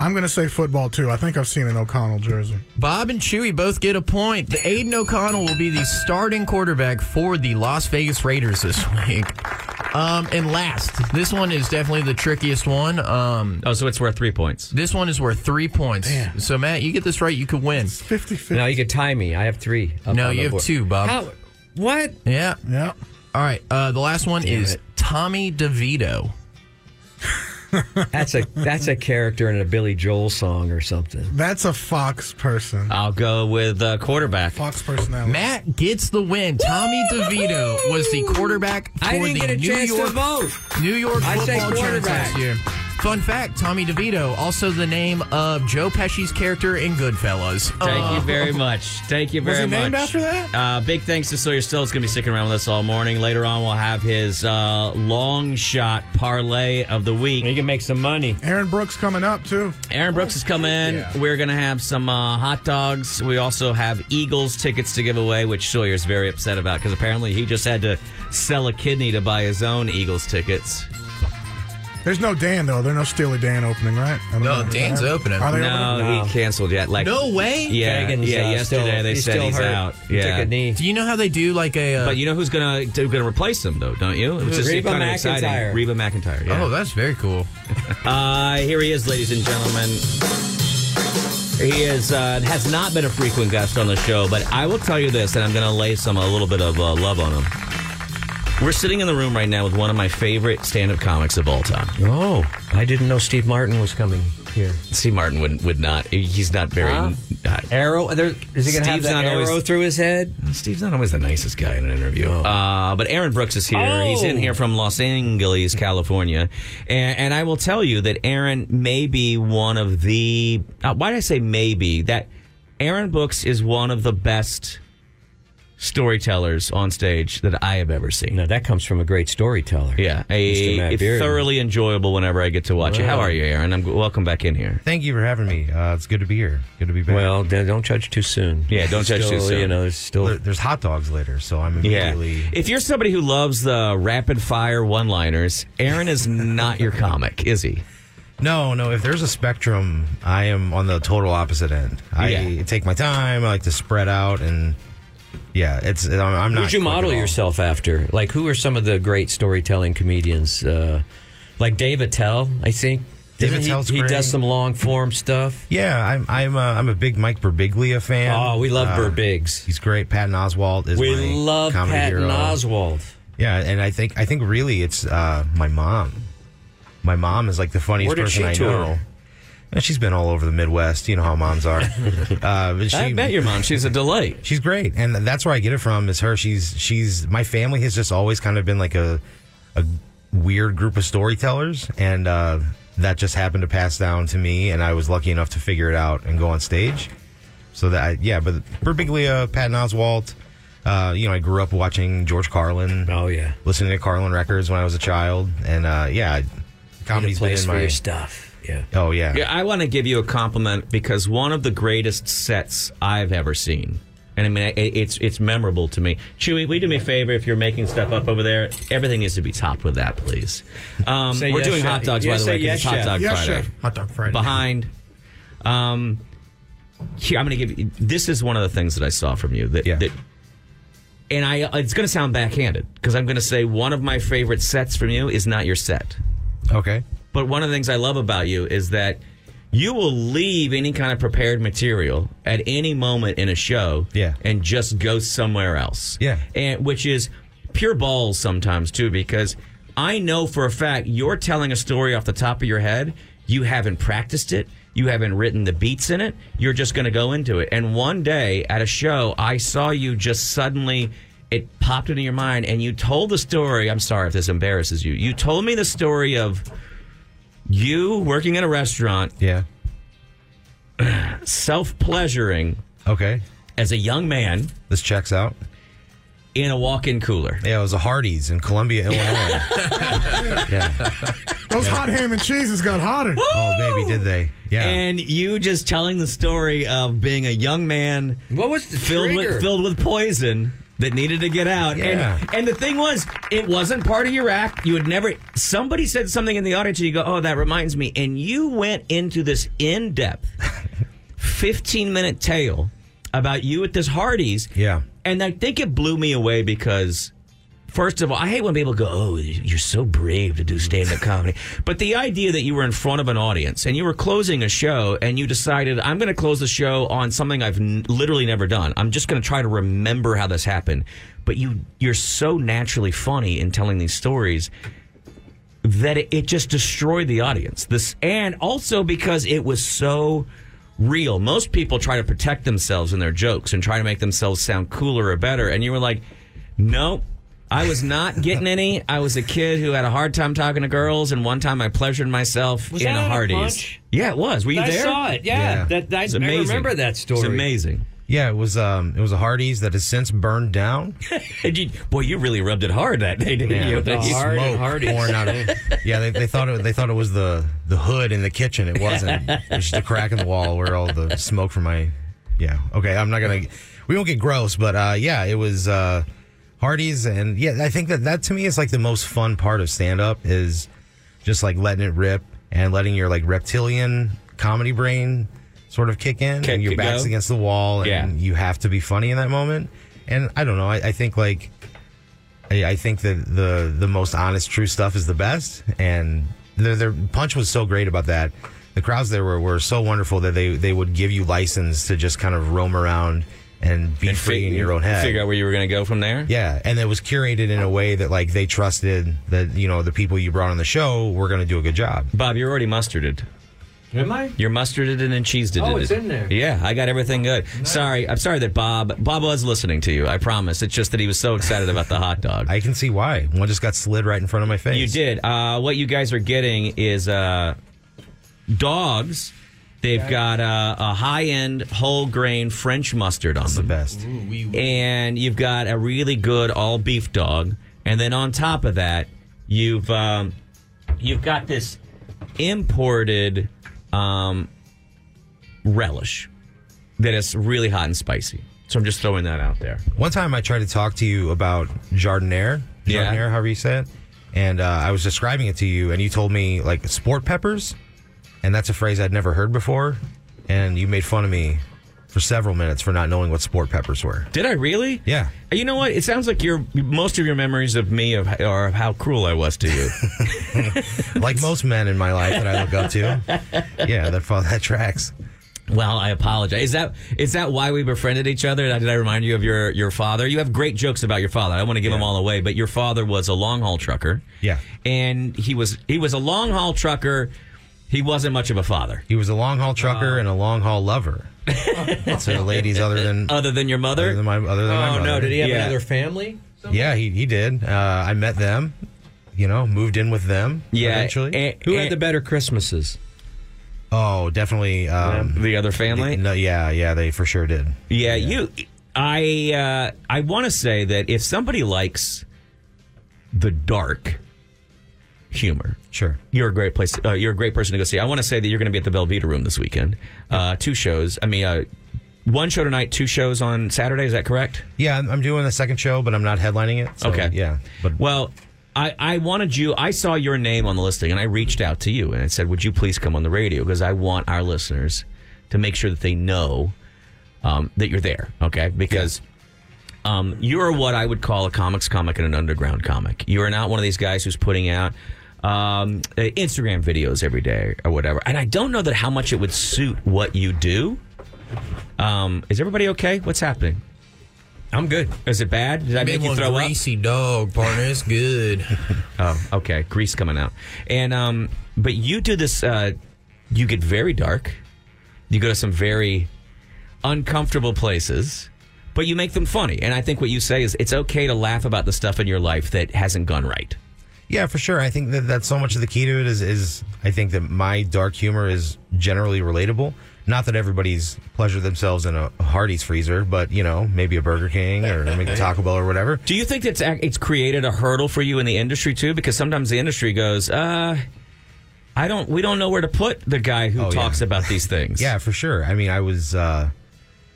I'm going to say football, too. I think I've seen an O'Connell jersey.
Bob and Chewy both get a point. The Aiden O'Connell will be the starting quarterback for the Las Vegas Raiders this week. Um, and last, this one is definitely the trickiest one. Um,
oh, so it's worth three points.
This one is worth three points. So Matt, you get this right, you could win.
50-50.
No, you could tie me. I have three. up
No,
on
you
the
have
board.
two, Bob.
How- what?
Yeah.
Yeah.
All right. Uh, the last one
Damn
is
it.
Tommy DeVito.
That's a that's a character in a Billy Joel song or something.
That's a Fox person.
I'll go with uh, quarterback.
Fox personality.
Matt gets the win. Tommy DeVito was the quarterback for
I didn't
the
get a
New
chance to
York
vote.
New York
I say
football Giants
quarterback.
last year. Fun fact: Tommy DeVito, also the name of Joe Pesci's character in Goodfellas.
Thank
Uh,
you very much. Thank you
Was
very
he named
much.
after that?
Uh, big thanks to Sawyer Still. It's going to be sticking around with us all morning. Later on, we'll have his uh, long shot parlay of the week. You
can make some money.
Aaron Brooks coming up, too.
Aaron Brooks is coming. We're going to have some uh, hot dogs. We also have Eagles tickets to give away, which Sawyer's very upset about because apparently he just had to sell a kidney to buy his own Eagles tickets.
There's no Dan, though. There's no Steely Dan opening, right? I don't
No,
know.
Dan's opening.
Are they
no,
opening?
he canceled yet. Like
No way.
Yeah,
Kagan's,
yeah.
uh,
yesterday
still-
they
he's
said
still
he's
hurt.
out.
He
yeah.
took a knee.
Do you know how they do like a? Uh,
But you know who's gonna who's gonna replace him though, don't you? It's
Reba
kinda exciting.
McEntire.
Reba McIntyre. Yeah.
Oh, that's very cool.
Uh, here he is, ladies and gentlemen. He is uh, has not been a frequent guest on the show, but I will tell you this, and I'm going to lay some a little bit of uh, love on him. We're sitting in the room right now with one of my favorite stand-up comics of all time.
Oh, I didn't know Steve Martin was coming here.
Steve Martin would would not. He's not very.
Huh?
uh,
Arrow? There, is he going to have
Steve's
that
not
arrow
always-
through his head?
Steve's not always the nicest guy in an interview. Uh, but Aaron Brooks is here. He's in
Oh.
here from Los Angeles, California. And, and I will tell you that Aaron may be one of the. Uh, why did I say maybe? That Aaron Brooks is one of the best storytellers on stage that I have ever seen.
No, that comes from a great storyteller.
Yeah,
Mr. Matt
a,
Beard.
it's thoroughly enjoyable whenever I get to watch it. How are you, Aaron? I'm welcome back in here.
Thank you for having me. Uh, it's good to be here. Good to be back.
Well, then don't judge too soon.
Yeah, don't judge too
Still,
soon.
You know, there's still
There- there's hot dogs later, so I'm immediately.
If you're somebody who loves the rapid fire one liners, Aaron is not your comic, is he?
No, no. If there's a spectrum, I am on the total opposite end. I
Yeah.
take my time. I like to spread out, and yeah, it's. I'm, I'm not.
Who'd you
quick at
model
all.
yourself after? Like, who are some of the great storytelling comedians? Uh, like Dave Attell, I think.
Dave
Isn't he-
Attell's
he,
great.
does some long form stuff.
Yeah, I'm. I'm. A, I'm a big Mike Birbiglia fan.
Oh, we love
Ah.
Burbigs.
He's great. Patton Oswalt is.
We
my
love
comedy
Patton
hero.
Oswald.
Yeah, and I think I think really it's uh, my mom. My mom is like the funniest
Where did
person
she
I
tour?
know. And she's been all over the Midwest. You know how moms are. uh, but she,
I bet your mom. She's a delight.
She's great, and that's where I get it from. Is her? She's she's my family has just always kind of been like a a weird group of storytellers, and uh, that just happened to pass down to me, and I was lucky enough to figure it out and go on stage. So that I, yeah, but Birbiglia, Patton Oswalt,
Uh, you know, I grew up watching George Carlin.
Oh yeah,
listening to Carlin records when I was a child, and uh, yeah, comedy's been
place
in
for
my
your stuff. Yeah.
Oh yeah.
Yeah, I want to give you a compliment because one of the greatest sets I've ever seen. And I mean, it- it's it's memorable to me. Chewy, will you do me a favor if you're making stuff up over there? Everything needs to be topped with that, please. Um,
Say
we're
yes,
doing
chef.
hot dogs,
Yes,
by the way,
say
'cause
yes,
it's hot
chef.
dog
Yes,
Friday.
chef. Hot dog Friday.
Behind. Um, here, I'm going to give you. This is one of the things that I saw from you that, that and I uh, it's going to sound backhanded because I'm going to say one of my favorite sets from you is not your set.
Okay.
But one of the things I love about you is that you will leave any kind of prepared material at any moment in a show yeah. and just go somewhere else. Yeah. And which is pure balls sometimes too because I know for a fact you're telling a story off the top of your head, you haven't practiced it. You haven't written the beats in it. You're just going to go into it. And one day at a show, I saw you just suddenly it popped into your mind and you told the story. I'm sorry if this embarrasses you. You told me the story of you working in a restaurant.
Yeah.
Self pleasuring.
Okay.
As a young man.
This checks out.
In a walk in cooler.
Yeah, it was a Hardee's in Columbia, Illinois. yeah.
Those hot ham and cheeses got hotter.
Oh, baby, did they? Yeah.
And you just telling the story of being a young man.
What was the
filled
trigger?
with filled with poison that needed to get out.
Yeah.
And and the thing was, it wasn't part of your act. You had never. Somebody said something in the audience, and you go, "Oh, that reminds me." And you went into this in depth, fifteen minute tale about you at this Hardee's.
Yeah.
And I think it blew me away because, first of all, I hate when people go, "Oh, you're so brave to do stand-up comedy." But the idea that you were in front of an audience and you were closing a show, and you decided, "I'm going to close the show on something I've n- literally never done. I'm just going to try to remember how this happened." But you, you're so naturally funny in telling these stories that it, it just destroyed the audience. This and also because it was so real. Most people try to protect themselves in their jokes and try to make themselves sound cooler or better. And you were like, nope. I was not getting any. I was a kid who had a hard time talking to girls, and one time I pleasured myself
Was
in
that
a
at a
Hardee's.
punch?
Yeah, it was. Were you
I
there?
saw it. Yeah, Yeah. that- that-
It's
I
amazing.
remember that
It's
story.
amazing.
Yeah, it was um it was a Hardee's that has since burned down.
And you- boy, you really rubbed it hard that day, didn't you?
The
That you-
hard smoke pouring out of- yeah, they, they thought it they thought it was the the hood in the kitchen. It wasn't. It was just a crack in the wall where all the smoke from my yeah. Okay, I'm not gonna. We won't get gross, but uh, yeah, it was uh, Hardee's, and yeah, I think that that to me is like the most fun part of stand up is just like letting it rip and letting your like reptilian comedy brain sort of kick in, and your
it
back's
go.
against the wall, and
Yeah.
you have to be funny in that moment. And I don't know, I, I think like. I, I think that the the most honest, true stuff is the best, and their, their punch was so great about that. The crowds there were, were so wonderful that they, they would give you license to just kind of roam around and be free in your own head.
Figure out where you were going to go from there.
Yeah, and it was curated in a way that like they trusted that you know the people you brought on the show were going to do a good job.
Bob, you're already mustarded.
Am I?
You're mustarded and then cheesed it.
Oh,
in
it's
it.
in there.
Yeah, I got everything good. Sorry, I'm sorry that Bob Bob was listening to you. I promise. It's just that he was so excited about the hot dog.
I can see why one just got slid right in front of my face.
You did. Uh, what you guys are getting is uh, dogs. They've got uh, a high-end whole grain French mustard on them. the
best.
And you've got a really good all beef dog. And then on top of that, you've um, you've got this imported um, relish that is really hot and spicy. So I'm just throwing that out there.
One time I tried to talk to you about jardiniere, jardiniere,
Yeah.
however you say it, and uh, I was describing it to you, and you told me like sport peppers, and that's a phrase I'd never heard before, and you made fun of me for several minutes for not knowing what sport peppers were.
Did I really?
Yeah.
You know what? It sounds like your most of your memories of me of, are of how cruel I was to you.
like most men in my life that I look up to. Yeah, that follow that tracks.
Well, I apologize. Is that is that why we befriended each other? Did I remind you of your your father? You have great jokes about your father. I don't want to give them all away, but your father was a long haul trucker.
Yeah.
and he was he was a long haul trucker. He wasn't much of a father.
He was a long haul trucker and a long haul lover. so ladies other than
other than your mother,
other than my, other than my
Oh
mother.
no! Did he have
yeah.
another family?
Yeah, he he did. Uh, I met them. You know, moved in with them.
Yeah,
eventually.
and- Who had and- the
better Christmases?
Oh, definitely um,
the other family.
no, yeah, yeah, they for sure did.
Yeah, you. I uh, I want to say that if somebody likes the dark humor,
sure,
you're a great place. Uh, you're a great person to go see. I want to say that you're going to be at the Velveeta Room this weekend. Uh, two shows. I mean, uh, one show tonight, two shows on Saturday. Is that correct?
Yeah, I'm I'm doing the second show, but I'm not headlining it. so,
okay.
Yeah. But
well, I, I wanted you. I saw your name on the listing, and I reached out to you and I said, "Would you please come on the radio?" Because I want our listeners to make sure that they know um, that you're there. Okay, because. Um, you are what I would call a comics comic and an underground comic. You are not one of these guys who's putting out um, uh, Instagram videos every day or whatever. And I don't know that how much it would suit what you do. Um, is everybody okay? What's happening? I'm good. Is it bad? Did I make you
one
throw up?
greasy dog, partner. It's good.
oh, okay. Grease coming out. And um but you do this uh you get very dark. You go to some very uncomfortable places, but you make them funny. And I think what you say is it's okay to laugh about the stuff in your life that hasn't gone right.
Yeah, for sure. I think that that's so much of the key to it is is I think that my dark humor is generally relatable. Not that everybody's pleasure themselves in a Hardee's freezer, but you know, maybe a Burger King or maybe a Taco Bell or whatever.
Do you think that's ac- it's created a hurdle for you in the industry too? Because sometimes the industry goes, uh, I don't, we don't know where to put the guy who talks about these things.
Oh, Yeah, for sure. I mean, I was uh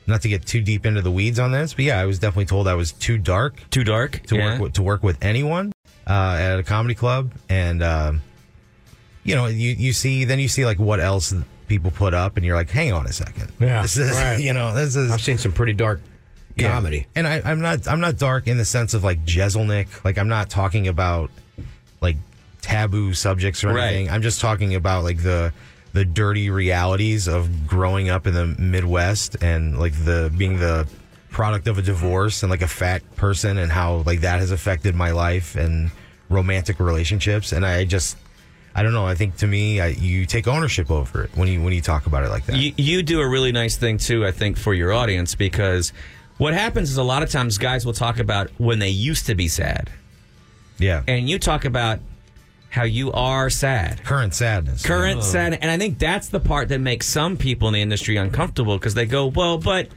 not to get too deep into the weeds on this, but yeah, I was definitely told I was too dark,
too dark
to
yeah.
work with, to work with anyone uh, at a comedy club, and um, you know, you you see then you see like what else people put up, and you're like, hang on a second,
Yeah,
this is
right.
you know, this is
I've seen some pretty dark
yeah.
comedy.
And I, I'm not I'm not dark in the sense of like Jezelnik. Like I'm not talking about like taboo subjects or
Right.
anything. I'm just talking about like the the dirty realities of growing up in the Midwest and like the being the product of a divorce and like a fat person and how like that has affected my life and romantic relationships. And I just I don't know. I think to me, I, you take ownership over it when you when you talk about it like that.
You, you do a really nice thing too, I think, for your audience because what happens is a lot of times guys will talk about when they used to be sad.
Yeah.
And you talk about how you are sad.
Current sadness.
Current
Oh.
sad. And I think that's the part that makes some people in the industry uncomfortable because they go, well, but.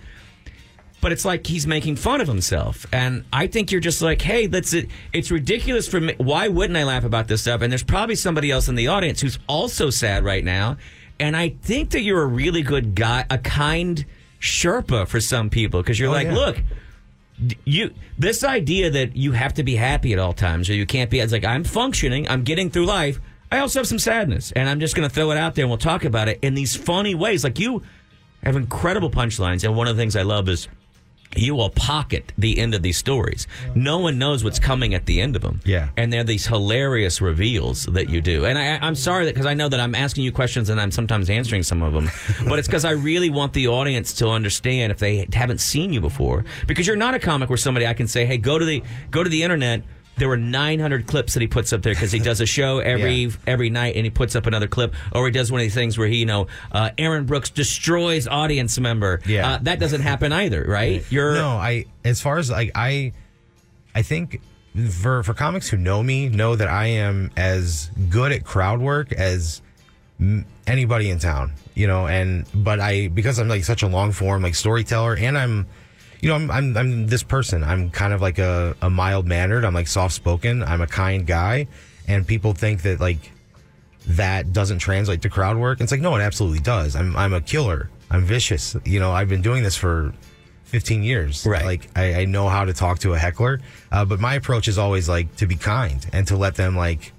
But it's like he's making fun of himself, and I think you're just like, hey, that's it. It's ridiculous for me. Why wouldn't I laugh about this stuff? And there's probably somebody else in the audience who's also sad right now, and I think that you're a really good guy, a kind Sherpa for some people because you're like,
yeah.
look, d- you this idea that you have to be happy at all times or you can't be it's like i'm functioning i'm getting through life i also have some sadness and i'm just going to throw it out there and we'll talk about it in these funny ways like you have incredible punchlines and one of the things i love is you will pocket the end of these stories no one knows what's coming at the end of them
Yeah.
and they're these hilarious reveals that you do. And I, I'm sorry that because I know that I'm asking you questions and I'm sometimes answering some of them, but it's because I really want the audience to understand if they haven't seen you before, because you're not a comic where somebody I can say, hey, go to the go to the internet. There were 900 clips that he puts up there because he does a show every every night and he puts up another clip, or he does one of these things where he, you know, uh, Aaron Brooks destroys audience member.
Yeah.
uh, that doesn't happen either, right? You're
no i as far as like i i think for for comics who know me know that i am as good at crowd work as m- anybody in town you know and but i because i'm like such a long form like storyteller and i'm you know i'm i'm, I'm this person i'm kind of like a, a mild mannered i'm like soft spoken i'm a kind guy and people think that like that doesn't translate to crowd work. It's like, no, it absolutely does. I'm, I'm a killer. I'm vicious. You know, I've been doing this for 15 years. Right. Like, I, I know how to talk to a heckler. Uh, but my approach is always like to be kind and to let them, like,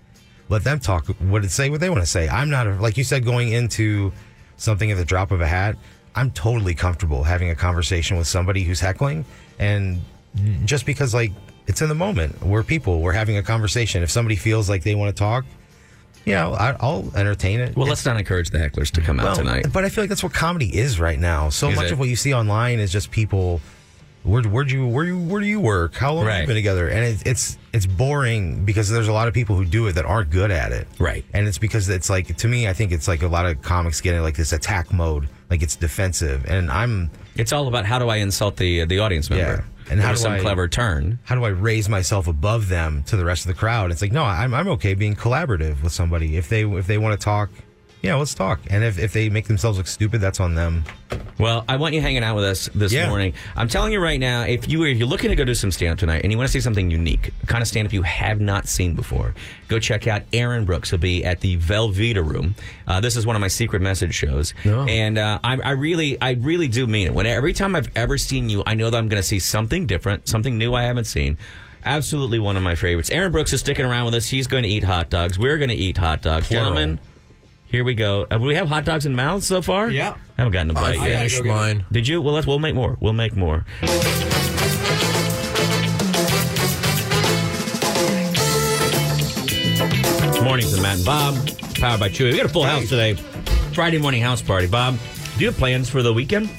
let them talk what it say, what they want to say. I'm not, a, like you said, going into something at the drop of a hat. I'm totally comfortable having a conversation with somebody who's heckling. And just because, like, it's in the moment, we're people, we're having a conversation. If somebody feels like they want to talk, you know, I, I'll entertain it.
well. Let's not encourage the hecklers to come out
Well,
tonight.
But I feel like that's what comedy is right now. So
Is
much
it?
of what you see online is just people. Where where'd you where you where do you work? How long have
Right.
you been together? And it, it's it's boring because there's a lot of people who do it that aren't good at it.
Right.
And it's because it's like to me, I think it's like a lot of comics get in like this attack mode, like it's defensive, and I'm.
It's all about how do I insult the the audience member?
Yeah. And how
Or
do
some
I-
clever turn?
How do I raise myself above them to the rest of the crowd? It's like no, I'm I'm okay being collaborative with somebody if they if they want to talk. Yeah, let's talk. And if, if they make themselves look stupid, that's on them.
Well, I want you hanging out with us this
Yeah.
morning. I'm telling you right now, if you if you're looking to go do some stand up tonight and you want to see something unique, the kind of stand up you have not seen before, go check out Aaron Brooks. He'll be at the Velveeta Room. Uh, this is one of my secret message shows, and uh, I, I really, I really do mean it. When every time I've ever seen you, I know that I'm going to see something different, something new I haven't seen. Absolutely one of my favorites. Aaron Brooks is sticking around with us. He's going to eat hot dogs. We're going to eat hot dogs,
Plural.
gentlemen. Here we go. Uh, we have hot dogs in mouths so far. Yeah, haven't gotten a
I
bite yet.
finished mine.
Did you? Well, let's. We'll make more. We'll make more. Mornings with Matt and Bob, powered by Chewy. We got a full house today. Friday morning house party. Bob, do you have plans for the weekend?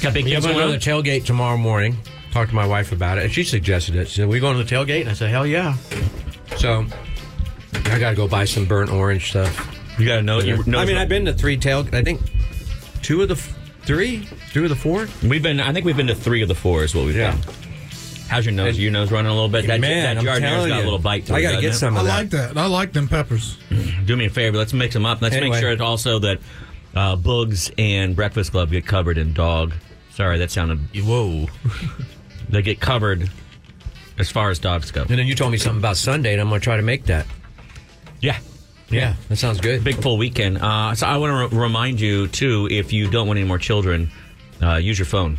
Got big
Yeah, I'm
things
going
going
to
on?
the tailgate tomorrow morning. Talked to my wife about it, and she suggested it. She said, "We going to the tailgate?" And I said, "Hell yeah!" So I got to go buy some burnt orange stuff.
You got to know. you know-
I mean, I've been to three tail. I think two of the f- three, two of the four.
We've been. I think we've been to three of the four. Is what we've
yeah.
done. How's your nose? Your nose running a little bit. That,
Man,
that
I'm
Jardinere's
telling
got a
you.
little bite to it.
I gotta
doesn't
get
it?
some
I like that. I like them peppers.
Do me a favor. Let's mix them up. Let's make
Anyway.
sure it's also that uh, Bugs and Breakfast Club get covered in dog. Sorry, that sounded whoa. they get covered as far as dogs go. And
then you told me something about Sunday, and I'm going to try to make that.
Yeah.
Yeah, that sounds good.
Big full weekend. Uh, so I want to re- remind you too, if you don't want any more children, uh, use your phone.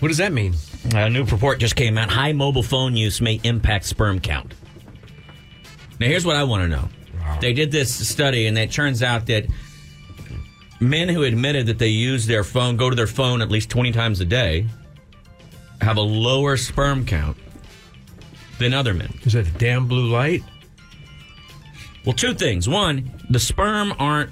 What does that mean?
A new report just came out. High mobile phone use may impact sperm count. Now, here's what I want to know. They did this study, and it turns out that men who admitted that they use their phone, go to their phone at least 20 times a day, have a lower sperm count than other men.
Is that a damn blue light?
Well, two things. One, the sperm aren't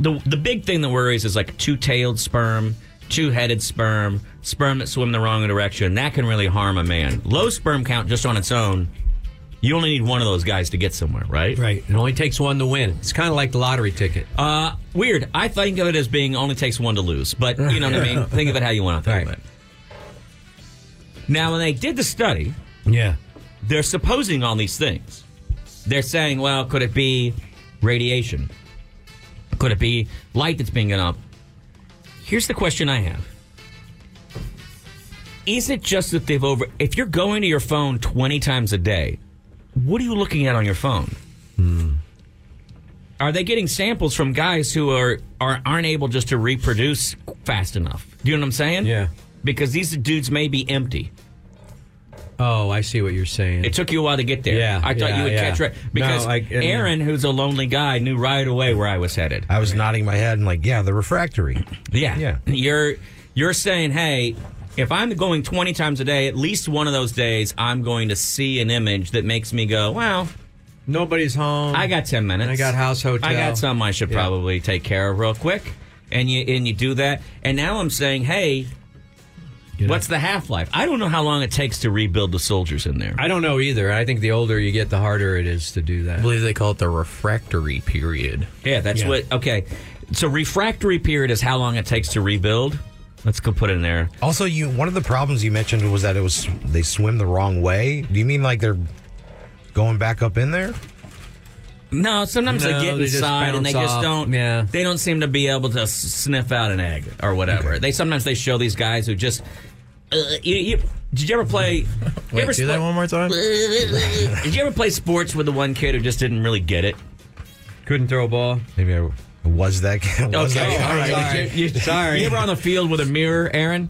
the the big thing that worries is like two tailed sperm, two headed sperm, sperm that swim the wrong direction. That can really harm a man. Low sperm count just on its own. You only need one of those guys to get somewhere, right?
Right. It only takes one to win. It's kind of like the lottery ticket.
Uh, weird. I think of it as being only takes one to lose, but you know what I mean. Think of it how you want to think of it. Now, when they did the study,
Yeah.
they're supposing all these things. They're saying, well, could it be radiation? Could it be light that's being given up? Here's the question I have. Is it just that they've over if you're going to your phone 20 times a day, what are you looking at on your phone? Hmm. Are they getting samples from guys who are, are aren't able just to reproduce fast enough? Do you know what I'm saying? Yeah. Because these dudes may be empty.
Oh, I see what you're saying.
It took you a while to get there.
Yeah,
I thought
yeah,
you would
yeah.
catch right
No,
because
I- and-
Aaron, who's a lonely guy, knew right away where I was headed.
I was nodding my head and like, yeah, the refractory.
Yeah, yeah. You're you're saying, hey, if I'm going 20 times a day, at least one of those days, I'm going to see an image that makes me go, well,
nobody's home.
I got 10 minutes.
I got house, hotel.
I got something I should
Yeah.
probably take care of real quick. And you and you do that. And now I'm saying, hey. What's the half life? I don't know how long it takes to rebuild the soldiers in there.
I don't know either. I think the older you get, the harder it is to do that. I
believe they call it the refractory period.
Yeah, that's
Yeah.
what. Okay, so refractory period is how long it takes to rebuild. Let's go put it in there.
Also, you one of the problems you mentioned was that it was they swim the wrong way. Do you mean like they're going back up in there?
No, sometimes
No,
they get
they just
inside and they
bounce
just
off.
don't. Yeah, they don't seem to be able to s- sniff out an egg or whatever. They sometimes they show these guys who just. Uh, you, you, did you ever play? you
Wait,
ever
do that one more time.
did you ever play sports with the one kid who just didn't really get it?
Couldn't throw a ball.
Maybe I was that. Was
okay,
that
all right.
Sorry.
You,
Sorry.
You ever on the field with a mirror, Aaron?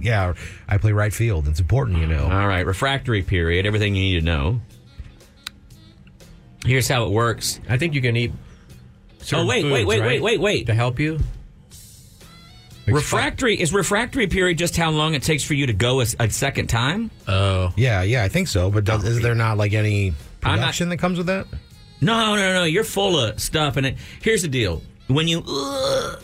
yeah, I play right field. It's important, you know.
All right, refractory period, everything you need to know. Here's how it works.
I think you can eat.
Oh
certain
wait, wait,
foods,
wait,
right?
wait, wait, wait. To
help you.
Refractory is refractory period just how long it takes for you to go a, a second time?
Oh,
yeah, yeah, I think so. But does, is there not like any
I'm not-
production that comes with that?
No, no, no. You're full of stuff, and it, here's the deal: when you, uh,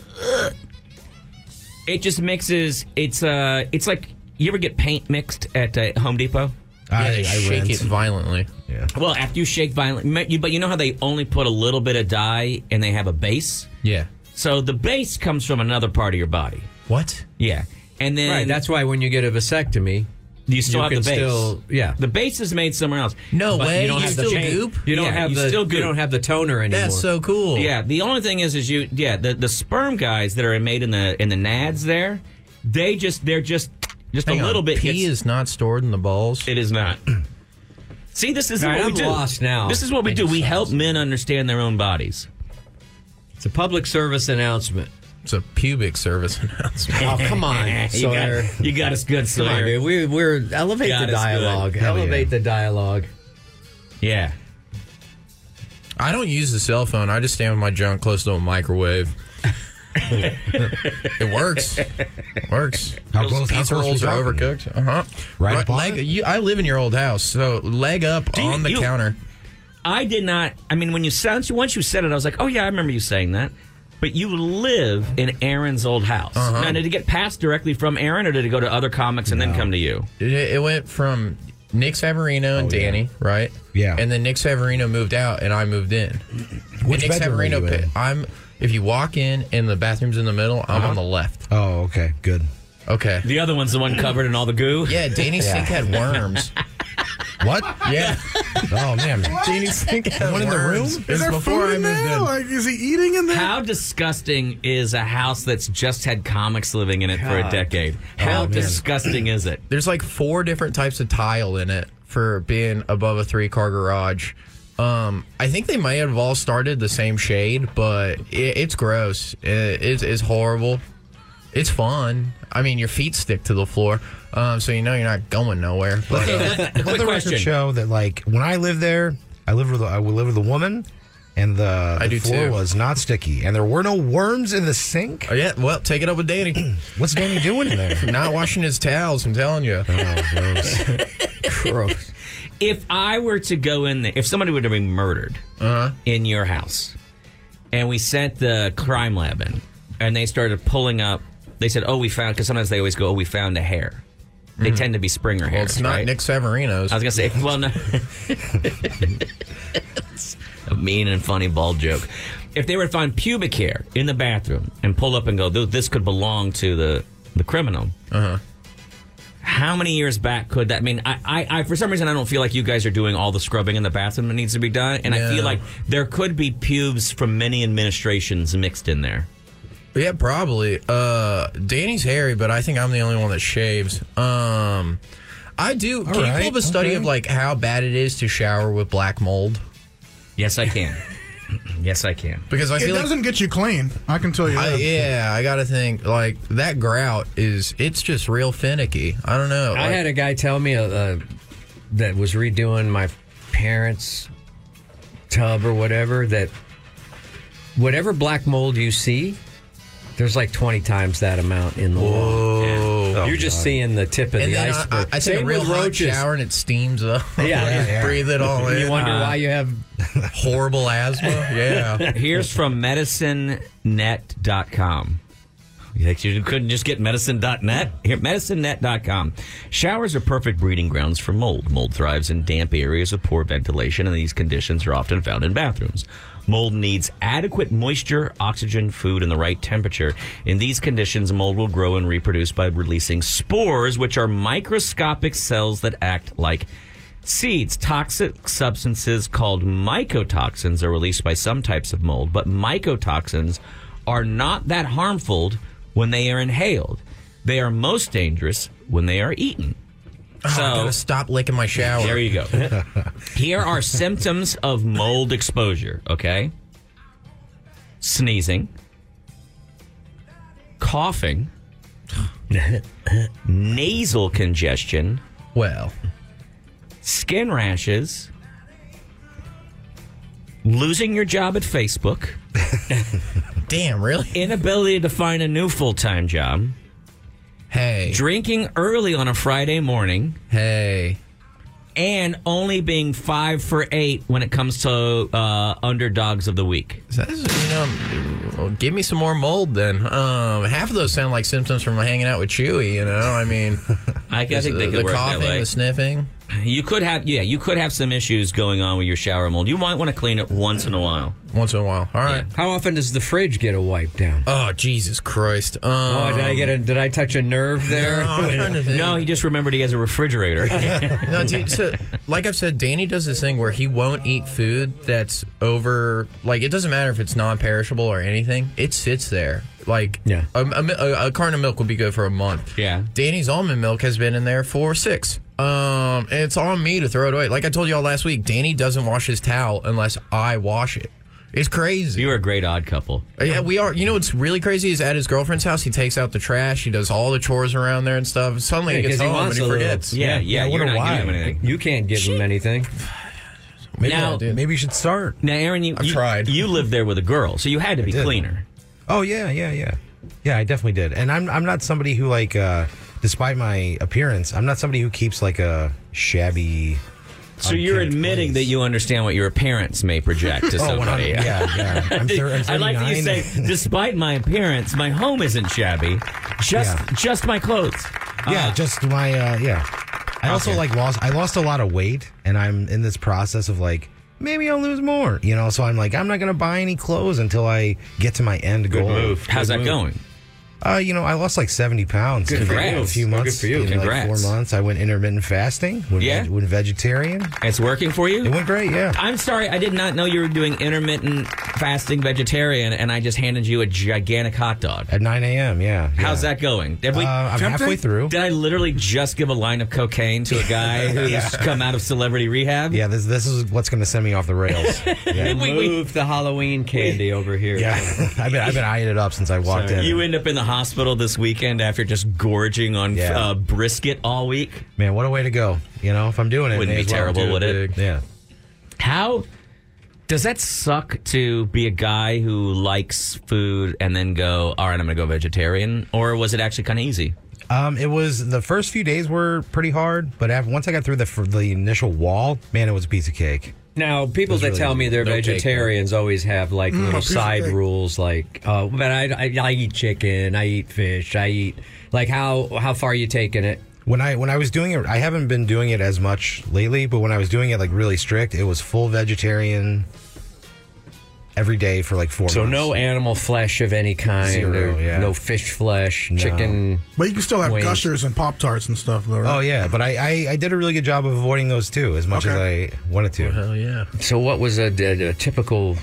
it just mixes. It's uh, it's like you ever get paint mixed at uh, Home Depot.
I, shake it violently.
Yeah.
Well, after you shake violently, but you know how they only put a little bit of dye and they have a base.
Yeah.
So the base comes from another part of your body.
What?
Yeah, and then
right. That's why when you get a vasectomy,
you still
You
have
can
the base.
still- yeah.
the base is made somewhere else.
No
But
way,
You don't
you
have the
still
chain-
goop?
You don't
Yeah,
have
you
the
still
you
goop.
don't have the toner anymore.
That's so cool.
Yeah. The only thing is, is you yeah the the sperm guys that are made in the in the nads there, they just they're just just
Hang
a
on,
little bit.
Pee
gets-
is not stored in the balls.
It is not. See, this is
All
what
right,
we
I'm
do.
lost now.
This is what we
I
do.
just
We
saw
help men understand their own bodies.
It's a public service announcement.
It's a pubic service announcement.
Oh, come on,
you,
Sawyer.
got, you got us good,
Come
Sawyer.
on, dude. We, we're elevate
Got
the
us
dialogue.
good. Hell yeah.
Elevate the dialogue.
Yeah.
I don't use the cell phone. I just stand with my junk close to a microwave. it works. It works.
How close- how
Pizza
close
rolls
we
are
talking?
overcooked. Uh huh.
Right upon
Leg. You, I live in your old house, so leg up
Do you-
on the
you-
counter.
I did not. I mean, when you sound, once you said it, I was like, oh yeah, I remember you saying that. But you live in Aaron's old house.
Uh-huh.
Now, did it get passed directly from Aaron, or did it go to other comics and then come to you?
It, it went from Nick Savarino and Danny, right? Yeah. And then Nick Savarino moved out, and I moved in.
Which
and Nick
bedroom are you
pi-
in?
I'm. If you walk in and the bathroom's in the middle, I'm on the left.
Oh, okay, good.
Okay.
The other one's the one covered in all the goo.
Yeah, Danny's sink had worms.
What?
Yeah.
oh man.
Danny's sink had
One in the
worms.
room?
It was before I moved in.
Like, is he eating in there?
How disgusting is a house that's just had comics living in it for a
God.
decade? How
Oh, man.
disgusting is it?
There's like four different types of tile in it for being above a three car garage. Um, I think they might have all started the same shade, but it, it's gross. It, it's, it's horrible. It's fun. I mean, your feet stick to the floor, um, so you know you're not going nowhere. But, uh,
Let the record show that like when I lived there, I lived with I would live with a woman, and the,
I
the
do
floor
too.
was not sticky, and there were no worms in the sink.
oh, yeah, well, take it up with Danny.
What's Danny doing in there?
not washing his towels. I'm telling you.
Oh,
If I were to go in there, if somebody were to be murdered
Uh-huh.
in your house, and we sent the crime lab in, and they started pulling up, they said, "Oh, we found," because sometimes they always go, "Oh, we found a hair." They
Mhm.
tend to be Springer hairs.
Well, it's not
right?
Nick Severino's.
I was gonna say, well, no. It's a mean and funny bald joke. If they were to find pubic hair in the bathroom and pull up and go, "Th- this could belong to the the criminal.
Uh huh.
How many years back could that I mean? I, I, I, for some reason, I don't feel like you guys are doing all the scrubbing in the bathroom that needs to be done, and I feel
No.
like there could be pubes from many administrations mixed in there.
Yeah, probably. Uh Danny's hairy, but I think I'm the only one that shaves. Um I do.
All
can you
right,
pull up a study
okay.
of like how bad it is to shower with black mold?
Yes, I can. yes, I can.
Because I
it
feel like
doesn't get you clean. I can tell you.
I,
that.
yeah, I gotta think like that grout is it's just real finicky. I don't know.
I had a guy tell me uh, uh, that was redoing my parents' tub or whatever that whatever black mold you see, there's like 20 times that amount in the wall.
Oh,
You're just
God.
seeing the tip of
and
the
then I, I,
iceberg.
I take a
Same
real
with
hot
roaches.
shower and it steams up.
Yeah,
You just
yeah.
breathe it all in.
You wonder why you have
horrible asthma. Yeah,
Here's from medicinenet.com. You think you couldn't just get medicine.net? Here, medicinenet.com. Showers are perfect breeding grounds for mold. Mold thrives in damp areas with poor ventilation, and these conditions are often found in bathrooms. Mold needs adequate moisture, oxygen, food, and the right temperature. In these conditions, mold will grow and reproduce by releasing spores, which are microscopic cells that act like Seeds, toxic substances called mycotoxins, are released by some types of mold, but mycotoxins are not that harmful when they are inhaled. They are most dangerous when they are eaten.
Oh.
so
I gotta stop licking my shower.
there you go. Here are symptoms of mold exposure, okay? Sneezing, coughing, nasal congestion,
well,
skin rashes, losing your job at Facebook,
damn, really?
inability to find a new full time job,
Hey,
drinking early on a Friday morning,
hey.
and only being five for eight when it comes to uh, underdogs of the week.
So that's, you know, well, give me some more mold then. Um, half of those sound like symptoms from hanging out with Chewy. You know, I mean,
I, I think
the,
they could
the
work
coughing,
that way.
the sniffing.
you could have yeah you could have some issues going on with your shower mold. You might want to clean it once in a while.
Once in a while. All right.
How often does the fridge get a wipe down?
Oh Jesus Christ! Um,
oh, did I get a? Did I touch a nerve there?
no, he just remembered he has a refrigerator.
no, dude, so like I've said, Danny does this thing where he won't eat food that's over. Like it doesn't matter if it's non-perishable or anything; it sits there. Like yeah, a, a mi- a- a carton of milk would be good for a month.
Yeah,
Danny's almond milk has been in there for six. Um, and it's on me to throw it away. Like I told y'all last week, Danny doesn't wash his towel unless I wash it. It's crazy.
You're a great odd couple.
Yeah, we are. You know what's really crazy is at his girlfriend's house, he takes out the trash, he does all the chores around there and stuff. Suddenly he gets home and he forgets.
Yeah, yeah, you're not giving him anything.
You can't give him anything.
Maybe
now,
I did.
maybe you should start.
Now, Aaron, you,
I've
you
tried.
You lived there with a girl, so you had to be
did.
cleaner.
Oh yeah, yeah, yeah, yeah. I definitely did, and I'm I'm not somebody who like, uh, despite my appearance, I'm not somebody who keeps like a shabby.
So you're admitting that you understand what your appearance may project to
Oh,
somebody.
100 yeah, yeah. I'm thir- I'm
I like that you
39.
say, despite my appearance, my home isn't shabby. Just,
Yeah.
just my clothes.
Yeah,
Ah.
just my uh, yeah. I also
Okay.
like lost. I lost a lot of weight, and I'm in this process of like maybe I'll lose more. You know, so I'm like I'm not gonna buy any clothes until I get to my end goal.
How's that going?
Uh, you know, I lost like 70 pounds
Good
in
for you.
a few
Well,
months.
good for you.
in, like
Congrats.
four months. I went intermittent fasting. Went
Yeah.
veg- went vegetarian.
It's working for you?
It went great. Yeah.
I'm sorry, I did not know you were doing intermittent fasting vegetarian, and I just handed you a gigantic hot dog.
At 9 a.m. Yeah.
How's that going? Did we,
Uh, I'm halfway through.
Did I literally just give a line of cocaine to a guy who's
Yeah.
come out of celebrity rehab?
Yeah. This this is what's going to send me off the rails. Yeah.
We- we-
Move the Halloween candy over here.
yeah. I've been I've been eyeing it up since I walked in.
You end up in the hospital this weekend after just gorging on
Yeah.
uh, brisket all week.
Man, what a way to go. You know, if I'm doing it,
Wouldn't
may
be
as well
terrible,
do
would it?
big. Yeah.
How does that suck to be a guy who likes food and then go, all right, I'm going to go vegetarian? Or was it actually kind of easy?
Um, it was the first few days were pretty hard, but after, once I got through the fir- the initial wall, man, it was a piece of cake.
Now, people that
really
tell me they're
no cake, though.
vegetarians always have like
a
little
piece of
side
cake.
rules, like, uh, but I, I, I eat chicken, I eat fish, I eat like how how far you taking it?
When I when I was doing it, I haven't been doing it as much lately, but when I was doing it like really strict, it was full vegetarian every day for like four.
So
months.
no animal flesh of any kind,
Zero,
or
yeah.
no fish flesh, chicken.
But you can still have
Wings.
gushers and Pop Tarts and stuff, though, right?
Oh yeah, but I, I I did a really good job of avoiding those too, as much as I wanted to.
Hell Oh, yeah.
So, what was a, a- a typical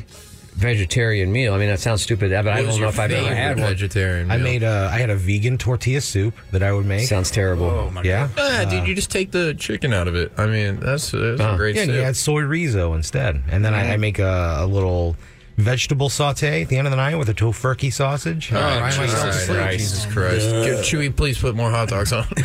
vegetarian meal? I mean, that sounds stupid, but I
What was
don't know
your
if I've ever
favorite
had one.
vegetarian.
I
meal?
made uh, I had a vegan tortilla soup that I would make.
Sounds terrible.
yeah.
Ah, dude, you just take the chicken out of it. I mean, that's, that's a great
Yeah, and
soup.
you add soy rizo instead, and then
Mm-hmm.
I, I make a, a little vegetable saute at the end of the night with a tofurkey sausage.
Oh,
I
Jesus, Christ. Jesus Christ. Give Chewy, please put more hot dogs on.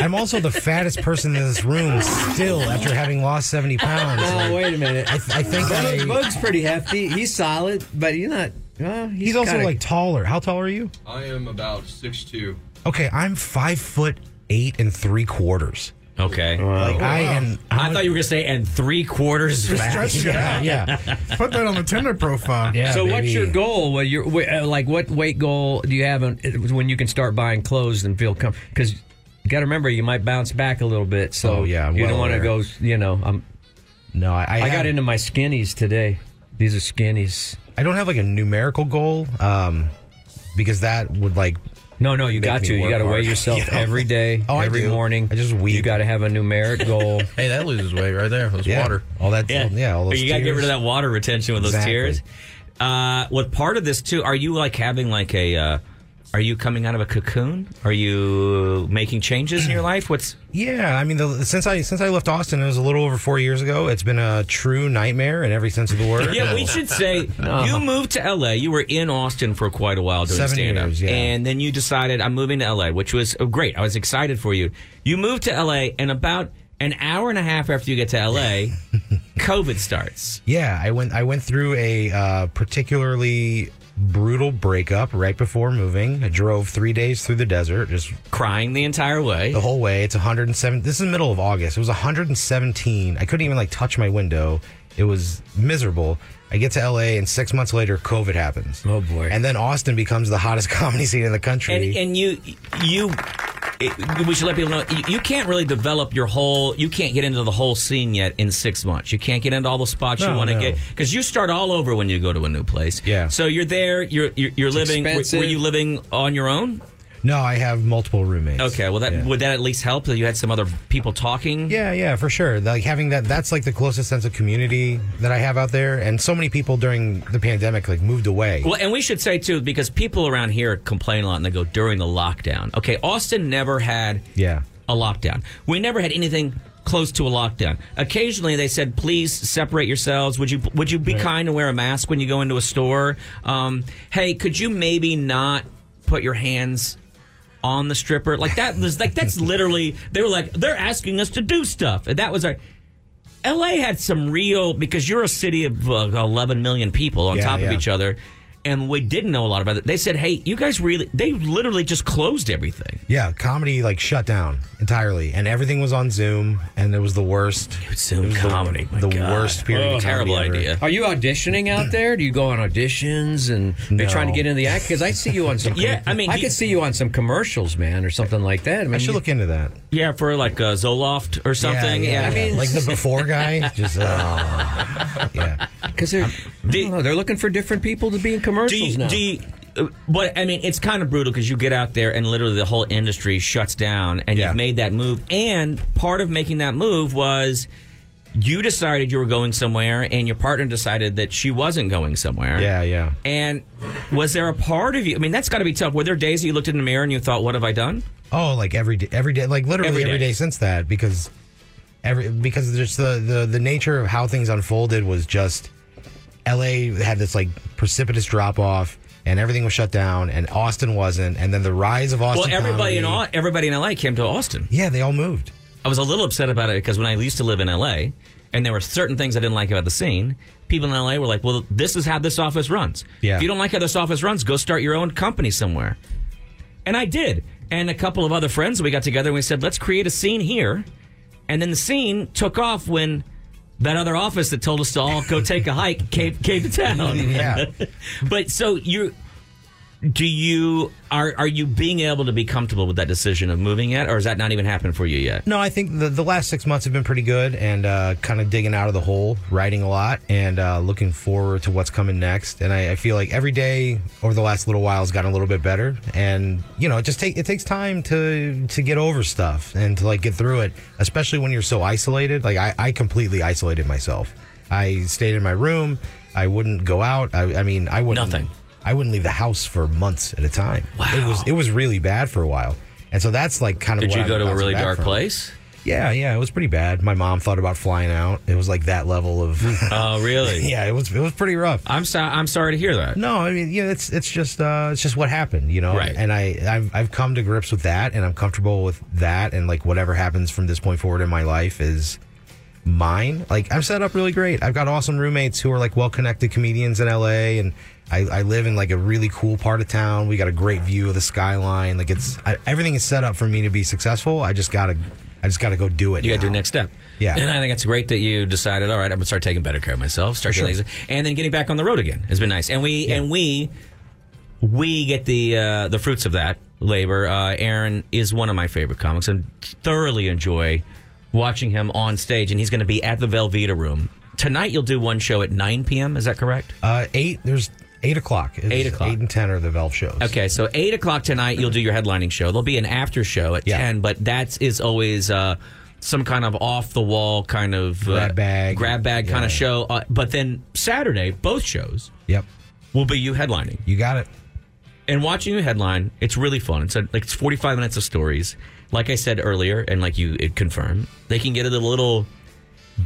am also the fattest person in this room still after having lost seventy pounds.
Oh, wait a minute.
I, I think
Bug-
I,
Bug's pretty hefty. He's solid, but he's not. Well, he's,
he's also
kinda-
like taller. How tall are you?
I am about six two.
Okay, I'm five foot eight and three quarters.
Okay.
Like I
Oh.
am.
I thought you were going to say, and three quarters back.
Stretch it out.
yeah.
Put that on the Tinder profile.
Yeah,
So what's
baby.
your goal? What your wh- uh, like? What weight goal do you have on, uh, when you can start buying clothes and feel comfortable? Because you got to remember, you might bounce back a little bit. So
Oh, yeah, I'm
you
well
don't want to
aware.
go. You know, I'm,
No, I. I,
I
have-
got into my skinnies today. These are skinnies.
I don't have like a numerical goal, um, because that would like.
No, no, you
Make
got
me
to. You
work
got to weigh
hard.
yourself
Yeah.
every day,
Oh, I
every
do.
morning.
I just
You
weep.
got to have a numeric goal.
hey, that loses weight right there. Those
Yeah,
water.
All that. Yeah. all those
you got to get
tears.
rid of that water retention with those
Exactly.
tears. Uh, with part of this too, are you like having like a? Uh, are you coming out of a cocoon? Are you making changes in your life? What's
Yeah, I mean, the, since I since I left Austin, it was a little over four years ago. It's been a true nightmare in every sense of the word.
yeah? We should say you moved to LA. You were in Austin for quite a while doing
Seven
stand up,
years, yeah.
and then you decided I'm moving to LA, which was oh, great. I was excited for you. You moved to LA, and about an hour and a half after you get to LA, COVID starts.
Yeah, I went I went through a uh, particularly brutal breakup right before moving. I drove three days through the desert, just
Crying the entire way.
the whole way. It's 107. This is the middle of August. It was 117. I couldn't even like touch my window. It was miserable. I get to LA, and six months later, COVID happens.
Oh, boy.
And then Austin becomes the hottest comedy scene in the country.
and and you you it, we should let people know you, you can't really develop your whole. You can't get into the whole scene yet in six months. You can't get into all the spots you
No,
want to
no.
get because you start all over when you go to a new place. Yeah. So you're there. You're you're, you're
It's
living. Were, were
expensive.
you living on your own?
No, I have multiple roommates.
Okay. Well, that would that at least help that you had some other people talking.
Yeah, yeah, for sure. Like having that that's like the closest sense of community that I have out there and so many people during the pandemic like moved away.
Well, and we should say too, because people around here complain a lot, and they go during the lockdown. Okay, Austin never had
Yeah.
a lockdown. We never had anything close to a lockdown. Occasionally, they said, "Please separate yourselves. Would you would you be kind and wear a mask when you go into a store? Um, hey, could you maybe not put your hands?" On the stripper, like that was like that's literally they were like they're asking us to do stuff, and that was our L.A. had some real because you're a city of uh, 11 million people on
Yeah,
top of
yeah.
each other, and we didn't know a lot about it. They said, "Hey, you guys really?" They literally just closed everything.
Yeah, comedy like shut down entirely, and everything was on Zoom, and it was the worst.
Zoom
comedy, the, worst period. of comedy ever.
Are you auditioning out there? Do you go on auditions and they're
No.
trying to get into the act? Because I see you on some.
Yeah, I mean,
I
you-
could see you on some commercials, man, or something like that. I, mean,
should look into that.
Yeah, for like uh, Zoloft or something. Yeah,
I mean,
like the before guy, just uh,
because they're I don't know, they're looking for different people to be in commercials
do you,
now.
Do you, uh, but I mean, it's kind of brutal because you get out there and literally the whole industry shuts down, and you've made that move. And part of making that move was you decided you were going somewhere, and your partner decided that she wasn't going somewhere.
Yeah, yeah.
And was there a part of you? I mean, that's got to be tough. Were there days that you looked in the mirror and you thought, "What have I done?"
oh, like every day, every day, like literally
Every
every day.
day.
since that, because every because just the, the the nature of how things unfolded was just L.A. had this like precipitous drop off, and everything was shut down, and Austin wasn't, and then the rise of Austin.
well, everybody in
comedy-
Au- everybody in LA came to Austin.
Yeah, they all moved.
I was a little upset about it because when I used to live in LA, and there were certain things I didn't like about the scene. People in LA were like, "Well, this is how this office runs.
Yeah.
If you don't like how this office runs, go start your own company somewhere." And I did. And a couple of other friends we got together and we said, "Let's create a scene here." And then the scene took off when that other office that told us to all go take a hike came came to town.
Yeah.
but so you do you are are you being able to be comfortable with that decision of moving yet, or has that not even happened for you yet?
No, I think the, the last six months have been pretty good and uh, kind of digging out of the hole, writing a lot, and uh, looking forward to what's coming next. And I, I feel like every day over the last little while has gotten a little bit better. And you know, it just take it takes time to to get over stuff and to like get through it, especially when you're so isolated. Like I, I completely isolated myself. I stayed in my room. I wouldn't go out. I, I mean, I wouldn't. Nothing. I wouldn't leave the house for months at a time. Wow. It was it was really bad for a while. And so that's like kind of
Did
where
you
I'm
go to a
bouncing
really
back
dark
from.
place?
Yeah, yeah, it was pretty bad. My mom thought about flying out. It was like that level of.
Oh, really?
yeah, it was it was pretty rough.
I'm so, I'm sorry to hear that.
No, I mean, you know, it's it's just uh, it's just what happened, you know.
Right.
And I I've, I've come to grips with that, and I'm comfortable with that, and like whatever happens from this point forward in my life is mine. Like I'm set up really great. I've got awesome roommates who are like well connected comedians in LA, and I, I live in like a really cool part of town. We got a great view of the skyline. Like it's I, everything is set up for me to be successful. I just gotta I just gotta go do it.
You got to do
now.
the next step.
Yeah.
And I think it's great that you decided, all right, I'm going to start taking better care of myself, start
For
getting
sure.
lazy- and then getting back on the road again has been nice. And we and we we get the uh, the fruits of that labor. Uh, Aaron is one of my favorite comics and thoroughly enjoy watching him on stage and he's going to be at the Velveeta room. Tonight you'll do one show at 9 p.m. Is that correct?
Uh, eight. There's eight o'clock. It's
Eight o'clock.
Eight and ten are the Valve shows.
Okay, so eight o'clock tonight, you'll do your headlining show. There'll be an after show at ten, but that is always uh, some kind of off the wall kind of uh,
Grab bag.
grab bag kind
Yeah.
of show. Uh, but then Saturday, both shows
Yep.
will be you headlining.
You got it.
And watching you headline, it's really fun. It's a, like it's forty five minutes of stories. Like I said earlier, and like you it confirmed, they can get it a little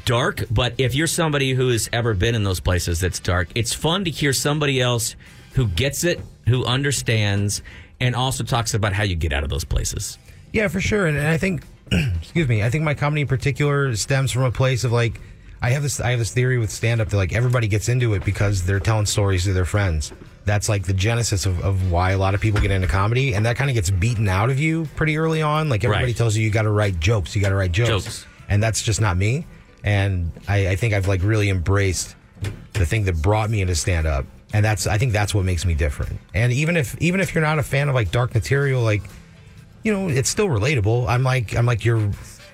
dark. But if you're somebody who has ever been in those places that's dark, it's fun to hear somebody else who gets it, who understands, and also talks about how you get out of those places.
Yeah, for sure. And, and I think, excuse me, I think my comedy in particular stems from a place of like, I have this, I have this theory with stand up that like everybody gets into it because they're telling stories to their friends. That's like the genesis of, of why a lot of people get into comedy, and that kind of gets beaten out of you pretty early on. Like everybody
Right.
tells you, you got to write jokes, you got to write jokes.
Jokes.
and that's just not me. And I, I think I've like really embraced the thing that brought me into stand up, and that's I think that's what makes me different. And even if even if you're not a fan of like dark material, like you know, it's still relatable. I'm like I'm like your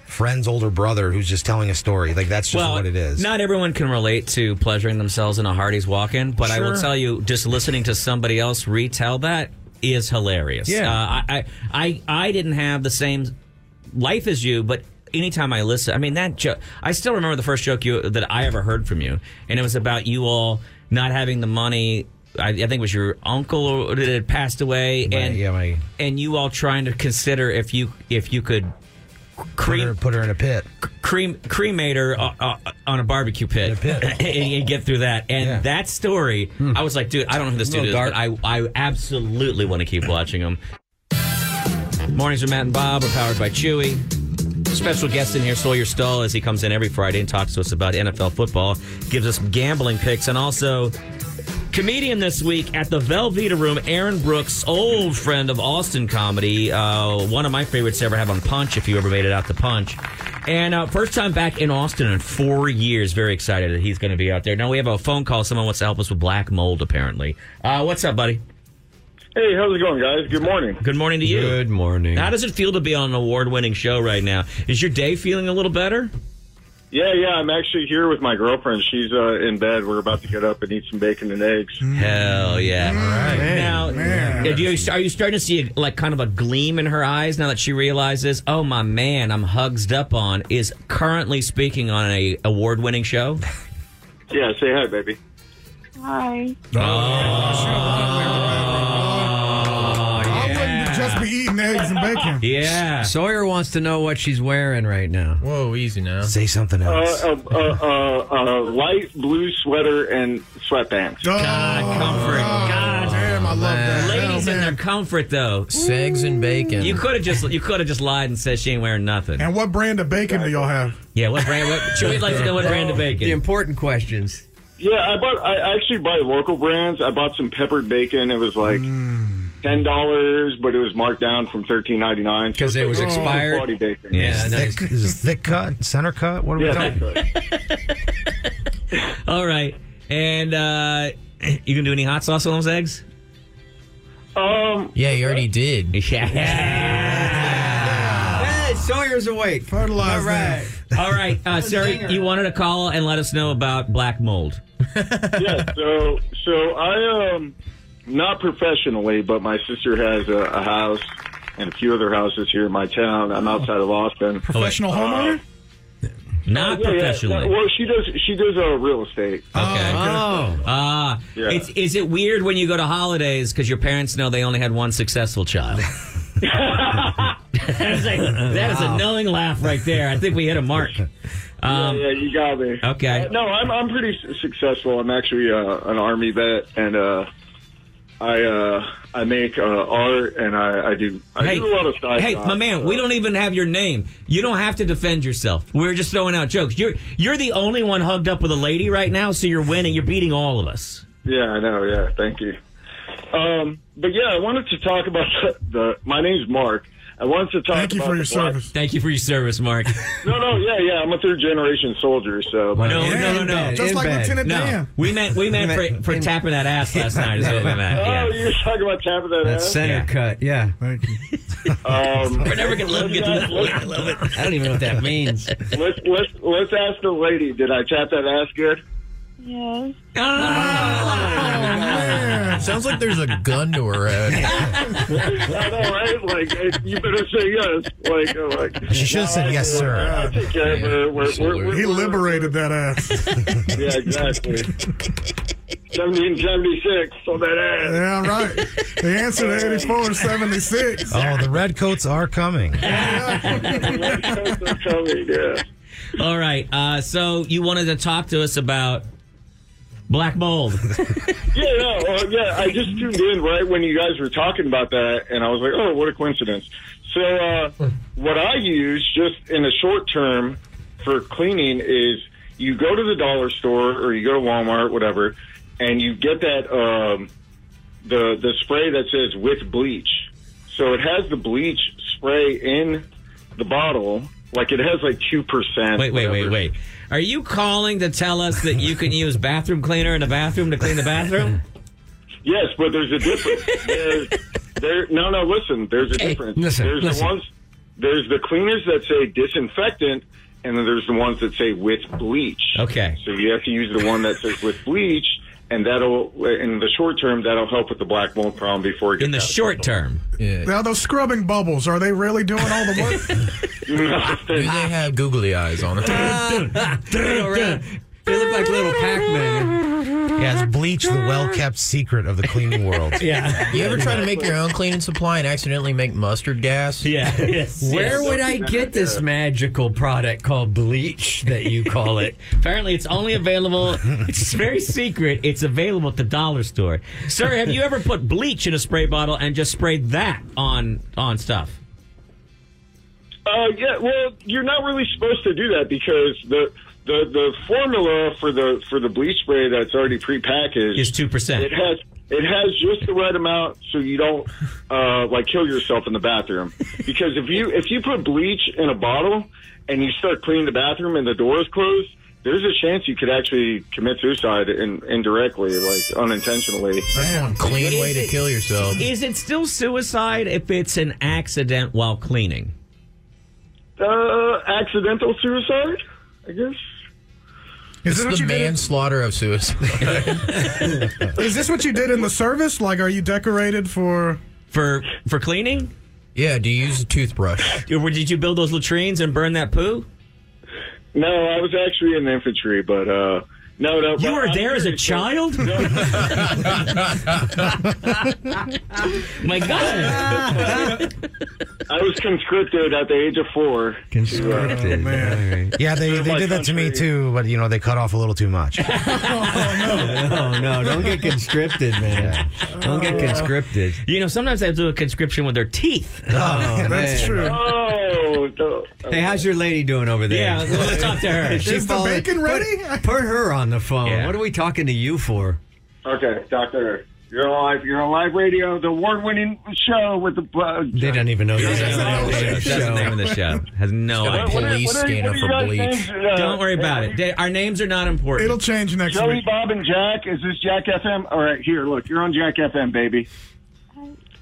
friend's older brother who's just telling a story. Like that's just what it is.
Not everyone can relate to pleasuring themselves in a Hardy's walk-in, but I will
Sure.
tell you, just listening to somebody else retell that is hilarious.
Yeah.
uh, I, I, I, I didn't have the same life as you, but anytime I listen, I mean that joke. I still remember the first joke you that I ever heard from you, and it was about you all not having the money. I, I think it was your uncle or- that had passed away, and
yeah, my-
and you all trying to consider if you if you could cream,
put her in a pit.
Cream cremate her uh, uh, on a barbecue pit, Hmm. and, and get through that. And that story, I was like, dude, I don't know who this
A little
dude is, but I I absolutely want to keep watching him. Mornings with Matt and Bob are powered by Chewy. Special guest in here, Sawyer Stull, as he comes in every Friday and talks to us about NFL football, gives us gambling picks, and also comedian this week at the Velveeta Room, Aaron Brooks, old friend of Austin comedy, uh, one of my favorites to ever have on Punch, if you ever made it out to Punch. And uh, first time back in Austin in four years. Very excited that he's going to be out there. Now we have a phone call. Someone wants to help us with black mold, apparently. Uh, what's up, buddy?
Hey, how's it going, guys? Good morning.
Good morning to you. Good
morning.
How does it feel to be on an award winning show right now? Is your day feeling a little better?
Yeah, yeah, I'm actually here with my girlfriend. She's uh, in bed. We're about to get up and eat some bacon and eggs.
Hmm.
Hell yeah. now, do you, are you starting to see like kind of a gleam in her eyes now that she realizes, oh, my man I'm hugged up on is currently speaking on a award winning show?
Yeah, say hi, baby.
Hi.
Oh,
Just be eating eggs and bacon.
Yeah.
Sawyer wants to know what she's wearing right now.
Whoa, easy now.
Say something
Uh, uh, uh, uh, uh, light blue sweater and sweatpants.
Oh,
God, comfort.
Oh,
God, damn, I love that. Ladies in their comfort though,
Segs and bacon.
You could have just you could have just lied and said she ain't wearing nothing.
And what brand of bacon do y'all
Oh,
have?
Yeah, what brand? What, should we like to know what brand of bacon?
The important questions.
Yeah, I bought. I actually buy local brands. I bought some peppered bacon. It was like
Mm.
ten dollars, but it was marked down from thirteen ninety nine because
it was
Oh.
expired?
Quality bacon.
is this thick, is this thick cut, center cut? What are
oh. Yeah,
we talking?
All right, and uh, you can do any hot sauce on those eggs?
Um.
Yeah, you already did.
Hey, Sawyer's awake. All
Fertilize.
right.
All right, uh, Sarah, you wanted to call and let us know about black mold.
yeah, so so I um not professionally, but my sister has a, a house and a few other houses here in my town. I'm outside of Austin.
Professional homeowner?
Not
Oh, Yeah, yeah.
professionally.
Well, she does. She does uh, real estate.
Okay. Oh. Ah. It's, is it weird when you go to holidays because your parents know they only had one successful child? that is, a, that is a knowing laugh right there. I think we hit a mark. Um,
yeah, yeah, you got me.
Okay.
Uh, no, I'm I'm pretty s- successful. I'm actually uh, an army vet, and uh, I uh, I make uh, art, and I, I do I
Hey,
do a lot of side.
hey,
jobs.
my man, we don't even have your name. You don't have to defend yourself. We're just throwing out jokes. You're you're the only one hugged up with a lady right now, so you're winning. You're beating all of us.
Yeah, I know. Yeah, thank you. Um, but yeah, I wanted to talk about the. the my name's Mark. I wanted to talk. Uh, about the black-
Thank you for your service, Mark.
No, no, yeah, yeah. I'm a third generation soldier, so.
No, no, no, no. no. We meant we meant for, for tapping that ass last night. Is what we meant.
Oh,
Yeah.
you were talking about tapping that
That
ass?
center cut, yeah.
Thank you.
Um,
We're never gonna let him get to that
let's-
point. I love it. I don't even know what that means.
Let's let's let's ask the lady. Did I tap that ass good?
Yes.
Sounds like there's a gun to her head.
I know, right? Like hey, you better say yes. Like, uh, like
She should have said yes, sir.
Take care of her. We're, we're, we're,
He liberated that ass.
yeah, exactly. Seventy and seventy-six on that ass.
yeah, right. The answer to 84 is 76.
Oh, the redcoats are coming.
All right. Uh, so you wanted to talk to us about black mold.
Yeah, no, uh, yeah. I just tuned in right when you guys were talking about that, and I was like, oh, what a coincidence. So, uh, what I use just in the short term for cleaning is you go to the dollar store or you go to Walmart, whatever, and you get that um, the the spray that says with bleach. So it has the bleach spray in the bottle, like it has like two percent.
Wait, wait, wait, wait. Are you calling to tell us that you can use bathroom cleaner in a bathroom to clean the bathroom?
Yes, but there's a difference. there's, There, no, no. Listen, there's a difference.
listen,
there's
listen.
the ones. There's the cleaners that say disinfectant, and then there's the ones that say with bleach.
Okay.
So you have to use the one that says with bleach, and that'll in the short term that'll help with the black mold problem before it gets
In the
out of
short
control.
term.
Now those scrubbing bubbles, are they really doing all the work?
Do they have googly eyes on it?
They look like little Pac-Man.
Yeah, it's bleach, the well kept secret of the cleaning world.
You ever try to make your own cleaning supply and accidentally make mustard gas?
Yeah.
Where would I get this magical product called bleach that you call it?
Apparently, it's only available. It's very secret. It's available at the dollar store. Sir, have you ever put bleach in a spray bottle and just sprayed that on on stuff?
Uh, yeah. Well, you're not really supposed to do that because the the the formula for the for the bleach spray that's already prepackaged
is two percent.
It has it has just the right amount so you don't uh, like kill yourself in the bathroom because if you if you put bleach in a bottle and you start cleaning the bathroom and the door is closed. There's a chance you could actually commit suicide in, indirectly, like unintentionally.
That's one clean way to kill yourself.
Is it still suicide if it's an accident while cleaning?
Uh, accidental suicide, I guess.
It's
what
the
you did in-
manslaughter of suicide.
Is this what you did in the service? Like, are you decorated for?
For for cleaning?
Yeah. Do you use a toothbrush?
Or did you build those latrines and burn that poo?
No, I was actually in the infantry, but uh, no, no.
You
but
were
I'm
there as a
serious, though.
child? My God.
I was conscripted at the age of four.
Conscripted. Yeah, they, they did that to me too, but you know, they cut off a little too much.
Oh, No, Oh, no, don't get conscripted, man. Don't get conscripted.
You know, sometimes they do a conscription with their teeth. Oh,
that's man. true.
Oh, no.
Hey, how's your lady doing over there?
Yeah, let's talk to her.
She
Is the
followed-
bacon
put- Put, her on the phone.
Yeah.
What are we talking to you for?
Okay, Doctor, you're alive. You're on live radio, the award-winning show with the. Uh,
They don't even know. They
That's
don't
the
know.
name of the show. That's the name of the show. Has no
It's got a
idea.
police What are- what are- scanner what are for you guys' bleach. names? Uh,
Don't worry about it. They- Our names are not important.
It'll change next
Joey,
week.
Bob, and Jack. Is this Jack FM? All right, here, look, you're on Jack FM, baby.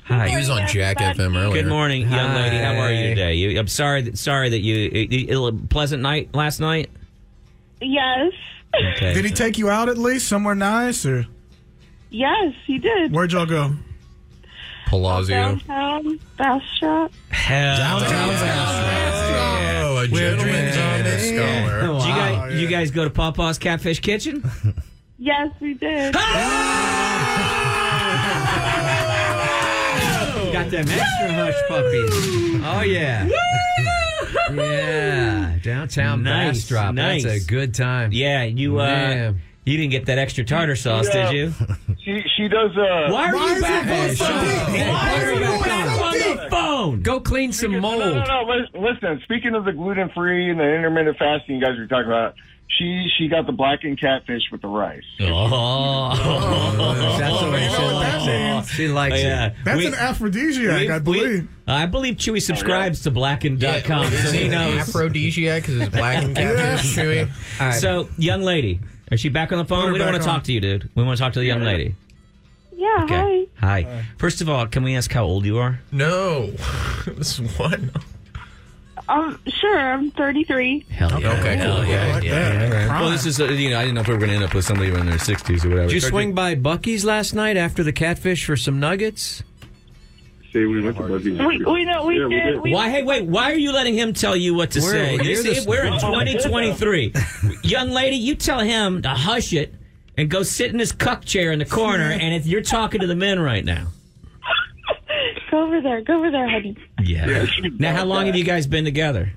Hi.
He was on Jack FM earlier.
Good morning, young
Hi.
lady. How are you today? You, I'm sorry. That, sorry that you. It, it, a pleasant night last night.
Yes.
Okay.
Did he take you out at least somewhere nice, or
Yes, he did.
where'd y'all go?
Palazzo.
Downtown Bass Shop.
Hell.
Oh, a gentleman's and a scholar.
Did you, guys, you guys go to Papa's Catfish Kitchen?
Yes, we did.
Got them extra hush puppies. Oh yeah. yeah. Downtown
Nice,
Bass Drop.
nice.
That's a good time.
Yeah, you. Uh,
Man.
you didn't get that extra tartar sauce,
Yeah.
did you?
She she does. Uh,
Why are you
is
back
it
on the
both
phone?
deep?
Why
Why
are
is
you
it
back
both
on the
deep?
phone?
Go clean some mold.
No, no, no. lis- Listen, speaking of the gluten free and the intermittent fasting, you guys were talking about. She she got the blackened catfish with the rice.
Oh,
That's the way she
what that
likes it.
means.
She likes
yeah.
it.
That's
We-
an aphrodisiac, I
we- uh,
believe.
I believe Chewy subscribes to blackand.com, so
Is
he
it an
knows.
aphrodisiac because it's black and catfish chewy?
All right.
So, young lady, is she back on the
Put
phone?
her
We don't
back
want to
on.
talk to you, dude. We want to talk to the young lady.
Yeah,
Okay. Hi. First of all, can we ask how old you are?
No. this is one.
hi. Um, sure, I'm 33.
Hell yeah.
Okay, cool. Yeah, yeah.
Well, this is, uh, you know, I didn't know if we were going to end up with somebody in their 60s or whatever.
Did you swing by Bucky's last night after the catfish for some nuggets?
See, we went to Buzzy's.
We, we know we
Yeah, we
did.
did.
We,
Why? Hey, wait. Why are you letting him tell you what to
We're-
say?
you're
This
the-
is- we're in 2023. Young lady, you tell him to hush it and go sit in his cuck chair in the corner, and if you're talking to the men right now.
go over there. Go over there, honey.
Yeah. Now, how long have you guys been together?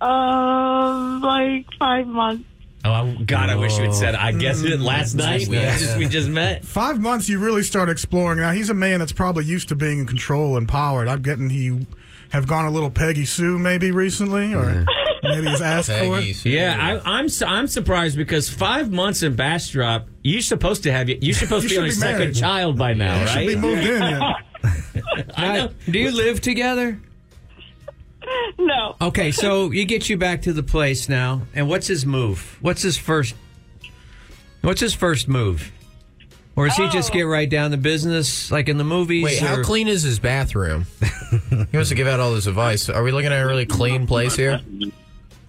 Um, like five months.
Oh, I- God, I wish you had said. I guess it last night. We just we just met.
Five months, you really start exploring. Now he's a man that's probably used to being in control and powered. I'm getting he have gone a little Peggy Sue maybe recently, or maybe he's asked for it.
Peggy's.
Yeah, I, I'm su- I'm surprised because five months in Bastrop, you're supposed to have you're supposed
You
to be on your
should be
second
married.
child by now,
Should be
right?
moved in. yeah.
I know.
Do you live together?
No.
Okay, so you get you back to the place now, and what's his move? What's his first? What's his first move? Or does he
Oh.
just get right down to business like in the movies?
Wait, how
or-
clean is his bathroom? he wants to give out all this advice. Are we looking at a really clean place here?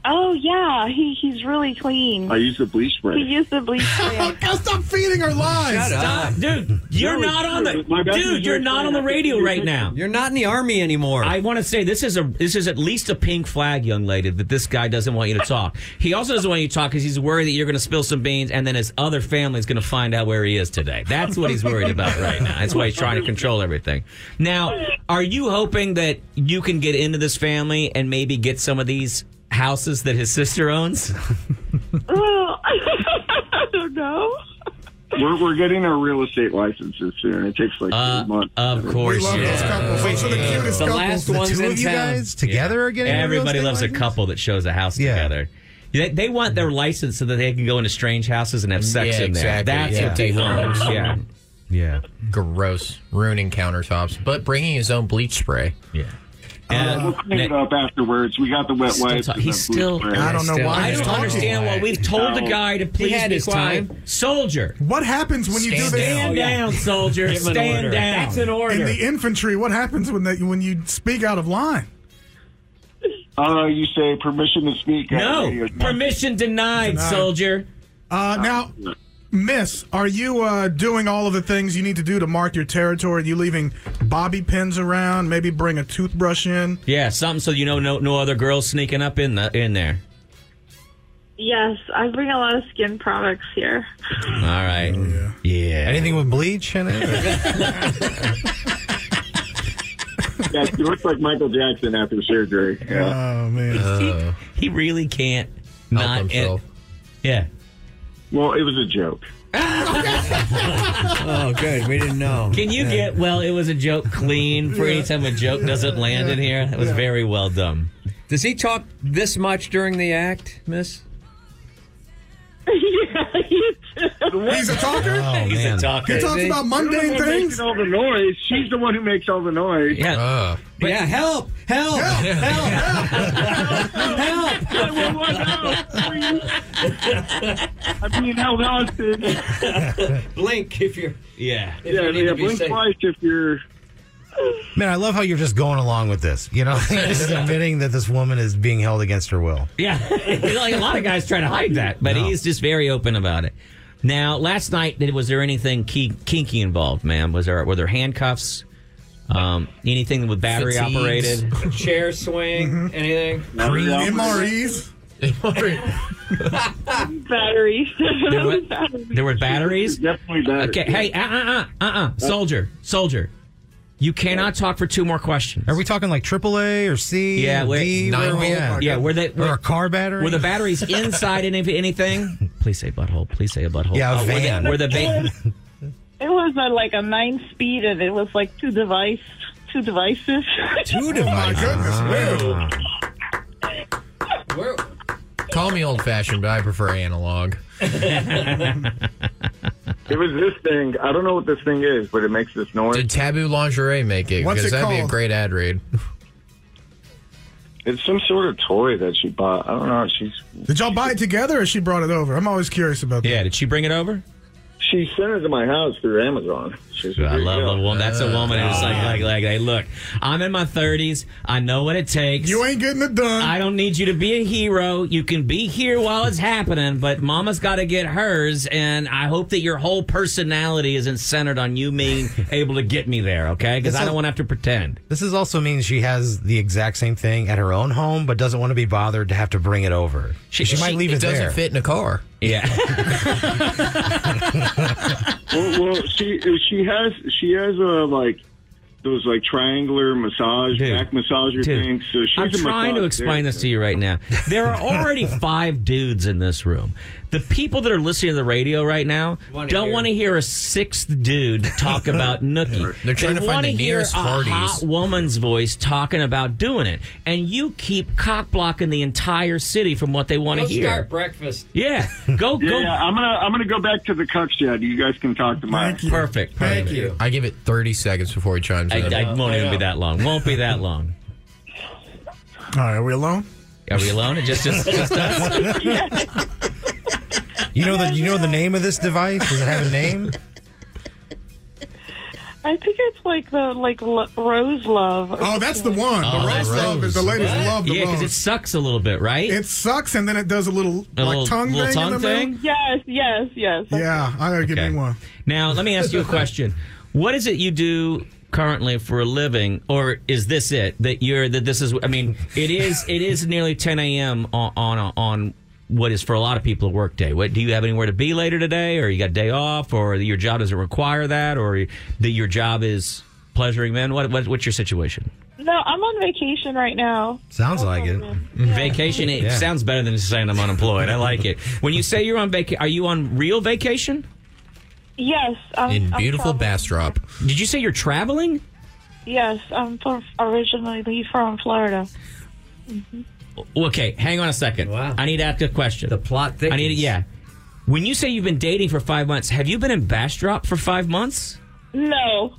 Oh yeah, he he's really clean.
use the bleach
He used the bleach spray.
Stop feeding her lies.
Stop, dude. You're
No, it's
not on
true.
the
My bathroom's
dude. You're
right
not
there.
on the radio right now.
You're not in the army anymore.
I want to say this is a this is at least a pink flag, young lady, that this guy doesn't want you to talk. He also doesn't want you to talk because he's worried that you're going to spill some beans, and then his other family's going to find out where he is today. That's what he's worried about right now. That's why he's trying to control everything. Now, are you hoping that you can get into this family and maybe get some of these houses that his sister owns?
Oh, I don't know.
We're, we're getting our real estate licenses soon. It takes like
Uh,
three months.
Of course, yeah.
cutest
the
couples.
last
The
ones
two
in
of you
town.
guys together
Yeah.
are getting a real
Everybody
estate
loves a couple that shows a house together. They, they want their license so that they can go into strange houses and have sex
yeah,
in there.
exactly.
That's
yeah.
what they want.
Gross.
yeah.
Yeah. Gross. Ruining countertops, but bringing his own bleach spray.
Yeah.
Uh, we'll clean it up afterwards. We got the wet
Still
wipes.
talk-
and
he's
the
still-
blue spray.
I don't know why
I don't understand why we've told the guy to please
had
be
his
quiet. Soldier.
What happens when you do
Stand
this?
down. Stand down, soldier. Give him an Stand order. down. That's an order.
In the infantry, what happens when that when you speak out of line?
Oh, you say permission to speak? on radio.
permission denied, soldier.
Uh, now, Miss, are you uh, doing all of the things you need to do to mark your territory? Are you leaving bobby pins around? Maybe bring a toothbrush in.
Yeah, something so you know no no other girls sneaking up in the in there.
Yes, I bring a lot of skin products here.
All right. Oh, yeah.
Anything with bleach in it?
Yeah, he looks like Michael Jackson after surgery. Yeah.
Oh man.
Uh, He, he really can't not himself. yeah.
Well, it was a joke.
Oh, good. We didn't know.
Can you get well? It was a joke clean for any time a joke doesn't land in here. That was very well done.
Does he talk this much during the act, Miss?
He's a talker.
Oh,
He's a talker.
He talks about mundane
You're the one
things.
Making all the noise. She's the one who makes all the noise.
Yeah.
yeah. Help! Help! Help! help!
I'm being held hostage.
Blink if you're.
Yeah.
yeah, yeah. Blink twice if you're.
Man, I love how you're just going along with this. You know, just admitting that this woman is being held against her will.
Yeah, You know, like a lot of guys try to hide that, but he's just very open about it. Now, last night, did- was there anything key, kinky involved, ma'am? Was there were there handcuffs? Um, anything with battery
Fatigues.
operated?
A chair swing,
Mm-hmm.
anything?
MREs.
Batteries.
There were, there were batteries.
Definitely batteries.
Okay, hey, uh, uh, uh, uh, uh, soldier, soldier, you cannot talk for two more questions.
Are we talking like AAA or C?
Yeah,
or
wait,
D? Where are we at?
yeah, were they
or
were-
a car battery?
Were the batteries inside any, anything? Please say butthole. Please say a butthole. Oh,
Yeah, a
were they-
van.
Were the, van?
It was uh like a nine speed, and it was like two device, two devices.
Two
Oh,
My
devices.
goodness. man.
Call me old fashioned, but I prefer analog.
It was this thing. I don't know what this thing is, but it makes this noise.
Did Taboo Lingerie make it?
What's
Because
it
that'd be a
called?
great ad read.
It's some sort of toy that she bought. I don't know. She's
Did y'all buy it together, or she brought it over? I'm always curious about that.
yeah, did she bring it over?
she sent it to my house through Amazon. She's
I love
yeah.
a woman. That's a woman who's like, like, like, hey, look, I'm in my 30s. I know what it takes.
You ain't getting it done.
I don't need you to be a hero. You can be here while it's happening, but mama's got to get hers, and I hope that your whole personality isn't centered on you being able to get me there, okay? Because I don't want to have to pretend.
This is also means she has the exact same thing at her own home, but doesn't want to be bothered to have to bring it over. She, might leave it,
doesn't
there.
fit in a car.
Yeah.
Well, well, she she has she has a like those like triangular massage
Dude.
back massager
Dude,
things. So she's
I'm
a
trying to
massage
explain
therapist.
this to you right now. There are already five dudes in this room. The people that are listening to the radio right now
Wanna
don't
hear.
want to hear a sixth dude talk about nookie.
They're trying
they
to find
wanna
the
hear
nearest
a
Hardee's.
hot woman's voice talking about doing it, and you keep cock blocking the entire city from what they want to hear.
breakfast.
Yeah, go go.
Yeah, I'm gonna I'm gonna go back to the cuck shed. You guys can talk to my
Perfect.
Thank you.
I give it 30 seconds before he chimes
I,
in.
I won't even be that long. Won't be that long.
All right, are we alone? Oh,
Are we alone? It just just just us.
You know the you know the name of this device? Does it have a name?
I think it's like the like lo- rose love. or
Oh, that's the
something.
one. the rose, love is the ladies love the
yeah,
rose.
because it sucks a little bit, right?
It sucks, and then it does a little
A
like
little-
tongue
little
thing.
tongue
in the middle.
thing?
Yes, yes, yes.
Yeah, I gotta give me one.
Now, let me ask you a question. What is it you do currently for a living, or is this it that you're that this is? I mean, it is it is nearly 10 a.m. on on on what is for a lot of people a work day. What do you have anywhere to be later today, or you got day off, or your job doesn't require that, or that your job is pleasuring men? What, what what's your situation?
No, I'm on vacation right now.
Sounds like it.
Vacation. It
Yeah.
sounds better than just saying I'm unemployed. I like it. When you say you're on vacation, are you on real vacation?
Yes, I'm
In
I'm
beautiful
from-
Bastrop.
Did you say you're traveling?
Yes, I'm from, originally from Florida.
Okay, hang on a second. I need to ask a question. The plot thickens. I need to, yeah. When you say you've been dating for five months, have you been in Bastrop for five months?
No,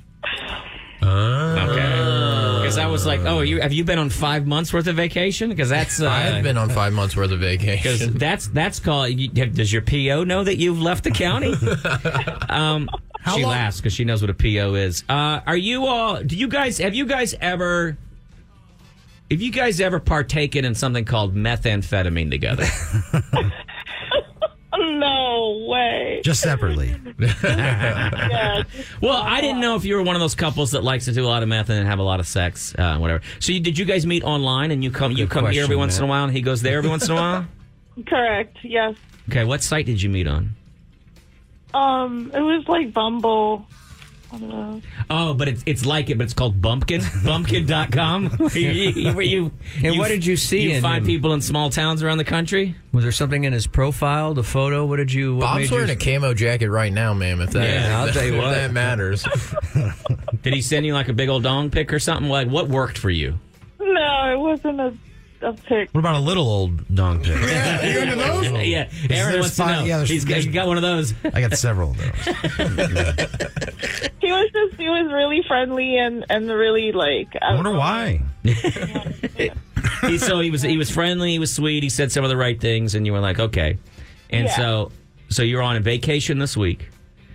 Okay. Because I was like, oh, you have you been on five months worth of vacation? Because that's uh,
I have been on five months worth of
Because
vacation.
that's that's called. You, have- does your PO know that you've left the county? um, she laughs because she knows what a PO is. Uh, are you all? Do you guys have you guys ever? Have you guys ever partaken in something called methamphetamine together?
no way.
Just separately.
well, I didn't know if you were one of those couples that likes to do a lot of meth and then have a lot of sex, uh, whatever. So, you, did you guys meet online and you come you come here
question,
every once in a
Matt.
while and he goes there every once in a while?
Correct. Yes.
Okay, what site did you meet on?
Um, it was like Bumble. I don't know.
Oh, but it's it's like it, but it's called Bumpkin. Bumpkin.com. where you, where you,
And what did you see
You
in
find
him?
people in small towns around the country.
Was there something in his profile, the photo? What did you? What
Bob's
made
wearing
you...
a camo jacket right now, ma'am. If that,
Yeah, I'll
if
tell you
if
what.
that matters.
Did he send you like a big old dong pic or something? Like what worked for you?
No, it wasn't a, a pic.
What about a little old dong pic?
Yeah, you into those? yeah, Aaron
There's
wants
five-
to know.
yeah, there's-
he's, got,
there's-
he's got one of those.
I got several of those.
He was just he was really friendly and and really like. uh, I
wonder why.
he, so he was he was friendly, he was sweet, he said some of the right things, and you were like, okay. And
Yeah.
so so you're on a vacation this week.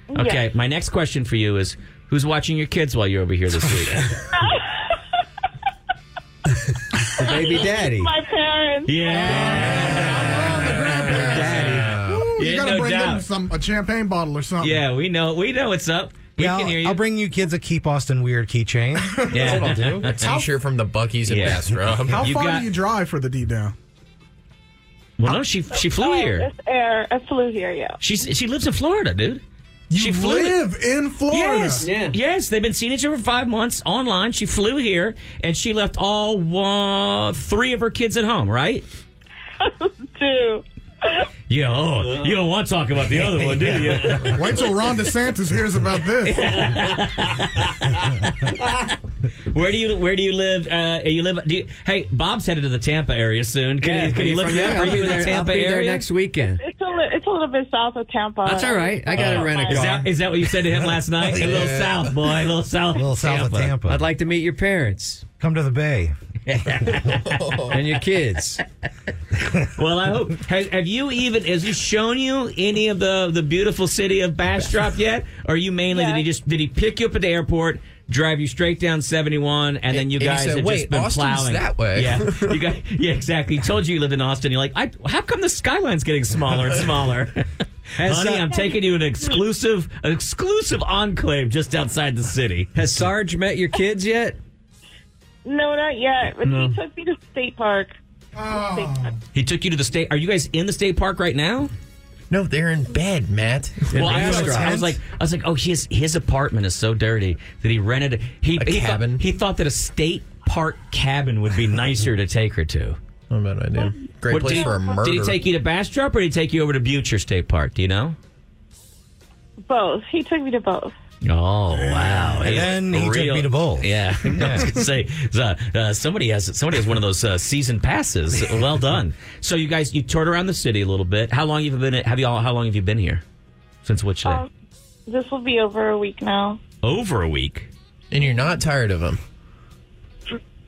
Okay,
Yeah.
my next question for you is who's watching your kids while you're over here this week?
baby daddy.
My parents.
Ooh,
Yeah,
you gotta
no
bring them
doubt.
some a champagne bottle or something.
yeah, we know we know what's up. We
Yeah,
can hear
I'll,
you.
I'll bring you kids a Keep Austin Weird keychain.
Yeah.
That's what I'll do.
A T-shirt from the Bucky's in
Yeah.
Bastrop.
How
You
far
got-
do you drive for the D down?
well, no, she she flew here.
Oh, It's air. I flew here. Yeah.
She's she lives in Florida, dude. she
live in Florida.
Yes,
Yeah.
yes, they've been seeing each other for five months online. She flew here and she left all one, three of her kids at home, right?
Two.
Yeah, oh, you don't want to talk about the other one, do you?
Wait till Ron DeSantis hears about this.
Where do you Where do you live? Uh, you live? Do you, hey, Bob's headed to the Tampa area soon. Can
Yeah,
you Can you live
from there?
there? Are
I'll
you
be
in
there-
the
I'll
Tampa
be there
area
next weekend?
It's a li- it's a little bit south of Tampa.
That's all right. I
Oh,
got to rent a
Is
car.
that, is that what you said to him last night? A little
Yeah.
south, boy. A little south. A
little south of Tampa.
I'd like to meet your parents
Come to the Bay.
and your kids.
Well, I hope. Has, have you even? Has he shown you any of the the beautiful city of Bastrop yet? Or are you mainly did he just did he pick you up at the airport? Drive you straight down seventy one, and then you
And he
guys
said,
have
"Wait,
just been
Austin's
plowing
that way."
Yeah, you guys, yeah, exactly. He told you you lived in Austin. You're like, I, how come the skyline's getting smaller and smaller?
Has,
Honey,
uh,
I'm taking you an exclusive, an exclusive enclave just outside the city.
Has Sarge met your kids yet?
No, not yet. But
No.
he took me to state park. State park.
He took you to the state. Are you guys in the state park right now?
No, they're in bed, Matt.
Well, I was, I was like, I was like, oh, his his apartment is so dirty that he rented he
A
he thought-
cabin?
he thought that a state park cabin would be nicer to take her to.
Oh, bad idea. Great
What-
place
did,
for a murder.
Did he take you to Bastrop or did he take you over to Butcher State Park? Do you know?
Both. He took me to both.
Oh wow!
And then he took me to
bowl. Yeah, I was gonna say uh, uh, somebody has somebody has one of those uh, season passes. Well done. so you guys, you toured around the city a little bit. How long have you been? Have you all? How long have you been here? Since which day?
Um, this will be over a week now.
Over a week.
and you're not tired of him.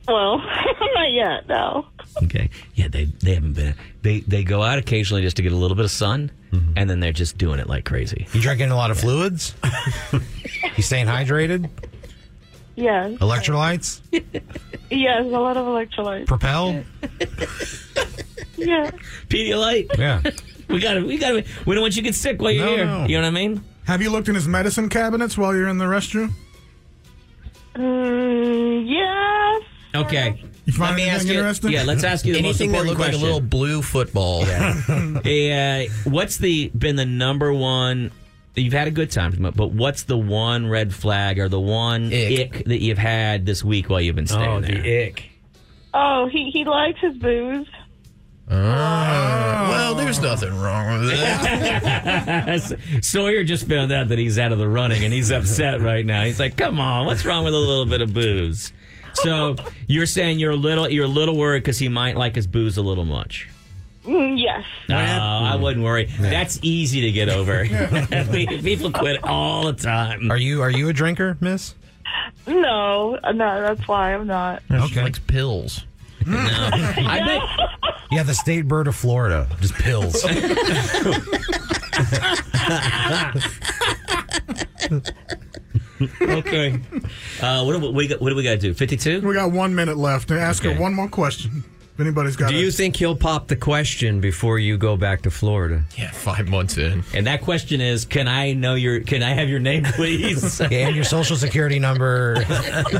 Well, not yet. No.
Okay. Yeah, they they haven't been. They they go out occasionally just to get a little bit of sun, and then they're just doing it like crazy.
You drinking a lot of fluids? you staying hydrated?
Yes.
Electrolytes?
Yes, a lot of electrolytes.
Propel?
Yeah.
Pedialyte.
Yeah.
We gotta, we gotta. We don't want you to get sick while you're
No,
here.
no.
You know what I mean?
Have you looked in his medicine cabinets while you're in the restroom?
Mm, yes.
Okay.
You find
Let me
anything
ask you.
interesting?
Yeah, let's ask you the
Anything
most important
that looked like a
question.
little blue football.
Yeah. what's the been the number one? You've had a good time, but what's the one red flag or the one ick, that you've had this week while you've been staying
Oh,
there?
the ick.
Oh, he, he likes his booze.
well, there's nothing wrong with
that. Sawyer just found out that he's out of the running and he's upset right now. He's like, "Come on, what's wrong with a little bit of booze?" So you're saying you're a little you're a little worried because he might like his booze a little much.
Mm, yes.
No, I wouldn't worry. That's easy to get over. People quit all the time.
Are you are you a drinker, miss?
No, no, that's why I'm not.
okay. likes
pills.
I bet,
yeah, the state bird of Florida. Just pills.
okay. Uh, what, do we- we, got- what do we got to do? 52?
We got one minute left. Ask her one more question. If anybody's got
Do
it.
you think he'll pop the question before you go back to Florida?
Yeah, five months in.
And that question is, can I know your? Can I have your name, please?
Yeah, and your social security number,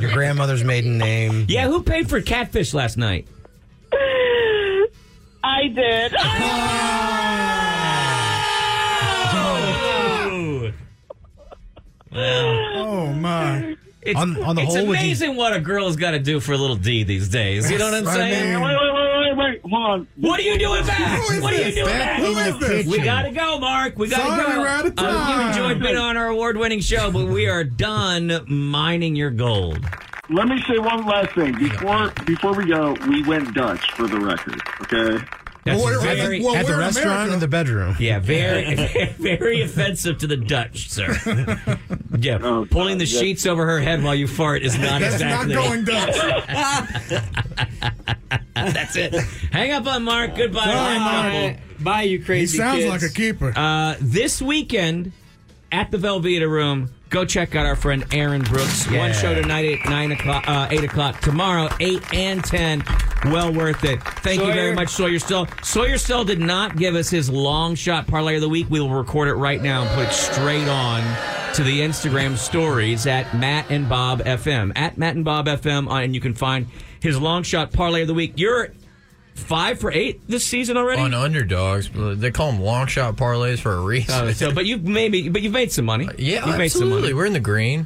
your grandmother's maiden name.
Yeah, who paid for catfish last night?
I did.
Oh my!
It's,
On- on the
it's
whole, would you-
amazing what a girl's got to do for a little D these days. You know what I'm
Yes, I
saying?
mean- Wait,
wait, wait, wait, wait. Hold on.
What are you doing back?
Who is
What are you
this?
doing
Back
back?
in the
We
kitchen.
gotta go, Mark. We gotta
Sorry,
go.
we're out of
Uh,
time.
you enjoyed being on our award-winning show, but we are done mining your gold.
Let me say one last thing before before we go. We went Dutch for the record. Okay.
That's
Well, we're-
very,
well, At the we're in restaurant, America. in the bedroom.
Yeah, very, very offensive to the Dutch, sir. Yeah, pulling the
yeah.
sheets over her head while you fart is not
That's
exactly.
not going Dutch.
That's it. Hang up on Mark. Goodbye,
Sorry, Mark.
Mark Couple. Bye, you
crazy sounds kids. like a keeper.
Uh, this weekend at the Velveeta Room, go check out our friend Aaron Brooks. One
Yeah.
show tonight at nine o'clock, uh, eight o'clock tomorrow, eight and ten. Well worth it. Thank you very
Sawyer.
much, Sawyer Still. Sawyer Still did not give us his long shot parlay of the week. We will record it right now and put it straight on to the Instagram stories at Matt and Bob FM at Matt and Bob FM, on- and you can find his long shot parlay of the week. You're five for eight this season already
on underdogs. but They call them long shot parlays for a reason.
Oh, so, but you've maybe, but you've made some money.
Uh, yeah,
you've
absolutely.
made some money.
We're in the green.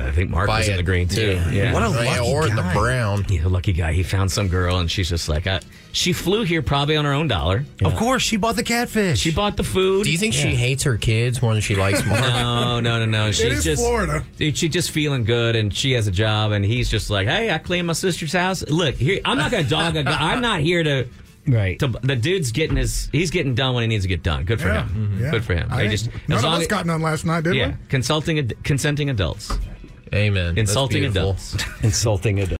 I think Mark
By
was in
a-
the green too.
yeah. What a Yeah, lucky or in the guy. brown.
Yeah, lucky guy. He found some girl, and she's just like, I, she flew here probably on her own dollar. Oh,
Of course, she bought the catfish. She
bought the food.
Do you think she hates her kids more than she likes Mark?
No, no, no, no.
It
She's
is
just
Florida.
Dude, she's just feeling good, and she has a job, and he's just like, hey, I clean my sister's house. Look, here, I'm not gonna dog a guy. I'm not here to.
Right.
To, the dude's getting his. He's getting done when he needs to get done. Good for
Yeah,
Mm-hmm.
him.
yeah.
Mm-hmm. Good for him.
I
They
ain't-
just
none
as
of
long
us
as-
got none last night, did
yeah,
we?
consulting ad- consenting adults.
Amen.
Insulting
That's beautiful.
adults. Insulting adults.